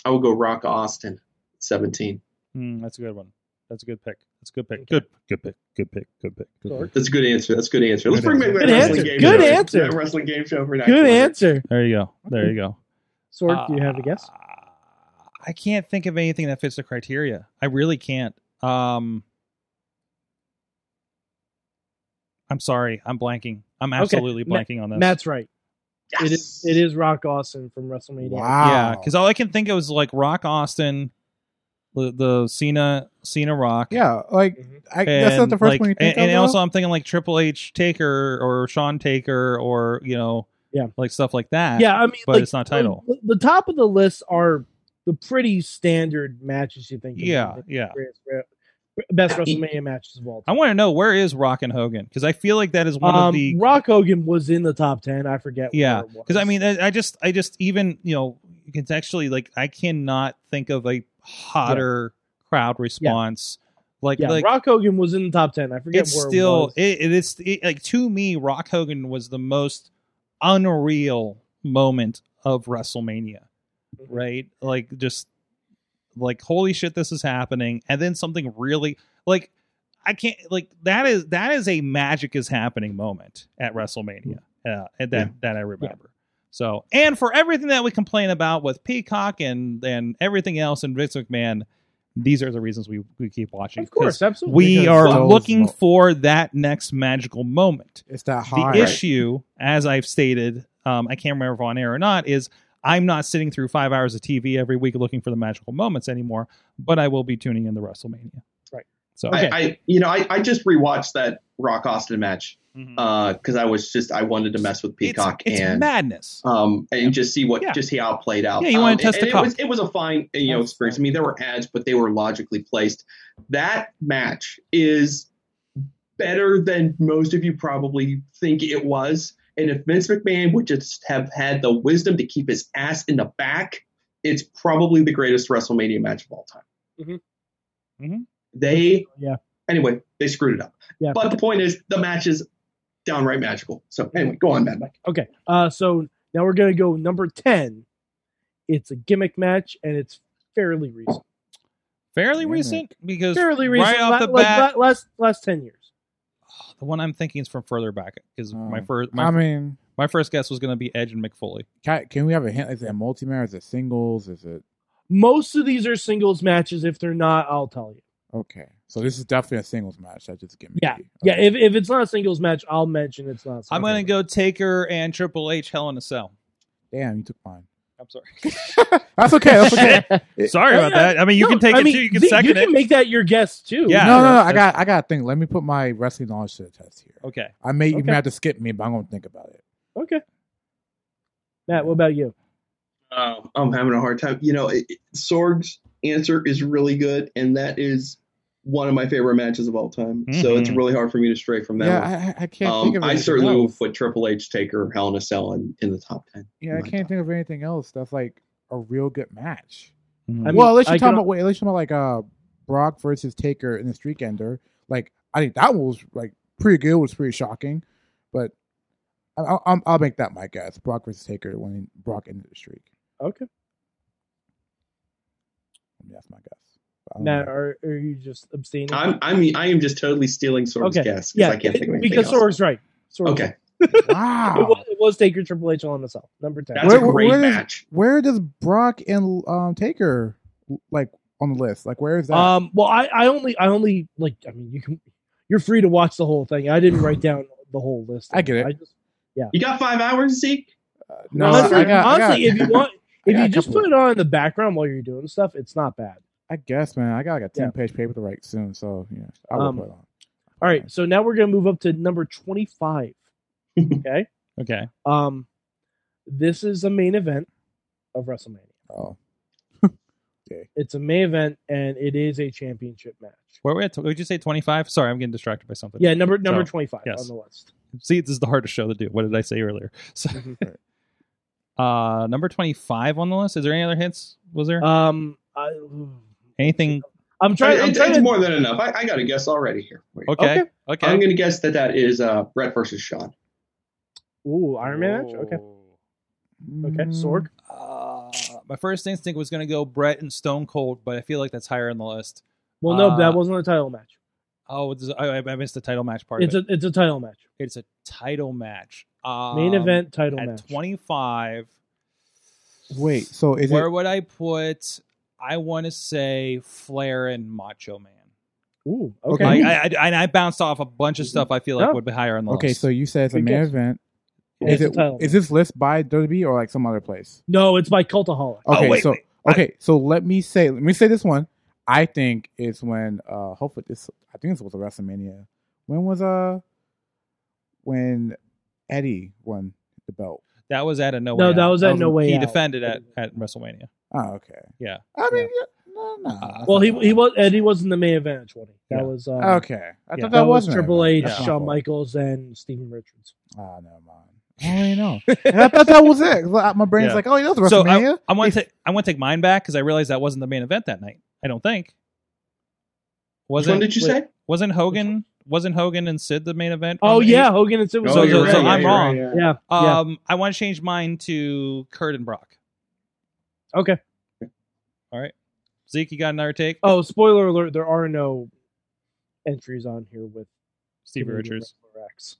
I will go Rock Austin 17.
Mm, that's a good one. That's a good pick. That's a good pick. Good good pick. Good pick. Good pick. Good pick.
Sword.
That's a good answer. That's a good answer. Let's
Good
bring back
answer.
Good answer.
that wrestling game
Good
show.
answer.
That wrestling game show for
Good answer.
There you go. There you go.
Sword, do you have a guess?
Uh, I can't think of anything that fits the criteria. I really can't. Um, I'm sorry. I'm blanking. I'm absolutely
Ma-
blanking on this.
Matt's right. It is
Yes.
it is Rock Austin from WrestleMania.
Wow.
yeah, because all I can think of is like Rock Austin, the, the Cena Cena Rock.
Yeah, like
Mhm.
I, that's not
Mm-hmm. And,
the first
like,
one you think
and, and
of.
also
though?
I'm thinking like Triple H Taker or Sean Taker or you know
Yeah.
like stuff like that.
Yeah, I mean,
but
like,
it's not title.
The, the top of the list are the pretty standard matches you think. of.
yeah, yeah.
Greatest- Best WrestleMania matches of all
I
time.
want to know where is Rock and Hogan because I feel like that is one
um,
of the
Rock Hogan was in the top ten. I forget.
Yeah,
where it was.
because I mean, I, I just, I just even you know contextually, like I cannot think of a hotter crowd response. Like,
yeah,
like
Rock Hogan was in the top ten. I forget
it's
where it
still
was.
it, it is it, like to me, Rock Hogan was the most unreal moment of WrestleMania, right? Like just like holy shit, this is happening, and then something really like. I can't like that is that is a magic is happening moment at WrestleMania uh, and that that I remember. So, and for everything that we complain about with Peacock and and everything else and Vince McMahon, these are the reasons we, we keep watching.
Of course,
'Cause
absolutely.
we
because
are
those
looking
mo-
for that next magical moment.
It's that
The
high.
issue, as I've stated, um, I can't remember if on air or not, is I'm not sitting through five hours of TV every week looking for the magical moments anymore, but I will be tuning in to WrestleMania.
Right.
So,
Okay.
I, I you know I, I just rewatched that Rock Austin match
Mm.
Mhm.
because I was just I wanted to mess with
It's-
uh, Peacock
it's,
and
madness.
um and just see what
Yeah.
just see how it played out.
Yeah, you
Um,
wanna test
and-
the
and it was
cock.
it was a fine you know experience. I mean there were ads, but they were logically placed. That match is better than most of you probably think it was. And if Vince McMahon would just have had the wisdom to keep his ass in the back, it's probably the greatest WrestleMania match of all time.
Mhm.
Mhm.
They
Yeah.
Anyway, they screwed it up.
Yeah.
But the point is, the match is downright magical. So anyway, go on, Mad Mike.
Okay. Uh, so now we're gonna go number ten. It's a gimmick match, and it's fairly recent.
Fairly
Damn it.
recent because
Fairly recent.
right off
la-
the
la-
bat,
la- last last ten years.
the one I'm thinking is from further back because my
Oh.
first my,
I mean,
my first guess was going to be Edge and McFoley.
can, can we have a hint? Is it a multi-man? Is it singles? Is it
Most of these are singles matches. If they're not, I'll tell you.
okay? So this is definitely a singles match. I just get me.
Yeah.
Okay.
Yeah. If, if it's not a singles match, I'll mention it's not. a
I'm
singles
going to
match.
go Taker and Triple H Hell in a Cell.
Damn, you took mine.
I'm sorry.
That's okay. That's okay.
Sorry about that. I mean, you
No,
can take
I
it
mean,
too. You can
th-
second
You can
it.
make that your guess too.
Yeah.
no, no, no.
that's-
I got, I got to think. Let me put my wrestling knowledge to the test here.
Okay.
I may even
Okay.
have to skip me, but I'm gonna think about it.
Okay. Matt, what about you?
Uh, I'm having a hard time. You know, it, it- Sorg's answer is really good, and that is one of my favorite matches of all time. So
Mhm.
it's really hard for me to stray from that.
Mm-hmm. yeah,
one.
I, I- I can't think
Um,
of.
I
anything
certainly will
else.
put Triple H, Taker, Hell in a Cell in, in the top ten.
Yeah, I can't think of anything else that's like a real good match.
Mhm.
I mean,
well, unless you're
I
talking
can-
about wait, unless you're talking about like uh Brock versus Taker in the Street Ender. Like I think that one was like pretty good. Was pretty shocking, but I, I, I'll, I'll make that my guess. Brock versus Taker when Brock ended the streak.
Okay.
I mean, that's my guess. But I don't
Matt,
know.
are, are you just abstaining?
I'm, I'm, I am just totally stealing Sorg's
Okay.
guess because
yeah,
I can't think of
it-
anything
because
else.
Sorg's right. Sorg's
okay,
right. It,
wow.
was, it was Taker Triple H LMSL number ten.
that's
Where-
a great
where is-
match.
Where does Brock and um Taker like on the list? Like where is that?
Um, well, I, I only, I only like, I mean, you can, you're free to watch the whole thing. I didn't write down the whole list.
I get it.
I just,
You got five hours, Zeke?
no,
honestly,
I got,
honestly
I, got,
if you want, if
got
you
a
just
couple.
put it on in the background while you're doing stuff, it's not bad.
I guess, man. I got like a
Yeah.
ten page paper to write soon, so yeah, I will
Um,
put it on.
All right, so now we're gonna move up to number twenty-five. okay,
Okay.
um, this is a main event of WrestleMania.
Oh,
It's a main event, and it is a championship match.
Where were we at? Would you say 25? Sorry, I'm getting distracted by something.
Yeah, number number
So,
twenty-five
yes.
on the list.
See, this is the hardest show to do. What did I say earlier? So, uh, number 25 on the list. Is there any other hints? Was there
Um, I,
anything?
I'm trying. I'm
it's,
trying
it's
to,
more than enough. I, I got a guess already here. Wait.
Okay. Okay.
I'm going to guess that that is uh, Brett versus Sean.
Ooh, Iron Man match. Okay, okay, Sorg.
Uh, my first instinct was going to go Brett and Stone Cold, but I feel like that's higher on the list.
Well, no,
Uh,
that wasn't a title match.
Oh, it's, I, I missed the title match part. of
It's a it's a title match.
it. it's a title match. Um,
Main event title
at
match.
25.
Wait, so is
where
it?
would I put? I want to say Flair and Macho Man.
Ooh,
Okay.
okay. Oh.
I, I, I, and I bounced off a bunch of stuff I feel like
No.
would be higher on the
Okay,
list.
so you said it's a
Good
main
guess.
event.
Yeah,
Is
it's
it?
a title
Is this list by WWE or like some other place?
no, it's by Cultaholic.
Oh,
Okay,
wait,
so
wait.
okay, so let me say let me say this one. I think it's when uh hopefully this I think this was a WrestleMania. When was uh when Eddie won the belt?
that was at a no.
No,
Way
that
Out. Oh,
was at
Um,
No Way
He
Out.
defended at, at WrestleMania.
Oh, okay.
Yeah.
I mean, yeah, no, no.
Uh,
that's
Well,
not
he
bad.
he was Eddie was in the main event at twenty. That
Yeah.
was um,
Oh, Okay, I
Yeah.
thought that,
That, was
was an
Triple
event.
H,
That's my
Shawn
fault.
Michaels, and Steven Richards.
Ah, never mind. I don't really know. And I thought that was it. My brain's
Yeah.
like, oh, yeah, that was
So
WrestleMania.
I, I want to I want to take mine back because I realized that wasn't the main event that night. I don't think.
Which one
Wasn't
did you
wait.
say?
wasn't Hogan wasn't Hogan and Sid the main event? on
Oh
the
yeah, Hogan and Sid was
So-
on the
so-
main
so
event.
I'm
you're
wrong.
yeah.
Yeah, yeah.
Um, I want to change mine to Kurt and Brock.
Okay.
Zeke, you got another take?
Oh, spoiler alert: there are no entries on here with
Steve
Canadian
Richards.
Wrestler X.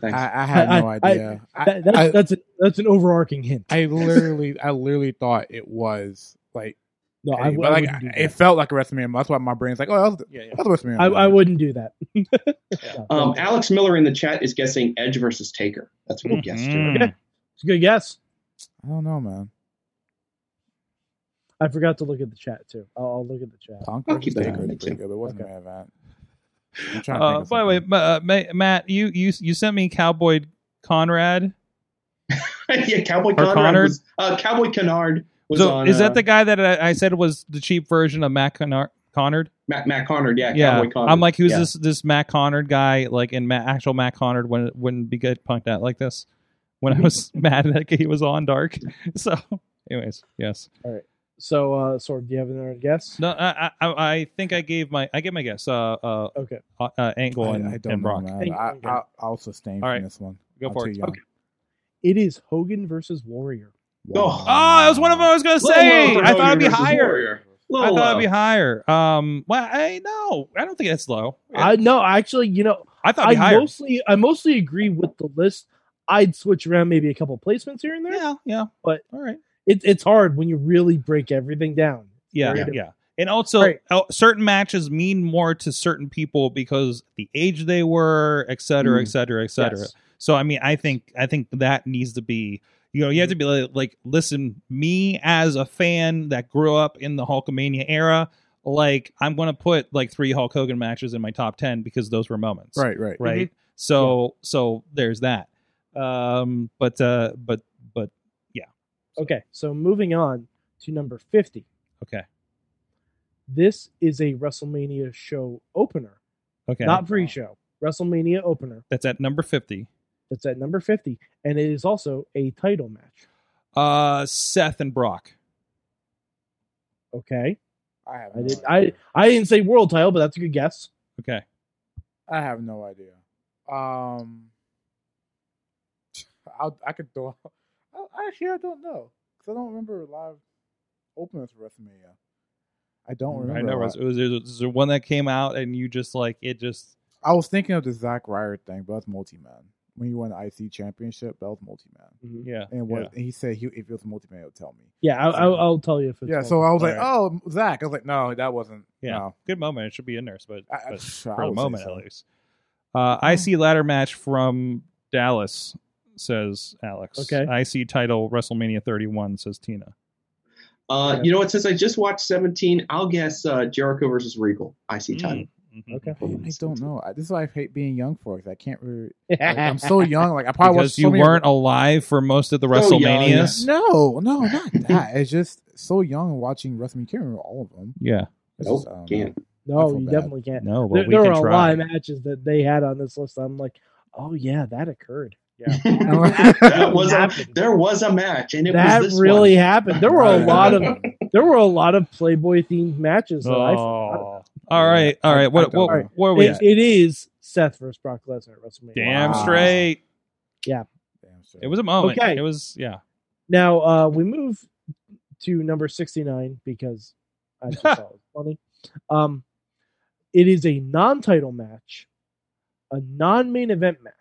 Thanks.
I, I had
I-
no
I-
idea. I,
That, that's,
I-
that's an that's an overarching hint.
I literally, I literally thought it was like,
No, I,
hey,
w-
but,
I
like
wouldn't do
it
that.
felt like a WrestleMania. That's why my brain's like, oh, that was,
Yeah, yeah.
that was a WrestleMania.
I, I wouldn't do that.
Um, Alex Miller in the chat is guessing Edge versus Taker. That's what he guessed.
Mhm.
Jared.
It's a good guess.
I don't know, man.
I forgot to look at the chat too. I'll, I'll look at the chat.
Punk
I'll
versus
keep that
Taker
on
is
next
pretty good,
time.
but it wasn't
Okay.
a main event. I'm trying to think
Uh,
of
by the way,
something.
Ma- uh, Ma- Matt, you you you sent me Cowboy Conrad.
yeah, Cowboy
Mm-hmm. Or
Conrad.
Connard?
Was, uh, Cowboy Kennard was
so
on.
is
uh,
that the guy that I, I said was the cheap version of Matt Conard? Conard?
Matt, Matt Connard? Yeah,
Yeah,
Cowboy Connard.
I'm like, who's
Yeah.
this this Matt Conard guy? Like, in Matt, actual Matt Conard wouldn't wouldn't be good punked out like this. When I was mad that he was on Dark. So, anyways, yes.
So, uh, Sorg, do you have another guess?
No, I I, I- I think I gave my I gave my guess. Uh, uh,
Okay.
uh Angle and,
I, I don't
and
know,
Brock.
man. I, I, I'll sustain
All right.
from this one.
Go
I'm
for
too
it.
young.
It is Hogan versus Warrior.
Oh.
Oh, that was one of them I was gonna
Little
say.
low for
I thought it'd
Hogan
be
versus
higher.
Warrior. Little
I thought it'd be
low.
higher. Um, well, I no, I don't think that's low. I,
I Uh, no, actually, you know,
thought
I
it'd be higher.
mostly I mostly agree with the list. I'd switch around maybe a couple placements here and there.
Yeah, yeah,
But-
all right,
It, it's hard when you really break everything down.
yeah,
Very
yeah.
good.
And also,
Right.
uh, certain matches mean more to certain people because the age they were, et cetera, et cetera, et cetera.
Mm-hmm. Yes.
So, I mean, I think I think that needs to be. You know, you have to be
Mm-hmm.
like, like, listen, me as a fan that grew up in the Hulkamania era, like I'm gonna put like three Hulk Hogan matches in my top ten because those were moments.
Right, right.
right so so there's that um but uh but but
Okay, so moving on to number fifty.
okay
This is a WrestleMania show opener,
okay
not pre-show. WrestleMania opener.
that's at number 50
That's at number fifty, and it is also a title match.
uh seth and brock
Okay,
I have
I
no
did. I
idea.
I didn't say world title, but that's a good guess.
okay
I have no idea. Um, I'll, I could throw. I, actually, I don't know because I don't remember live openers for WrestleMania. I don't remember.
Mm, i know
a
it was,
lot.
it was, it was the one that came out and you just like it just
I was thinking of the Zack Ryder thing, but that's multi man. When he won the IC championship, that was multi man.
yeah
And what and he said, he if it was multi man, he would tell me.
Yeah, I, I, I'll tell you if it's
yeah,
world
so I was
All
like,
right.
oh, Zach. I was like, no, that wasn't.
Yeah.
no.
good moment it should be in there but,
I- I-
but
I
for the
would say
moment
so.
at least uh i see ladder match from dallas says alex
Okay.
i see title wrestlemania 31 says tina
Uh, you know what? Since I just watched 17, I'll guess uh, Jericho versus Regal. I see title.
Mhm.
Okay.
I don't know. I, this is why I hate being young for because I can't really. like,
title.
I'm so young. Like I probably
because
watched so
you
many-
weren't alive for most of the
So young.
WrestleManias.
No, no, not that. it's just so young watching WrestleMania. You can't remember all of them.
Yeah,
It's
Nope,
just, um, I don't
can't.
know. I
no,
feel
you
bad.
definitely can't.
no, but
there,
we
there
can
were a
try.
lot of matches that they had on this list. I'm like, oh yeah, that occurred.
that was a,
happened.
there was a match, and it
that
was this
really
one.
happened. There were a lot of there were a lot of Playboy themed matches that I forgot.
Oh. All right, all right. What what,
Alright.
where are
about.
we?
It,
at?
it is Seth versus Brock Lesnar at WrestleMania.
Damn
Wow.
straight.
Damn, sure.
It was a moment.
Okay.
It was yeah.
Now uh, we move to number sixty nine because I just thought it was funny. Um, it is a non title match, a non main event match,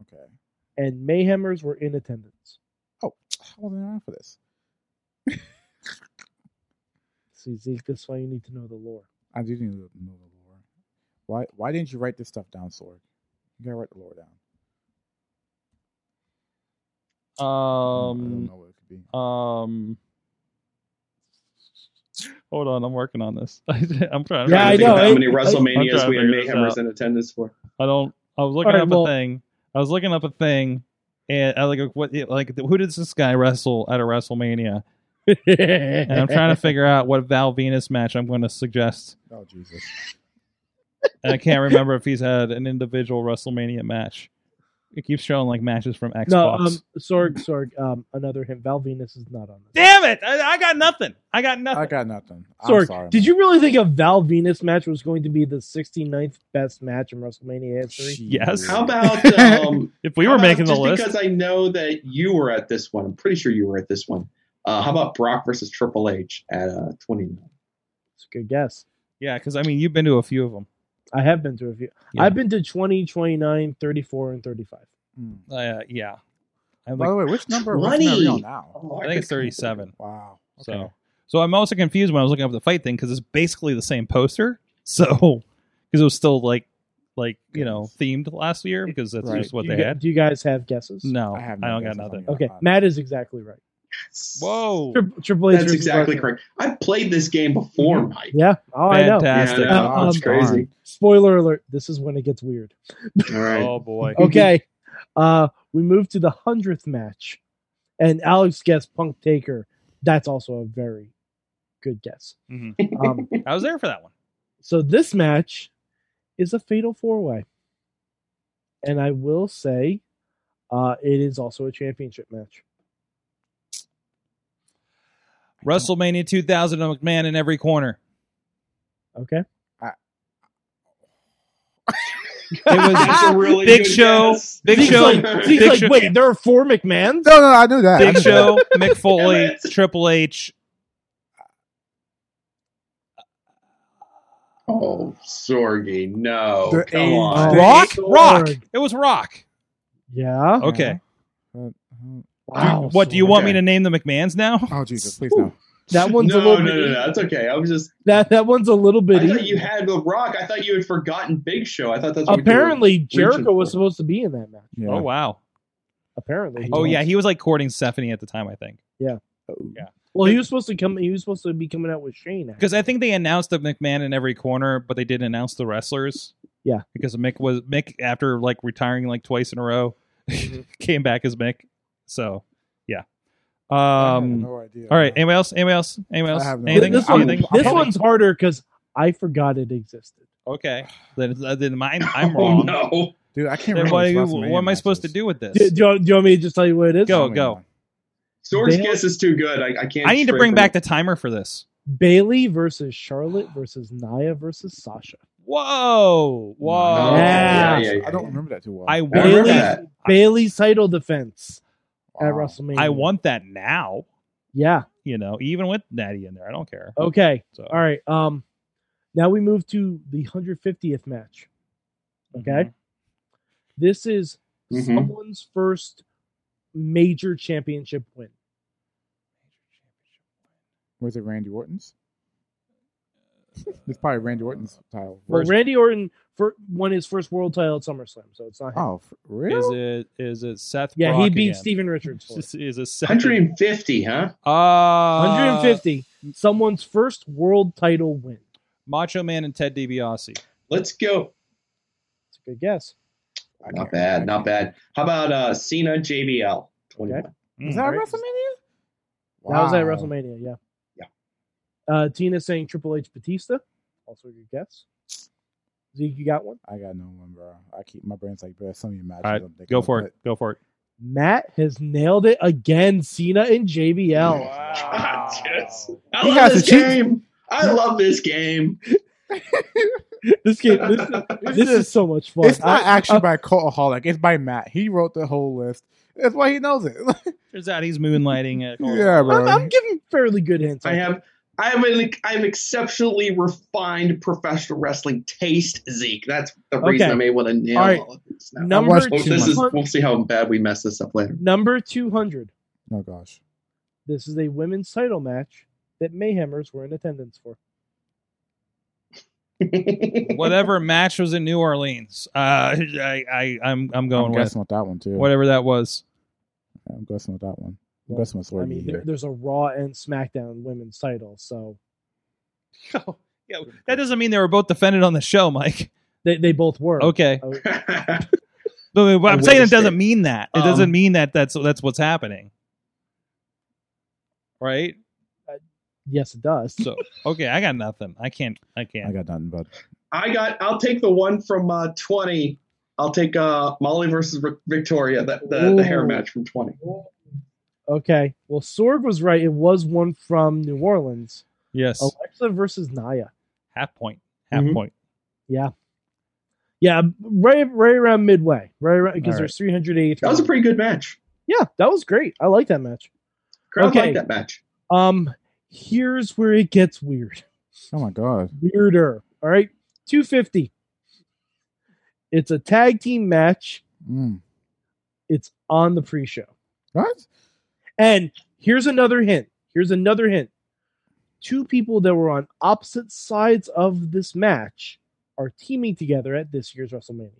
okay.
and Mayhemers were in attendance.
I wasn't around for this.
See, Zeke, that's why you need to know the lore.
I do need to know the lore. Why? Why didn't you write this stuff down, Sword? You gotta write the lore down. I don't- I don't
Um
know what it could be.
um. Hold on, I'm working on this. I'm trying. I'm
Yeah,
trying to
I
think
know,
about-
How
eh?
many
I-
I'm trying
WrestleManias
to
we had
figure this
Mayhemers
out.
in attendance for?
I don't. I was looking
All right,
up
well-
a thing. I was looking up a thing, and I like what like who does this guy wrestle at a WrestleMania?
Uh,
And I'm trying to figure out what Val Venus match I'm going to suggest.
Oh Jesus!
And I can't remember if he's had an individual WrestleMania match. It keeps showing like matches from Xbox.
No, um, Sorg, Sorg, um, another hint. Val Venus is not on this.
Damn it! I, I got nothing. I got nothing.
I got nothing. I'm
Sorg,
sorry.
did
man.
you really think a Val Venus match was going to be the 69th best match in WrestleMania history?
Jeez.
Yes.
How about um,
if we
how
were
about-
making the
just
list,
because I know that you were at this one. I'm pretty sure you were at this one. Uh, how about Brock versus Triple H at uh, 29?
It's a good guess.
yeah, because I mean you've been to a few of them.
I have been to a few.
Yeah.
I've been to 20, 29, 34, and 35.
Mm.
Uh, yeah, I'm
By
like,
the way, which number of Rosemary are we on
20.
now?
Oh, I think it's 37.
Wow.
So,
Okay.
so I'm also confused when I was looking up the fight thing because it's basically the same poster. So, because it was still like, like you know, themed last year because that's
Right.
just what
do you
they
gu-
had.
do you guys have guesses?
No, I,
I have no
don't got
guesses on
nothing.
that.
Okay,
Uh,
Matt is exactly right.
Whoa,
Tri- Triple H.
That's
versus
exactly
Lesnar.
correct. I played this game before,
Mm-hmm.
Mike.
Yeah. Oh, I know.
fantastic!
Yeah, no,
Uh,
that's
um,
crazy.
Spoiler alert. This is when it gets weird.
All right.
Oh boy,
Okay. Uh, we move to the hundredth match, and Alex guessed Punk Taker. That's also a very good guess.
Mhm.
Mm-hmm.
Um,
I was there for that one.
so this match is a fatal four way, and I will say, uh, it is also a championship match.
WrestleMania 2000, a McMahon in every corner.
Okay.
It was
That's a really
Big
good
Show,
guess.
Big
Zeke's
Show,
like, Zeke's
Big
like,
Show-
wait, there are four McMahons.
No, no, I knew that. I
Big
knew that.
Show, Mick Foley, Triple H.
Oh, Sorgi, no.
The
Come
age-
on.
Oh,
Rock,
Sorg.
Rock. It was Rock.
Yeah.
Okay.
Uh, uh,
Wow.
what do you want
Okay.
me to name the McMahons now?
Oh Jesus, please no.
That one's
no,
a little
no,
bit. e-,
no, no, That's okay. I was just.
That that one's a little bit.
I thought
easy.
you had the Rock. I thought you had forgotten Big Show. I thought that's what
Apparently, Jericho
for.
was supposed to be in that match.
Yeah.
Oh wow.
Apparently. he
Oh
was.
yeah, he was like courting Stephanie at the time, I think.
Well, he was supposed to come. He was supposed to be coming out with Shane. actually.
Because I think they announced the McMahon in every corner, but they didn't announce the wrestlers.
Yeah.
Because Mick was Mick after like retiring like twice in a row,
Mm-hmm.
came back as Mick. So yeah.
I had
Um
no idea.
all right. Anybody else? Anybody else? Anybody
I
else?
have no
anything?
idea.
This, one,
anything?
this
Anything?
one's harder because I forgot it existed.
Okay. Then, uh, then mine I'm
Oh,
wrong.
no.
dude, I
Then
can't remember.
what,
these
do you-
WrestleMania
what am I supposed to
matches.
do with this?
Do, do, you, do you want me to just tell you what it is?
Go.
Tell me one.
Sorg's
They-
guess is too good. I, I can't.
I need to
stray
bring
from
back
it.
the timer for this.
Bailey versus Charlotte versus Nia versus Sasha.
Whoa. Whoa.
No.
Yeah.
yeah, yeah.
I don't remember that too well.
I
I remember
want
Bailey
that.
Bailey's title defense at
Wow.
WrestleMania.
I want that now.
Yeah.
You know, even with Natty in there, I don't care.
Okay.
So,
Oh, All right. Um. Now we move to the 150th match. Okay.
Mhm.
This is
Mhm.
someone's first major championship win.
Was it Randy Orton's? It's probably Randy Orton's title.
Well,
First-
Randy Orton for, won his first world title at SummerSlam, so it's not him.
Oh, for real?
Is it is it Seth?
yeah,
Brock
he beat
again?
Steven Richards. For it.
Is, is it Seth?
150, huh?
Uh,
150, someone's first world title win.
Macho Man and Ted DiBiase.
Let's go.
It's a good guess.
I
Not
can't-
bad.
I
Not
can't-
bad. How about uh, Cena JBL? 21.
Was
Mm.
that
Right.
WrestleMania?
That was at
Wow.
WrestleMania. Yeah. Yeah. Uh, Tina saying Triple H Batista. Also a good guess. Zeke, you got one.
I got no one, bro. I keep my brain's like, bro. Some of your matches.
All right,
I'm thinking
Go
of,
for
but-
it. Go for it.
Matt has nailed it again. Cena and JBL.
Oh,
God, yes. I
He
love
has
this
to cheat.
game. I love this game.
This game. This, this is so much fun.
It's not
I-
uh
actually by Cultaholic. It's by Matt. He wrote the whole list. That's why he knows it.
Turns out he's moonlighting. At
yeah, bro.
I'm, I'm giving fairly good hints.
I have I have an I have exceptionally refined professional wrestling taste, Zeke. That's the reason
Okay.
I'm able to nail
All right.
all of this now.
I
number
watched
two,
Oh, this is,
hun-
we'll see how bad we mess this up later.
number two hundred.
oh gosh.
This is a women's title match that Mayhemers were in attendance for.
Whatever match was in New Orleans. Uh, I, I, I'm, I'm going
I'm
with
guessing with that one too.
whatever that was.
I'm guessing with that one. I'm
Well,
guessing with
I
Sorgi
mean, there,
here.
there's a Raw and SmackDown women's title, so
yeah, that doesn't mean they were both defended on the show, Mike.
they, they both were.
Okay.
All
But what
I
I'm
will
saying it
say-
doesn't mean that. It
Um,
doesn't mean that that's that's what's happening. Right?
Yes, it does.
So okay, I got nothing. I can't I
I
can't.
got nothing, but
I got I'll take the one from uh, 20. I'll take uh, Molly versus Vic- Victoria, that the, the hair
Ooh.
match from 20.
Okay. Well, Sorg was right. It was one from New Orleans.
Yes.
Alexa versus Naya.
Half point. Half
Mhm.
point.
Yeah, right, right around midway, right around because
All
there's 380.
That was a pretty good match.
yeah, that was great. I like that match.
Crowd
Okay.
liked that match.
Um, here's where it gets weird.
oh my god.
weirder. All right, 250. It's a tag team match.
Mm.
It's on the pre-show.
What?
And here's another hint. Here's another hint. Two people that were on opposite sides of this match are teaming together at this year's WrestleMania.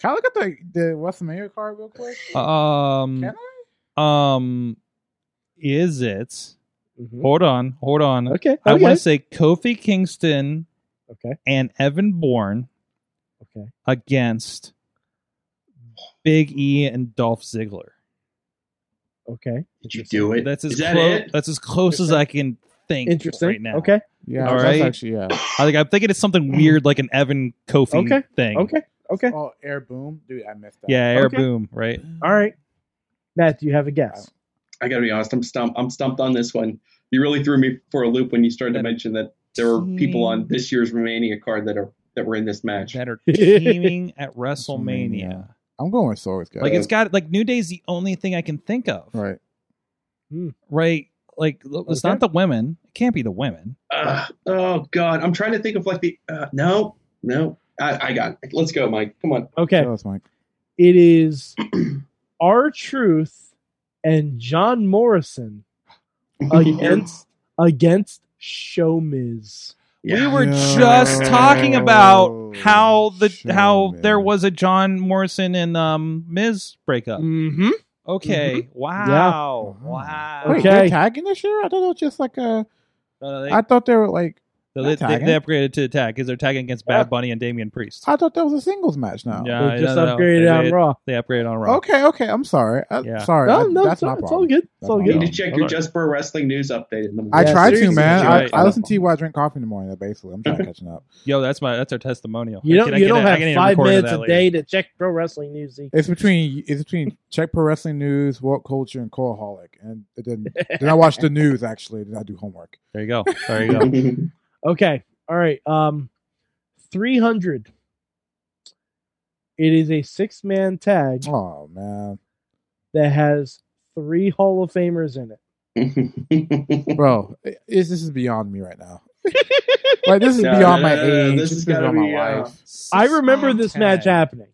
Can I look at the the WrestleMania card real quick?
Um,
Can
um, is it?
Mhm.
Hold on, hold on.
Okay. okay.
I want to say Kofi Kingston
okay.
and Evan Bourne
Okay.
against Big E and Dolph Ziggler.
Okay.
Did you do it?
That's as
Is that
clo-
it?
That's as close as I can think
Interesting.
right now.
Okay.
Yeah,
All
that's
right.
actually yeah.
I think I'm thinking it's something weird like an Evan Kofi
Okay,
thing.
Okay. Okay.
Oh, air boom, dude, I missed that.
Yeah, air
Okay.
boom, right?
All right. Matt, do you have a guess?
I got to be honest. I'm stumped. I'm stumped on this one. You really threw me for a loop when you started to mention that there were people on this year's Romania card that are that were in this match.
That are teaming at WrestleMania.
WrestleMania. I'm going with Sora's guy.
Like it's got like New Day's the only thing I can think of.
right.
Right? Like l- it's
Okay.
not the women. It can't be the women.
Ugh. oh God, I'm trying to think of like the uh, no, no. I, I got. It. Let's go, Mike. Come
Uh,
on.
Okay.
Tell us, Mike.
It is our truth and John Morrison against against Showmiz.
Yeah.
We were just talking about how the how
Showman.
there was a John Morrison and um Miz breakup.
Mm-hmm.
Okay. Wow. Wow.
Wait,
Okay.
they're tagging this year? I thought it was just like a.
No, they,
I thought they were like.
no, they,
they're
they-
tagging.
they upgraded to attack because they're tagging against Bad Bunny and Damian Priest.
I thought that was a singles match now.
Yeah,
They just
no, no,
upgraded
no.
on
They-
Raw.
They upgraded on Raw.
Okay, okay. I'm sorry. I,
Yeah.
Sorry.
No,
I-
no,
that's
it's, all,
my
it's all
problem.
good. It's
That's
all
my
You
good.
need to
problem.
check your Just for Wrestling news update. In the
I
Yeah,
tried to,
seriously,
man.
you're
I,
right.
I listen to you while I drink coffee in the morning. That basically, I'm trying to catching up.
Yo, that's my that's our testimonial.
You
I
don't,
can- I
you
can-
don't
I
have
can even
five
record
minutes
that
a
later.
day to check pro wrestling news. Zeke.
It's between it's between Czech pro wrestling news, world culture, and coreaholic. And then then I watch the news. Actually, then I do homework.
There you go. There you go.
Okay. All right. Um, 300. It is a six man tag
Oh man,
that has three Hall of Famers in it.
bro, it, it's- this is beyond me right now. like this is
No,
beyond
no,
my
no, no,
age.
this
This,
has
is
gotta
beyond my
be, uh,
life.
I remember this match happening.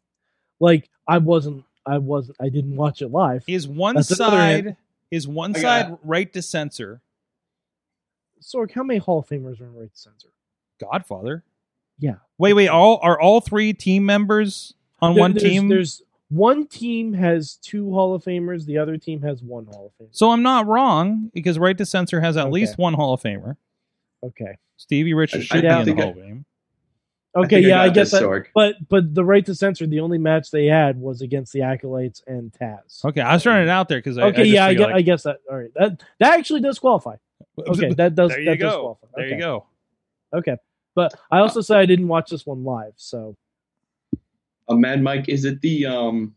Like, I wasn't, I wasn't, I didn't watch it live.
Is one
That's another
side is one
I got
side right to censor
Sork, how many Hall of Famers are in Right to Censor?
Godfather?
Yeah.
Wait, wait. All are all three team members on
There-
one
there's-
team?
There's one team has two Hall of Famers, the other team has one Hall of Famer.
So I'm not wrong because right to censor has at
Okay.
least one Hall of Famer.
Okay.
Stevie Richards
I- I
should be in the
think I-
Hall of Fame.
Okay, yeah, I guess I,
Sorg.
but but the right to censor, the only match they had was against the acolytes and Taz.
Okay, I was throwing it out there because I,
Okay,
I just
yeah, I
feel
guess, I
like-
guess that. All right, that that actually does qualify. Okay, that does
there you
that does
go.
qualify.
There
okay.
you go.
Okay, but I also said I didn't watch this one live, so
Uh, Mad Mike, is it the um,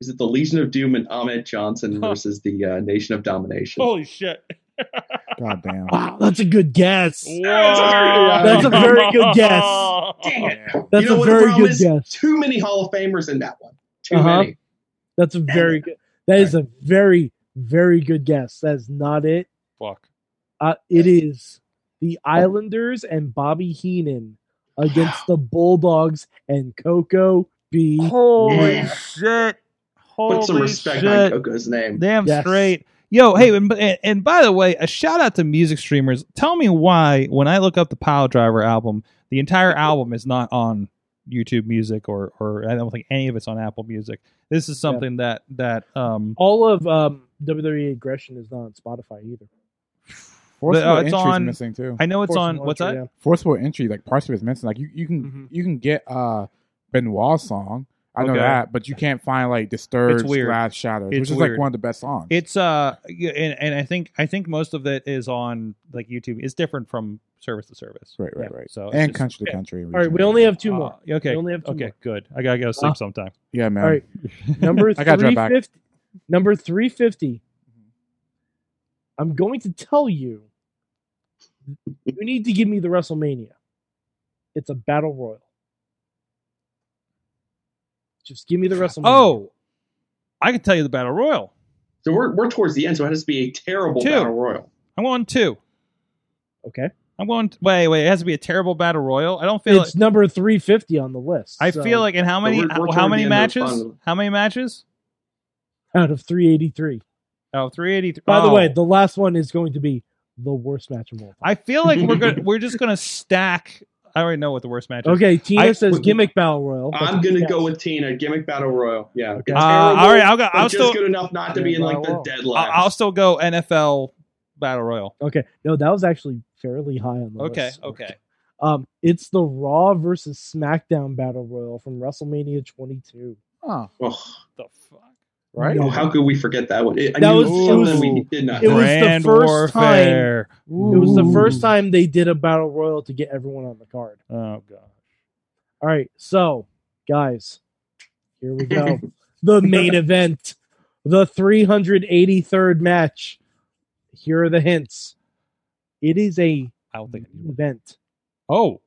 is it the Legion of Doom and Ahmed Johnson versus the uh, Nation of Domination?
Holy shit!
God damn.
wow, that's a good guess.
That's
a very good guess.
Dang it!
That's
you know
a
what the
very
problem
good
is?
guess.
Too many Hall of Famers in that one. Too
Uh-huh.
many.
That's a very good. That is a very very good guess. That's not it.
Fuck.
Uh, it is the Islanders and Bobby Heenan against the Bulldogs and Coco B.
Holy
Yeah.
shit! Holy
Put some respect on
shit!
Coco's name.
Damn
Yes.
straight. Yo, hey, and, and, and by the way, a shout out to music streamers. Tell me why when I look up the Pile Driver album, the entire album is not on YouTube Music or or I don't think any of it's on Apple Music. This is something that that um
All of um, WWE aggression is not on Spotify either.
Forceful
uh, it's
entry's
on-
missing too.
I know it's
Force
on
and
what's that?
Launcher,
Forceful entry, like parts of it's missing. Like you, you can
Mhm.
you can get uh Benoit's song. I know
Okay.
that, but you can't find like Disturbed,
It's weird.
Slash, Shadows,
It's
which is
weird.
like one of the best songs.
It's uh yeah, and, and I think I think most of it is on like YouTube. It's different from service to service.
right, right,
Yeah,
right.
So it's
and
just-
country to
okay.
country.
yeah. All right, we only have two
Uh,
more.
okay.
We only have two
okay,
more.
good. I gotta go
Ah.
sleep
Uh,
sometime.
Yeah, man.
All right, number
I gotta
three
drop back.
fifty. Number three fifty. I'm going to tell you. You need to give me the WrestleMania. It's a battle royal. Just give me the WrestleMania.
Oh, I can tell you the battle royal.
So we're we're towards the end, so it has to be a terrible
Two.
battle royal.
I'm on two.
okay.
I'm going. wait, wait. It has to be a terrible battle royal. I don't feel.
It's uh, number 350 on the list.
I
so
feel like in how many
we're- we're
how, how
toward
many
the end of the
matches?
final.
How many matches?
out of 383.
Oh, 383.
By the
Oh.
way, the last one is going to be the worst match of all time.
I feel like we're gonna we're just gonna stack. I already know what the worst match is.
Okay, Tina
I-
says gimmick battle royal.
I'm gonna go with Tina gimmick battle royal. Yeah,
Okay.
Uh, all right, I'll go.
but
I'll
just
still
good enough not to be in like the dead
I'll,
last.
I'll still go NFL battle royal.
Okay, no, that was actually fairly high on the
Okay,
list.
okay.
Um, it's the Raw versus SmackDown Battle Royal from WrestleMania 22.
Oh,
Oh,
The fuck?
right.
No.
how could we forget that one? It, I
That
knew
was-
it
it
was something
was-
we did not.
it was the
Grand
first
warfare.
It was the first
Ooh.
time they did a Battle Royal to get everyone on the card.
Oh god.
All right, so guys, here we go. the main event, the 383rd match. Here are the hints. It is a
I don't think. I need one.
event.
Oh.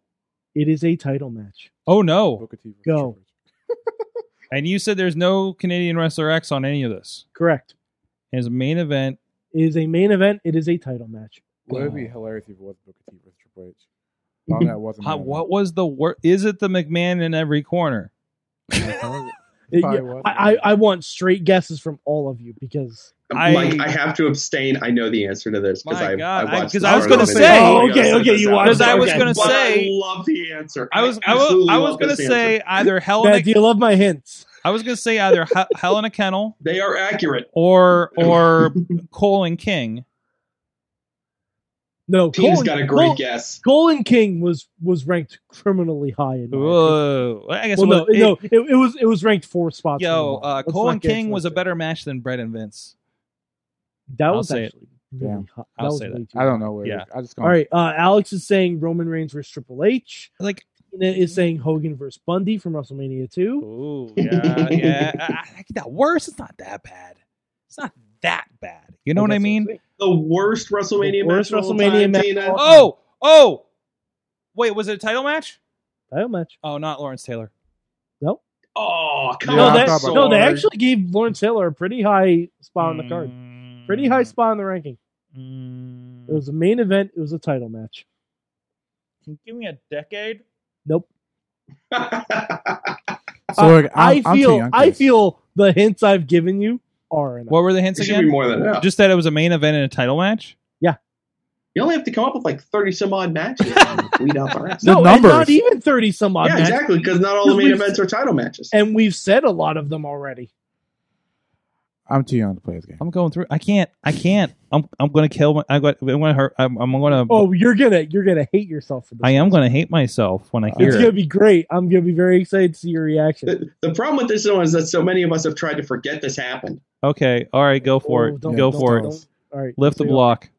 It is a title match.
Oh no.
Booker T versus
Go.
Triple H.
And you said there's no Canadian wrestler X on any of this.
Correct.
His main event.
It is a main event. It is a title match.
Would it be hilarious if it was Booker T versus Triple H? Probably that wasn't.
How,
him.
what was the worst? Is it the McMahon in every corner?
It-
Probably
yeah,
wasn't.
I, I, I want straight guesses from all of you because
I-
Mike, I have to abstain. I know the answer to this because
My
I,
God, I-
I watched.
'cause
the
I was
Power
gonna
Limited.
say-
Oh,
Okay,
yes,
okay,
this
you
happened.
watched-
'Cause I was
okay.
gonna
But
say-
I love the answer.
I was I was,
absolutely
I was
love
gonna
this
say
answer.
either Helena
Matt, do you love my hints?
I was gonna say either Hel- Helena Kennel
they are accurate.
or or Cole and King.
No,
Tina's
Colin-
got a great
Col-
guess.
Colin King was was ranked criminally high in. my opinion.
Whoa! I guess
Well, no,
it was-
no,
it-
it, it was it was ranked four spots.
Yo,
from the bottom.
uh,
Let's
Cole
not
and
get
King was a
twisted.
better match than Brett and Vince.
That
I'll
was
say it.
actually really
Damn.
hot.
I'll
was
say
way
that.
too
I don't
hot.
know where.
Yeah.
Yeah. I just
All right, uh, Alex is saying Roman Reigns versus Triple H.
Like,
Tina is saying Hogan versus Bundy from WrestleMania two.
ooh, yeah, yeah. I, I think that worse. It's not that bad. It's not that bad. You know what I
guess we'll
mean?
see.
The worst WrestleMania
The worst
match. of all
WrestleMania
time,
match
Tina.
of all-
Oh, oh. Wait, was it a title match?
Title match.
Oh, not Lawrence Taylor.
Oh,
Yeah,
come
no,
on.
I
that,
thought
so
about
no, they
hard.
actually gave Lawrence Taylor a pretty high spot on the card. Pretty high spot in the ranking.
Mm.
It was a main event. It was a title match.
Give me a decade.
Nope.
So
I-
look, I'm,
I
I'm too
feel
young for
I
this.
feel the hints I've given you are enough.
What were the hints
It should
again?
be more than that.
Just that it was a main event and a title match.
You only have to come up with like thirty some odd matches. Weed out the rest.
the
no, and not
numbers.
even thirty some odd
yeah,
matches.
exactly. Because not all the main events are title matches.
And we've said a lot of them already.
I'm too young to play this game.
I'm going through. I can't. I can't. I'm. I'm going to kill. My, I'm going to hurt. I'm, I'm going to.
Oh, you're gonna you're gonna hate yourself for this.
I am going to hate myself when I hear
It's
it.
gonna be great. I'm gonna be very excited to see your reaction.
The, the problem with this one is that so many of us have tried to forget this happened.
Okay. All right. Go for
Oh,
it.
don't-
Go
don't-
for it.
don't- All right,
Lift the
so
block.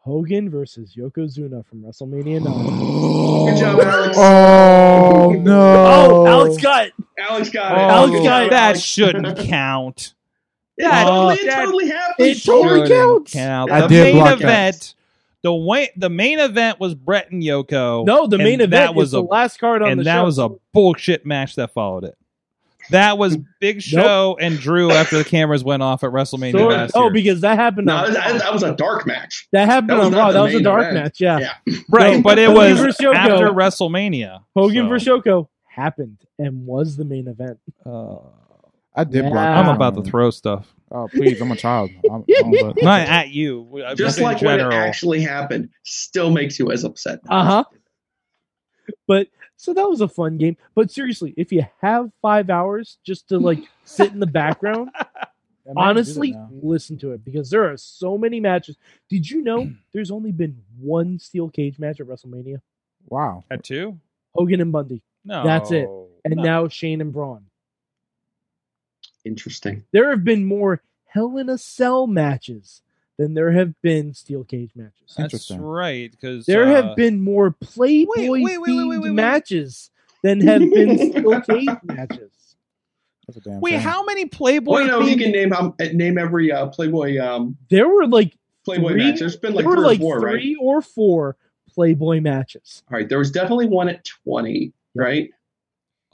Hogan versus Yokozuna from WrestleMania 9.
Good job, Alex.
Oh no!
Oh, Alex got it.
Alex got
Oh,
it.
Alex got it.
that shouldn't count.
It
that-
totally, it
that-
totally happened.
It totally
Shouldn't
counts.
count.
I
The
did
main
block out.
event. The way the main event was Brett and Yoko.
No, the
and
main event
that was
is the
a
last card on
and
the
that
show.
was a bullshit match that followed it. That was Big Show and Drew after the cameras went off at WrestleMania
So-
last
oh,
year.
because that happened
no,
on
that, that was a dark match.
that happened
that was
on
not
Raw.
the
That was a
main
dark
event.
match. Yeah,
Yeah.
right,
No,
but it
Hogan
was
versus Yoko.
after WrestleMania.
Hogan
so,
versus Yoko happened and was the main event.
uh,
I did block.
Yeah.
out.
I'm about to throw stuff.
Oh please, I'm a child. I'm, I'm about-
Not at you. I'm
Just
in
like when it
general.
actually happened, still makes you as upset.
Uh
Uh-huh.
huh. But so that was a fun game. But seriously, if you have five hours just to like sit in the background,
I might just do that
honestly,
now.
listen to it because there are so many matches. Did you know there's only been one steel cage match at WrestleMania?
Wow.
at two.
Hogan and Bundy,
No,
That's it. and
No.
now Shane and Braun.
Interesting.
There have been more Hell in a Cell matches than there have been steel cage matches.
that's
Interesting.
right. uh, Because
There
uh,
have been more Playboy
wait, wait, wait, wait, wait, wait.
themed matches than have been steel cage matches.
That's a damn.
Wait,
shame.
how many Playboy?
Well, you know, you
themed-
can name um, name every uh, Playboy um,
There were like
Playboy
Three?
match. There's been like
there
three
were like
or four, right?
three or four Playboy matches.
All right, there was definitely one at 20, right?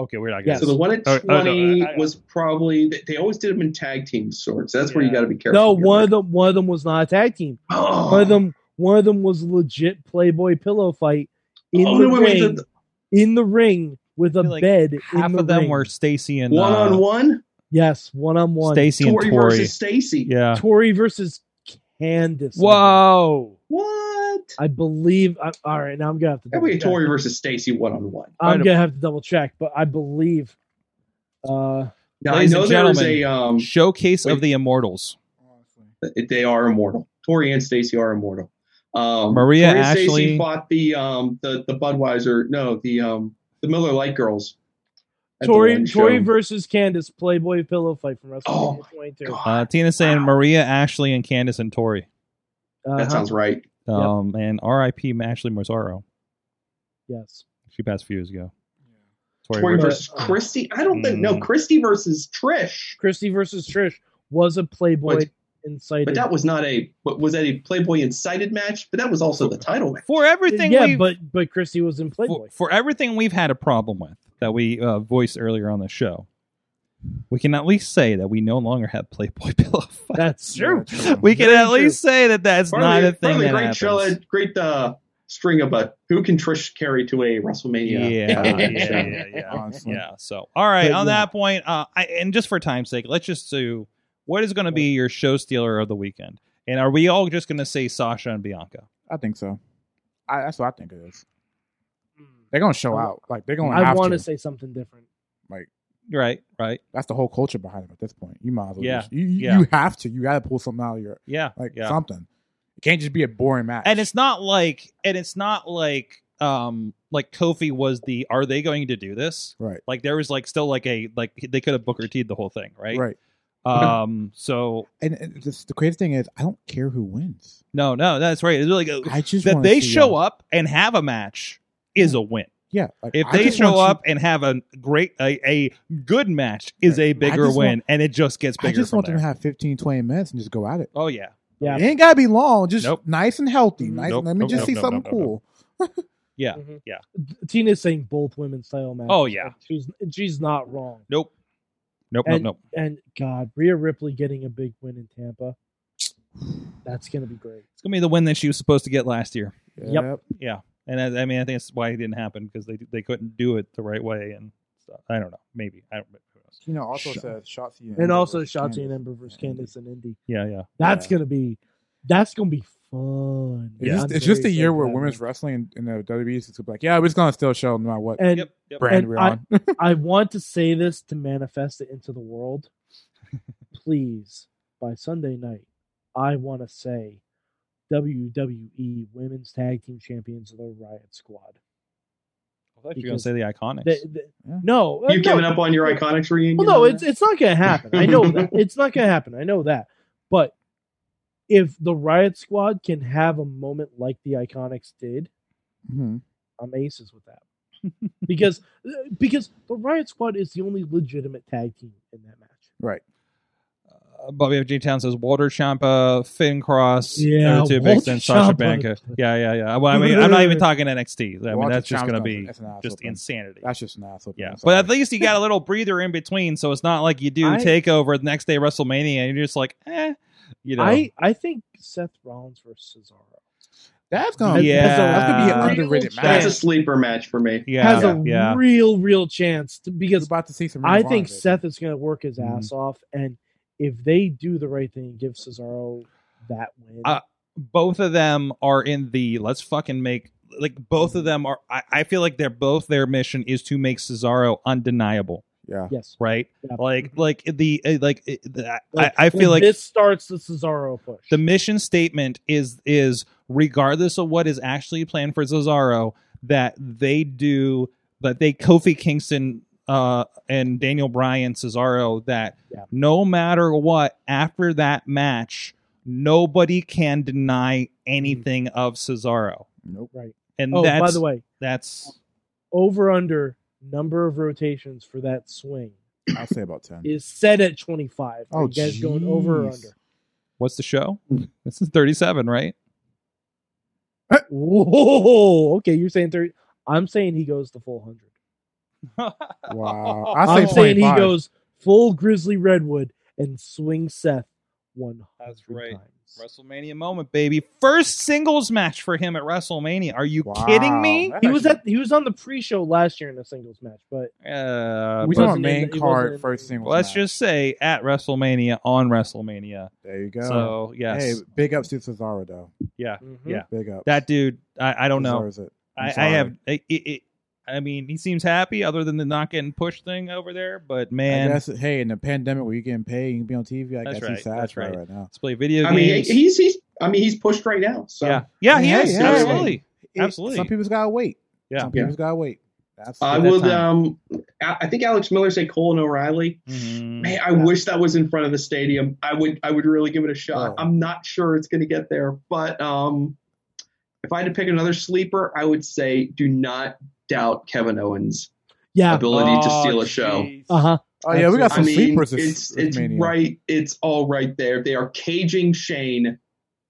okay, we're not.
Yes.
So the one at
Oh,
20
oh, no, I- I-
was probably they- they always did them in tag team sorts. That's where you
Yeah.
got to be careful.
No,
You're
one
right.
of them one of them was not a tag team.
Oh,
One of them One of them was a legit Playboy pillow fight in
Oh,
the
no, wait, wait,
ring,
the-
in the ring with a
I feel like
bed.
Half
in the
of them
ring.
were Stacy and
one on
uh,
one,
yes, one on one.
Stacy and
Tori
Tori.
versus Stacy.
Yeah.
Tori versus Candice.
Whoa.
What?
I believe. I, all right, now I'm gonna have to.
That would be a
double check.
Tori versus Stacy one on one.
I'm
Right.
gonna have to double check, but I believe. Uh,
Now
Ladies
I know
and
there was
gentlemen,
a um,
Showcase of
Wait.
the Immortals.
they are immortal. Tori and Stacy are immortal. Um,
Maria
Tori and Stacey
Ashley-
fought the um the the Budweiser no the um the Miller Light girls. at the
Tori
one
Tori
show.
versus Candice Playboy pillow fight from WrestleMania
Oh
22.
God,
Uh, Tina saying
Wow.
Maria, Ashley, and Candace and Tori.
Uh-huh.
that sounds right.
Um, And RIP Ashley Mazzaro.
yes.
She passed a few years ago. Tori
Tori
versus-
versus Christy. I don't think no
Mm.
Christy versus Trish.
Christy versus Trish was a Playboy
But-
incited.
But that was not a but was that a Playboy incited match? But that was also the title match.
for everything
yeah,
we've
but but Christy was in Playboy.
for, for everything we've had a problem with that we uh, voiced earlier on the show, we can at least say that we no longer have Playboy pillow fights.
That's true.
We can
Very
at least say that that's
Part of
not
the-
a
part
thing
of the
that
great
happens.
show- great uh, string of a who can Trish carry to a WrestleMania?
yeah, yeah,
title
yeah,
show.
yeah, yeah.
Honestly.
Yeah, So, all right.
But
on
yeah.
that point, uh, I, and just for time's sake, let's just do what is going to be your show stealer of the weekend, and are we all just going to say Sasha and Bianca?
I think so. I, that's what I think it is. They're gonna show out. Like they're gonna.
I
have
want
to.
to say something different.
Right, right.
That's the whole culture behind them at this point. You might as well.
Yeah.
just- you, you-
Yeah.
you have to. You got to pull something out of your
Yeah,
like
yeah.
something. It can't just be a boring match.
and it's not like, and it's not like, um, like Kofi was the. Are they going to do this?
right,
Like there was like still like a like they could have Booker T'd the whole thing, right?
right.
Um. So
And, and just, the crazy thing is, I don't care who wins.
no, no, that's right. It's really good
I just
that
wanna
they
see uh,
show
y'all.
up and have a match is a win.
Yeah, like,
If
I
they
just
show
want you-
up and have a great, a, a good match, is a bigger
just
win,
want-
and it just gets
I
bigger.
just
from
want
there.
them to have 15, 20 minutes and just go at it.
Oh yeah,
Yeah.
It ain't gotta be long. Just
Nope.
nice and healthy.
Mhm.
Nice.
Nope,
Let me
nope,
just
nope,
see
nope,
something
nope, nope,
cool.
yeah.
Mhm.
yeah.
Tina's saying both women's title matches.
Oh, yeah.
and she's she's not wrong.
Nope. Nope.
And-
nope. Nope.
And God, Rhea Ripley getting a big win in Tampa. That's gonna be great.
It's gonna be the win that she was supposed to get last year,
Yep.
and I, I mean, I think that's why it didn't happen because they they couldn't do it the right way and stuff. I don't know. Maybe I don't. Who knows?
You know, also
Shot-
says Shotzi and,
And
Ember
also
versus
Shotzi and
Candace.
Ember versus Candice and Indy.
Yeah, yeah.
That's
Yeah.
gonna be that's gonna be fun.
It's
I'm
just, it's
very
just a year
excited
where
for that
women's
match.
wrestling and, and the WWE is like, yeah, we're just gonna still show no matter what
and
yep. Yep.
brand
and
we're
I-
on.
I want to say this to manifest it into the world. Please, by Sunday night, I want to say WWE Women's Tag Team Champions of the Riot Squad.
I thought you were gonna say the iconics.
They- they-
Yeah.
No, uh,
You've
no.
given up on your Iconics reunion?
Well, no,
on
it's it's not gonna happen. I know that it's not gonna happen. I know that, but if the Riot Squad can have a moment like the Iconics did,
Mhm.
I'm aces with that because uh, because the Riot Squad is the only legitimate tag team in that match.
Right.
Uh, Bobby F. G. Town says Walter Champa, Finn Cross,
Yeah,
Too
Walter
and Sasha
Ciampa.
Banka. Yeah, yeah, yeah. Well, I mean, I'm not even talking NXT. I mean,
Walter
that's just
Ciampa's
gonna
not-
be
that's an ass
just
whooping.
insanity.
That's just an asshole.
Yeah, but at least you got a little breather in between, so it's not like you do
I-
takeover the next day WrestleMania and you're just like, eh, you know.
I I think Seth Rollins versus Cesaro
that's gonna
Yeah.
that's gonna, that's gonna be
Has
an
a
underrated
real
That's a
match.
chance.
sleeper match for me.
yeah,
has a
yeah,
real real chance to,
We're
because
about to see some.
I
Ronda,
think
baby.
Seth is going to work his
Mm-hmm.
ass off, and if they do the right thing and give Cesaro that win,
Uh, both of them are in the let's fucking make like both of them are. I, I feel like they're both their mission is to make Cesaro undeniable,
Yeah.
yes,
right?
Yeah.
Like, like the uh, like uh, the, I,
Mm-hmm. Like,
I feel like
this starts the Cesaro push.
the mission statement is is regardless of what is actually planned for Cesaro that they do that they Kofi Kingston uh and Daniel Bryan Cesaro that
Yeah.
no matter what after that match nobody can deny anything of Cesaro
Nope.
and
oh,
that's
by the way,
that's
over under number of rotations for that swing
I'll say about ten.
is set at twenty five. Are
Oh,
you guys going over or
jeez.
under?
what's the show this is 37 right
Whoa, okay, you're saying thirty. I'm saying he goes the full hundred.
Wow. I say
I'm saying he
25.
goes full Grizzly Redwood and swing Seth 100
That's right.
times.
WrestleMania moment, baby. First singles match for him at WrestleMania. Are you kidding
Wow,
me?
that's
He was
actually-
at he was on the pre-show last year in a singles match, but
Uh, but
We talking
wasn't
about
in
main
the- it wasn't in
card
the-
first singles.
let's
match.
just say at WrestleMania on WrestleMania.
there you go.
So yes,
Hey, big ups to Cesaro though.
yeah,
Mhm.
Yeah.
Big ups.
that dude. I, I don't know.
Deserves it. I'm
I, I
sorry.
have. It, it, it, I mean, he seems happy, other than the not getting pushed thing over there. But man,
I guess, hey, in the pandemic where you're getting paid, you can be on TV. I
That's
guess
right,
he's sad
that's
for it
right.
right now.
let's play video
I mean,
games.
he's he's. I mean, he's pushed right now. So
yeah, yeah, he
Hey,
is
hey, hey.
absolutely. Absolutely.
Some people's gotta wait.
Yeah.
Some
Yeah.
people's gotta wait. That's
I
that
would.
time.
Um, I I think Alex Miller said Colin O'Reilly.
Mm,
Mhm.
Man, I wish that was in front of the stadium. I would. I would really give it a shot.
Oh.
I'm not sure it's going to get there, but um, if I had to pick another sleeper, I would say do not doubt Kevin Owens'
yeah,
ability to
Oh,
steal a show.
jeez.
uh huh.
Oh yeah, we got
I
some
mean,
sleepers. this-
it's
this
it's
mania.
right. It's all right there. They are caging Shane,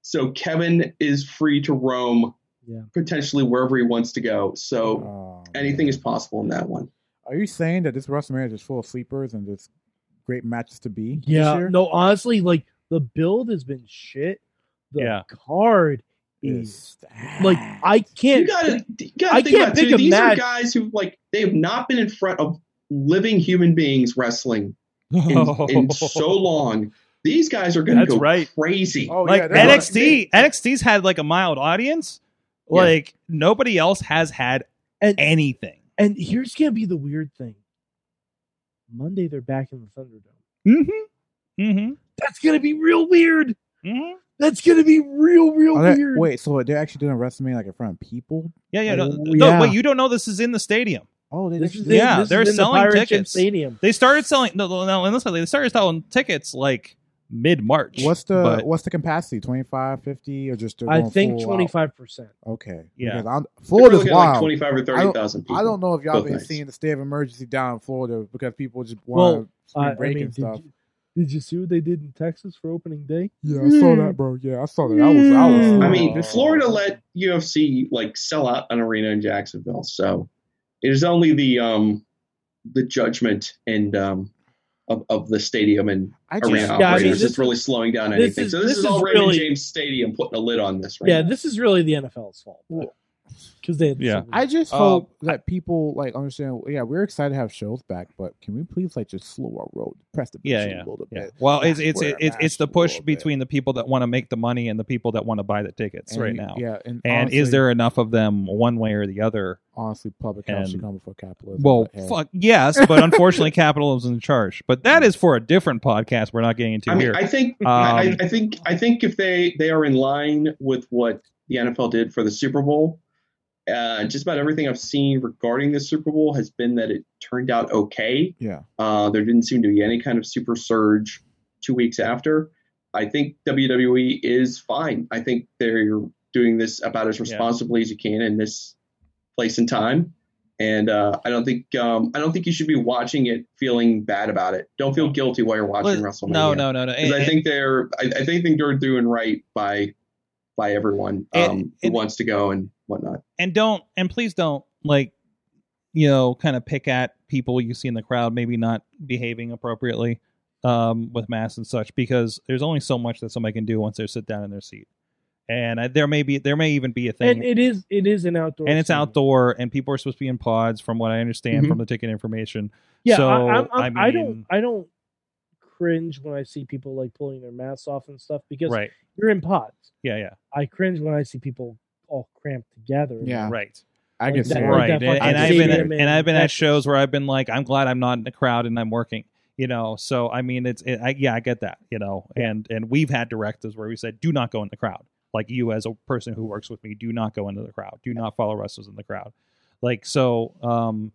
so Kevin is free to roam,
Yeah.
potentially wherever he wants to go. So
Oh,
anything
man.
is possible in that one.
Are you saying that this WrestleMania is just full of sleepers and just great matches to be? this
Yeah,
year?
no, honestly, like the build has been shit. The
Yeah.
card is
Is that-
like I can't.
You gotta, you gotta
I
think
can't
about
pick
too.
a
These are
match.
guys who like they have not been in front of living human beings wrestling in, in so long. These guys are gonna
Oh. That's
go
right.
crazy.
Oh
like
yeah, that's
what-
NXT, NXT's had like a mild audience.
Yeah.
Like nobody else has had
And-
anything.
And here's gonna be the weird thing. Monday they're back in the Thunderdome.
Mm-hmm. Mm-hmm.
That's gonna be real weird.
Mm-hmm.
That's gonna be real, real
Are they-
weird.
Oh, wait, so they're actually doing a WrestleMania like in front of people?
Yeah, yeah. No,
Oh,
no,
yeah.
but you don't know this is in the stadium.
Oh, they
this
actually
is
did-
in-
Yeah,
this is
they're
in the
selling
Pirate Ship
tickets.
Stadium.
They started selling no, no, no listen, they started selling tickets like mid March.
What's the
but-
what's the capacity? 25, 50, or just they're
I
going
think
full out?
twenty five percent.
Okay,
Yeah.
Because I'm,
They were
Florida's
looking at
wild.
like twenty five or
I
thirty
don't-
thousand people.
I don't know if y'all
Both
been
nights.
seeing the state of emergency down in Florida because people just
Well,
want
I
to break
mean,
and
did
stuff.
you, did you see what they did in Texas for opening day?
Yeah, I saw that, bro. Yeah, I saw that. I was, I
Mm.
was.
I mean,
Oh.
Florida let UFC like sell out an arena in Jacksonville, so it is only the um the judgment and um of, of the stadium and
I
arena
just,
Yeah, I mean,
operators
this-
that's really slowing down
this
anything.
is-
so this,
this
is all
is
Raymond
really-
James Stadium putting a lid on this, right?
Yeah,
now.
this is really the NFL's fault.
Well,
Because they had
Yeah.
something-
I just
Um,
hope that people like understand. Yeah, we're excited to have shows back, but can we please like just slow our road, press the
Yeah,
pedal
yeah,
a little
yeah.
bit?
Well, it's
That's
it's
where I'm
it's it's the
at a
push
little bit.
between the people that want to make the money and the people that want to buy the tickets
And
right
you-
now.
Yeah, and,
And
honestly,
is there enough of them one way or the other?
honestly public health should
and-
come before capitalism?
Well,
but, hey.
fuck yes, but unfortunately, capitalism's in charge. But that is for a different podcast. We're not getting into
I mean,
here.
I think
Um,
I, I think I think if they they are in line with what the NFL did for the Super Bowl, uh, just about everything I've seen regarding the Super Bowl has been that it turned out okay.
Yeah,
Uh, there didn't seem to be any kind of super surge two weeks after. I think WWE is fine. I think they're doing this about as responsibly as you can in this place and time. And uh, I don't think um, I don't think you should be watching it feeling bad about it. Don't feel guilty while you're watching
Well,
WrestleMania.
No, no, no, no.
'Cause
And-
I think they're I, I think they're doing right by by everyone um,
And-
who
and-
wants to go and whatnot.
and don't and please don't like you know kind of pick at people you see in the crowd maybe not behaving appropriately um with masks and such because there's only so much that somebody can do once they sit down in their seat and I, there may be there may even be a thing
and it is it is an outdoor
and it's
stadium.
outdoor and people are supposed to be in pods from what i understand
Mm-hmm.
from the ticket information
Yeah,
So,
I, I'm, I'm,
I
I,
mean-
don't I don't cringe when I see people like pulling their masks off and stuff because
right
you're in pods.
yeah yeah
I cringe when I see people all cramped together.
Yeah.
right
I
Like
can
that-
see
Yeah,
right
like
and,
that
and
fucking
i've been at,
stadium in
and i've been at
Texas.
shows where i've been like i'm glad i'm not in the crowd and i'm working you know so i mean it's it, I, yeah i get that you know and and we've had directives where we said do not go in the crowd like you as a person who works with me do not go into the crowd do not follow wrestlers in the crowd like so um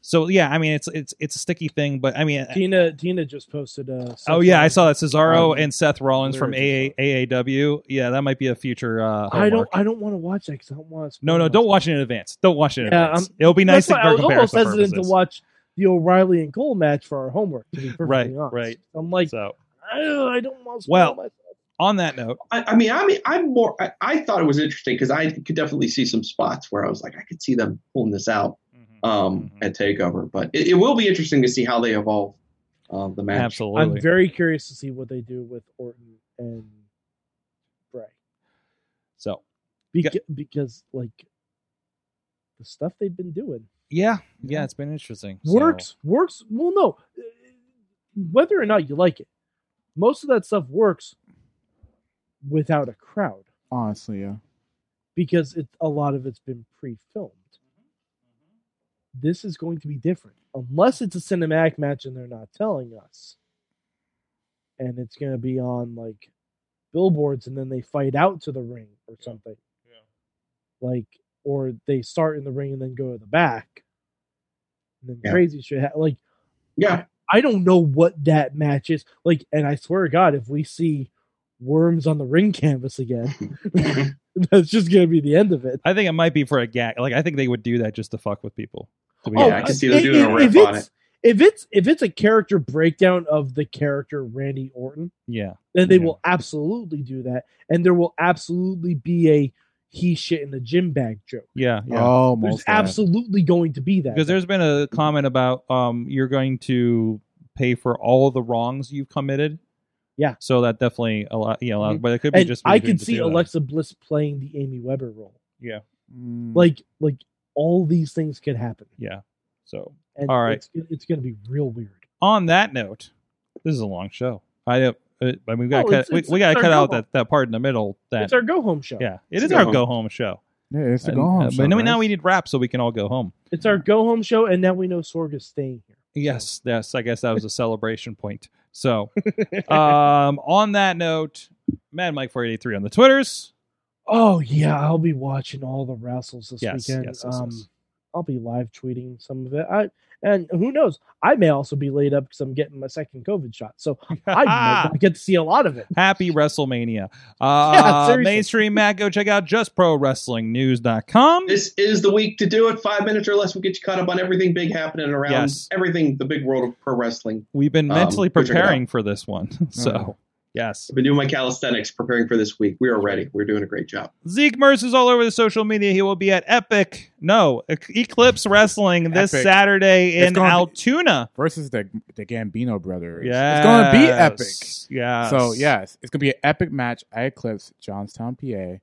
so yeah i mean it's it's it's a sticky thing but i mean
Tina Tina just posted a.
Oh yeah, I saw that Cesaro
Um,
and Seth Rollins
where
from
is
AA,
it?
AAW. Yeah, that might be a future. Uh,
I don't
homework.
I don't want to watch that because I don't want to.
No, no, don't watch it in advance. Don't watch it in
Yeah,
advance.
I'm-
It'll be nice
That's
for
why I was almost
comparison
hesitant
purposes.
to watch the O'Reilly and Cole match for our homework. To be perfectly
Right,
honest.
right.
I'm like,
So
"Ugh, I don't want to. Spoil
Well,
myself."
on that note,
I, I mean, I mean, I'm more. I, I thought it was interesting because I could definitely see some spots where I was like, I could see them pulling this out
Mhm.
um,
Mm-hmm.
at Takeover, but it, it will be interesting to see how they evolve of the match.
Absolutely.
I'm very curious to see what they do with Orton and Bray
so
Beca- because like the stuff they've been doing
yeah, yeah, it's been interesting. So-
works works well no whether or not you like it most of that stuff works without a crowd
Honestly, yeah.
because it a lot of it's been pre-filmed this is going to be different unless it's a cinematic match and they're not telling us and it's going to be on like billboards and then they fight out to the ring or something like or they start in the ring and then go to the back and then
Yeah.
crazy shit ha- like
Yeah,
I don't know what that match is. Like, and I swear to God, if we see worms on the ring canvas again, that's just gonna be the end of it.
I think it might be for a gag. Like I think they would do that just to fuck with people. to be
Yeah,
honest.
Oh, I can see them doing a riff on
it's, Oh, If it's if it's a character breakdown of the character Randy Orton,
yeah,
then they
Yeah.
will absolutely do that, and there will absolutely be a he shit in the gym bag joke.
yeah, yeah.
Oh,
There's
most absolutely.
absolutely going to be that
because there's been a comment about um you're going to pay for all the wrongs you've committed.
Yeah.
So that definitely a lot, you know,
Mhm.
but it could be
and
just.
I
Madrid
can
to
see
do that.
Alexa Bliss playing the Amy Weber role.
Mm-hmm.
Like,
Like like all these things could happen.
Yeah. So
And
All right.
it's, it's going to be real weird.
on that note, this is a long show. I don't. Uh, I mean, we got
No,
to cut.
Oh, it's-
We,
it's-
we got
it's
to
our
cut out
go home.
that, that part in the middle. That
It's our go home show.
yeah, it
It's
is
a
our
go
go home show.
yeah, it's a
And,
go home
uh,
show.
but now, we-
guys.
now we need rap so we can all go home.
It's our go home show, and now we know Sorg is staying here.
Yes, yes. I guess that was a celebration point. So, um, on that note, Mad Mike four eighty three on the twitters.
Oh yeah, I'll be watching all the wrestles this
Yes,
weekend.
yes, yes,
um,
yes.
I'll be live tweeting some of it. I and who knows, I may also be laid up because I'm getting my second COVID shot, so I might not get to see a lot of it.
Happy WrestleMania. Uh,
seriously.
mainstream Matt, go check out justprowrestlingnews.com.
this is the week to do it. Five minutes or less will get you caught up on everything big happening around
Yes.
everything the big world of pro wrestling.
We've been
Um,
mentally
go check it out.
preparing for this one. So, yes.
I've been doing my calisthenics preparing for this week. We are ready. We're doing a great job.
Zeke Merce is all over the social media. He will be at Epic, no, E- Eclipse Wrestling this
Epic.
Saturday
It's
in
gonna be-
Altoona.
versus the the Gambino brothers.
Yeah.
it's gonna be epic.
Yeah.
So yes, it's gonna be an epic match. I eclipse Johnstown, PA.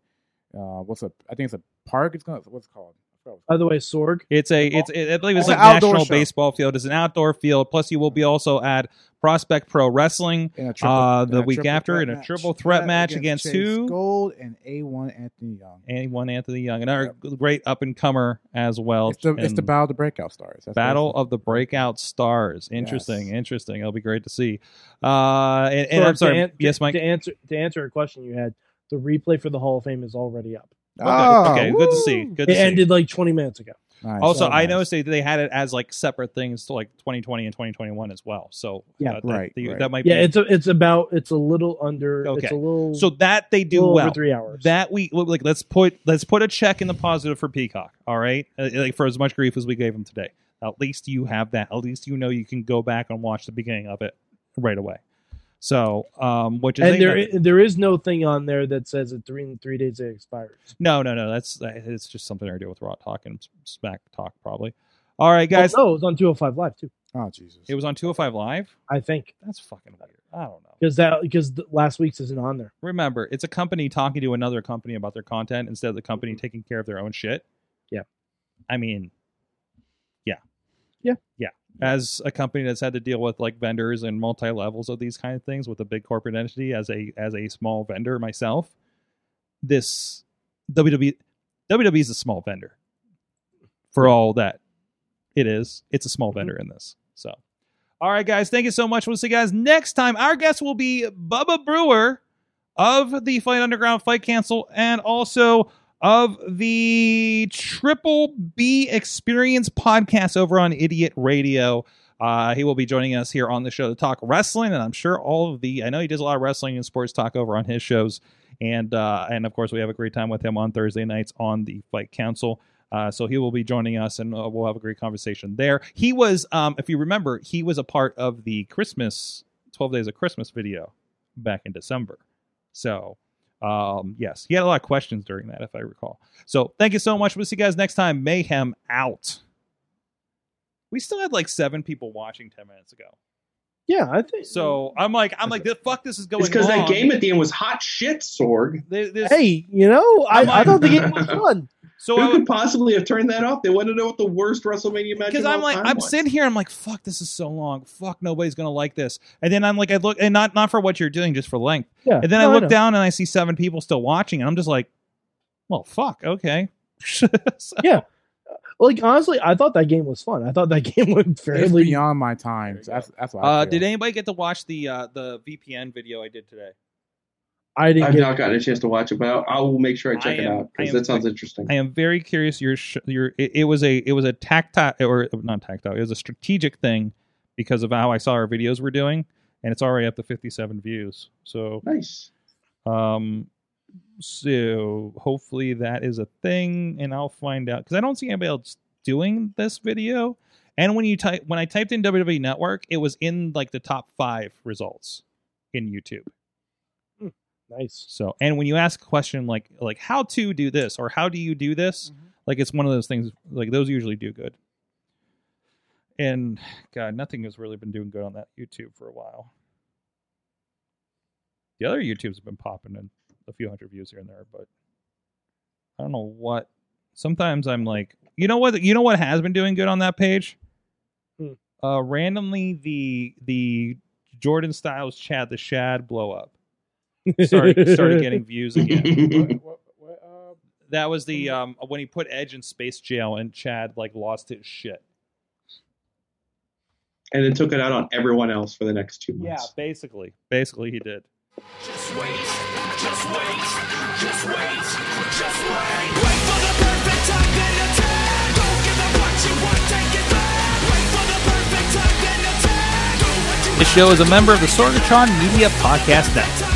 Uh, what's a? I think it's a park. It's gonna. What's it called? I forgot what it's
By the way, Sorg,
It's a it's it, I believe it's, like
It's an outdoor
National
show.
Baseball Field. It's an outdoor field. Plus, you will be also at Prospect Pro Wrestling.
called. In a
Uh, the
in a
week
triple
after
threat
in a
match.
triple threat match against
Chase
who?
Gold and A One Anthony Young.
And one Anthony Young, another great up and comer as well.
It's the, it's
And
the battle of the breakout stars. That's what
Battle
it's-
of the Breakout Stars. Interesting,
Yes.
interesting. It'll be great to see. Uh, and, and
Sorg,
I'm sorry.
to an-
yes, Mike.
To answer to answer a question you had, the replay for the Hall of Fame is already up.
Okay,
Ah,
okay, good to see.
woo!
Good to
It
see.
ended like 20 minutes ago.
Nice.
also,
So
I
Oh, nice.
noticed they, they had it as like separate things, to like 2020 and 2021 as well. So uh,
Yeah.
that,
Right,
That,
right.
that might
Yeah,
be.
it's a, it's about it's a little under. It's
Okay.
a little
so that they do
little
well.
over three hours.
That we like. Let's put let's put a check in the positive for Peacock. All right, Uh, like for as much grief as we gave him today. At least you have that. At least you know you can go back and watch the beginning of it right away. So, um, which is
and there i- there is no thing on there that says that three in three days it expires.
no, no, no. That's uh, it's just something I do with Raw Talk and Smack Talk probably. All right, guys.
oh, no, it was on 205 Live too.
Oh Jesus!
It was on 205 Live.
I think
That's fucking weird. I don't know.
because that because last week's isn't on there.
Remember, it's a company talking to another company about their content instead of the company taking care of their own shit.
Mm-hmm. Yeah.
I mean, yeah.
Yeah.
Yeah. As a company that's had to deal with like vendors and multi levels of these kind of things with a big corporate entity as a as a small vendor myself, this E, WWE WWE is a small vendor. For all that it is, it's a small
Mm-hmm.
vendor in this. So all right, guys, thank you so much. We'll see you guys next time. Our guest will be Bubba Brewer of the Fight Underground Fight Cancel and also of the Triple B Experience podcast over on Idiot Radio. Uh, he will be joining us here on the show to talk wrestling, and I'm sure all of the I know he does a lot of wrestling and sports talk over on his shows, and uh, and of course we have a great time with him on Thursday nights on the Fight Council. Uh, so he will be joining us, and uh, we'll have a great conversation there. He was, um, if you remember, he was a part of the Christmas Twelve Days of Christmas video back in December. So, um, yes, he had a lot of questions during that, if I recall. So, thank you so much. We'll see you guys next time. Mayhem out. We still had like seven people watching 10 minutes ago.
Yeah, I think
So I'm like, I'm like, the fuck, this is going.
It's because that
wrong.
game at the end was hot shit, Sorg.
They- this-
Hey, you know,
I'm
I, I
like-
don't think it was fun.
so I
Who
would-
could possibly have turned that off? They wanted to know what the worst WrestleMania match.
because
of all
I'm like
time
I'm
was.
sitting here I'm like fuck this is so long fuck nobody's gonna like this and then I'm like I look and not not for what you're doing just for length
Yeah,
and then
no,
I look
know.
down and I see seven people still watching and I'm just like well fuck okay So-
Like honestly, I thought that game was fun. I thought that game went
It's
fairly.
beyond my time. That's that's why.
uh, did anybody get to watch the uh, the VPN video I did today
I didn't
I've
get.
not gotten a chance to watch it, but I'll, I will make sure I check
I
it
am-
out
I
because
am-
that sounds interesting.
I am very curious your sh- your it, it was a it was a tactile or not tactile it was a strategic thing because of how I saw our videos were doing and it's already up to 57 views so
nice.
Um, so hopefully that is a thing, and I'll find out because I don't see anybody else doing this video. And when you type, when I typed in WWE Network, it was in like the top five results in YouTube.
Nice.
So, and when you ask a question like like how to do this or how do you do this, like it's one of those things like those usually do good. And God, nothing has really been doing good on that YouTube for a while. The other YouTubes have been popping in a few hundred views here and there, but I don't know what. Sometimes I'm like, you know what, you know what has been doing good on that page.
Hmm.
Uh, randomly the the Jordan Styles Chad the Shad blow up started started getting views again. That was the um when he put Edge in space jail and Chad like lost his shit.
and then took it out on everyone else for the next two months.
basically, basically he did.
Just wait, just wait, just wait, just wait. Wait for the perfect time, then attack. Don't give up what you want, take it back. Wait for the perfect time, then attack. Do what you
This show is a member of the Sorgatron Media Podcast Network.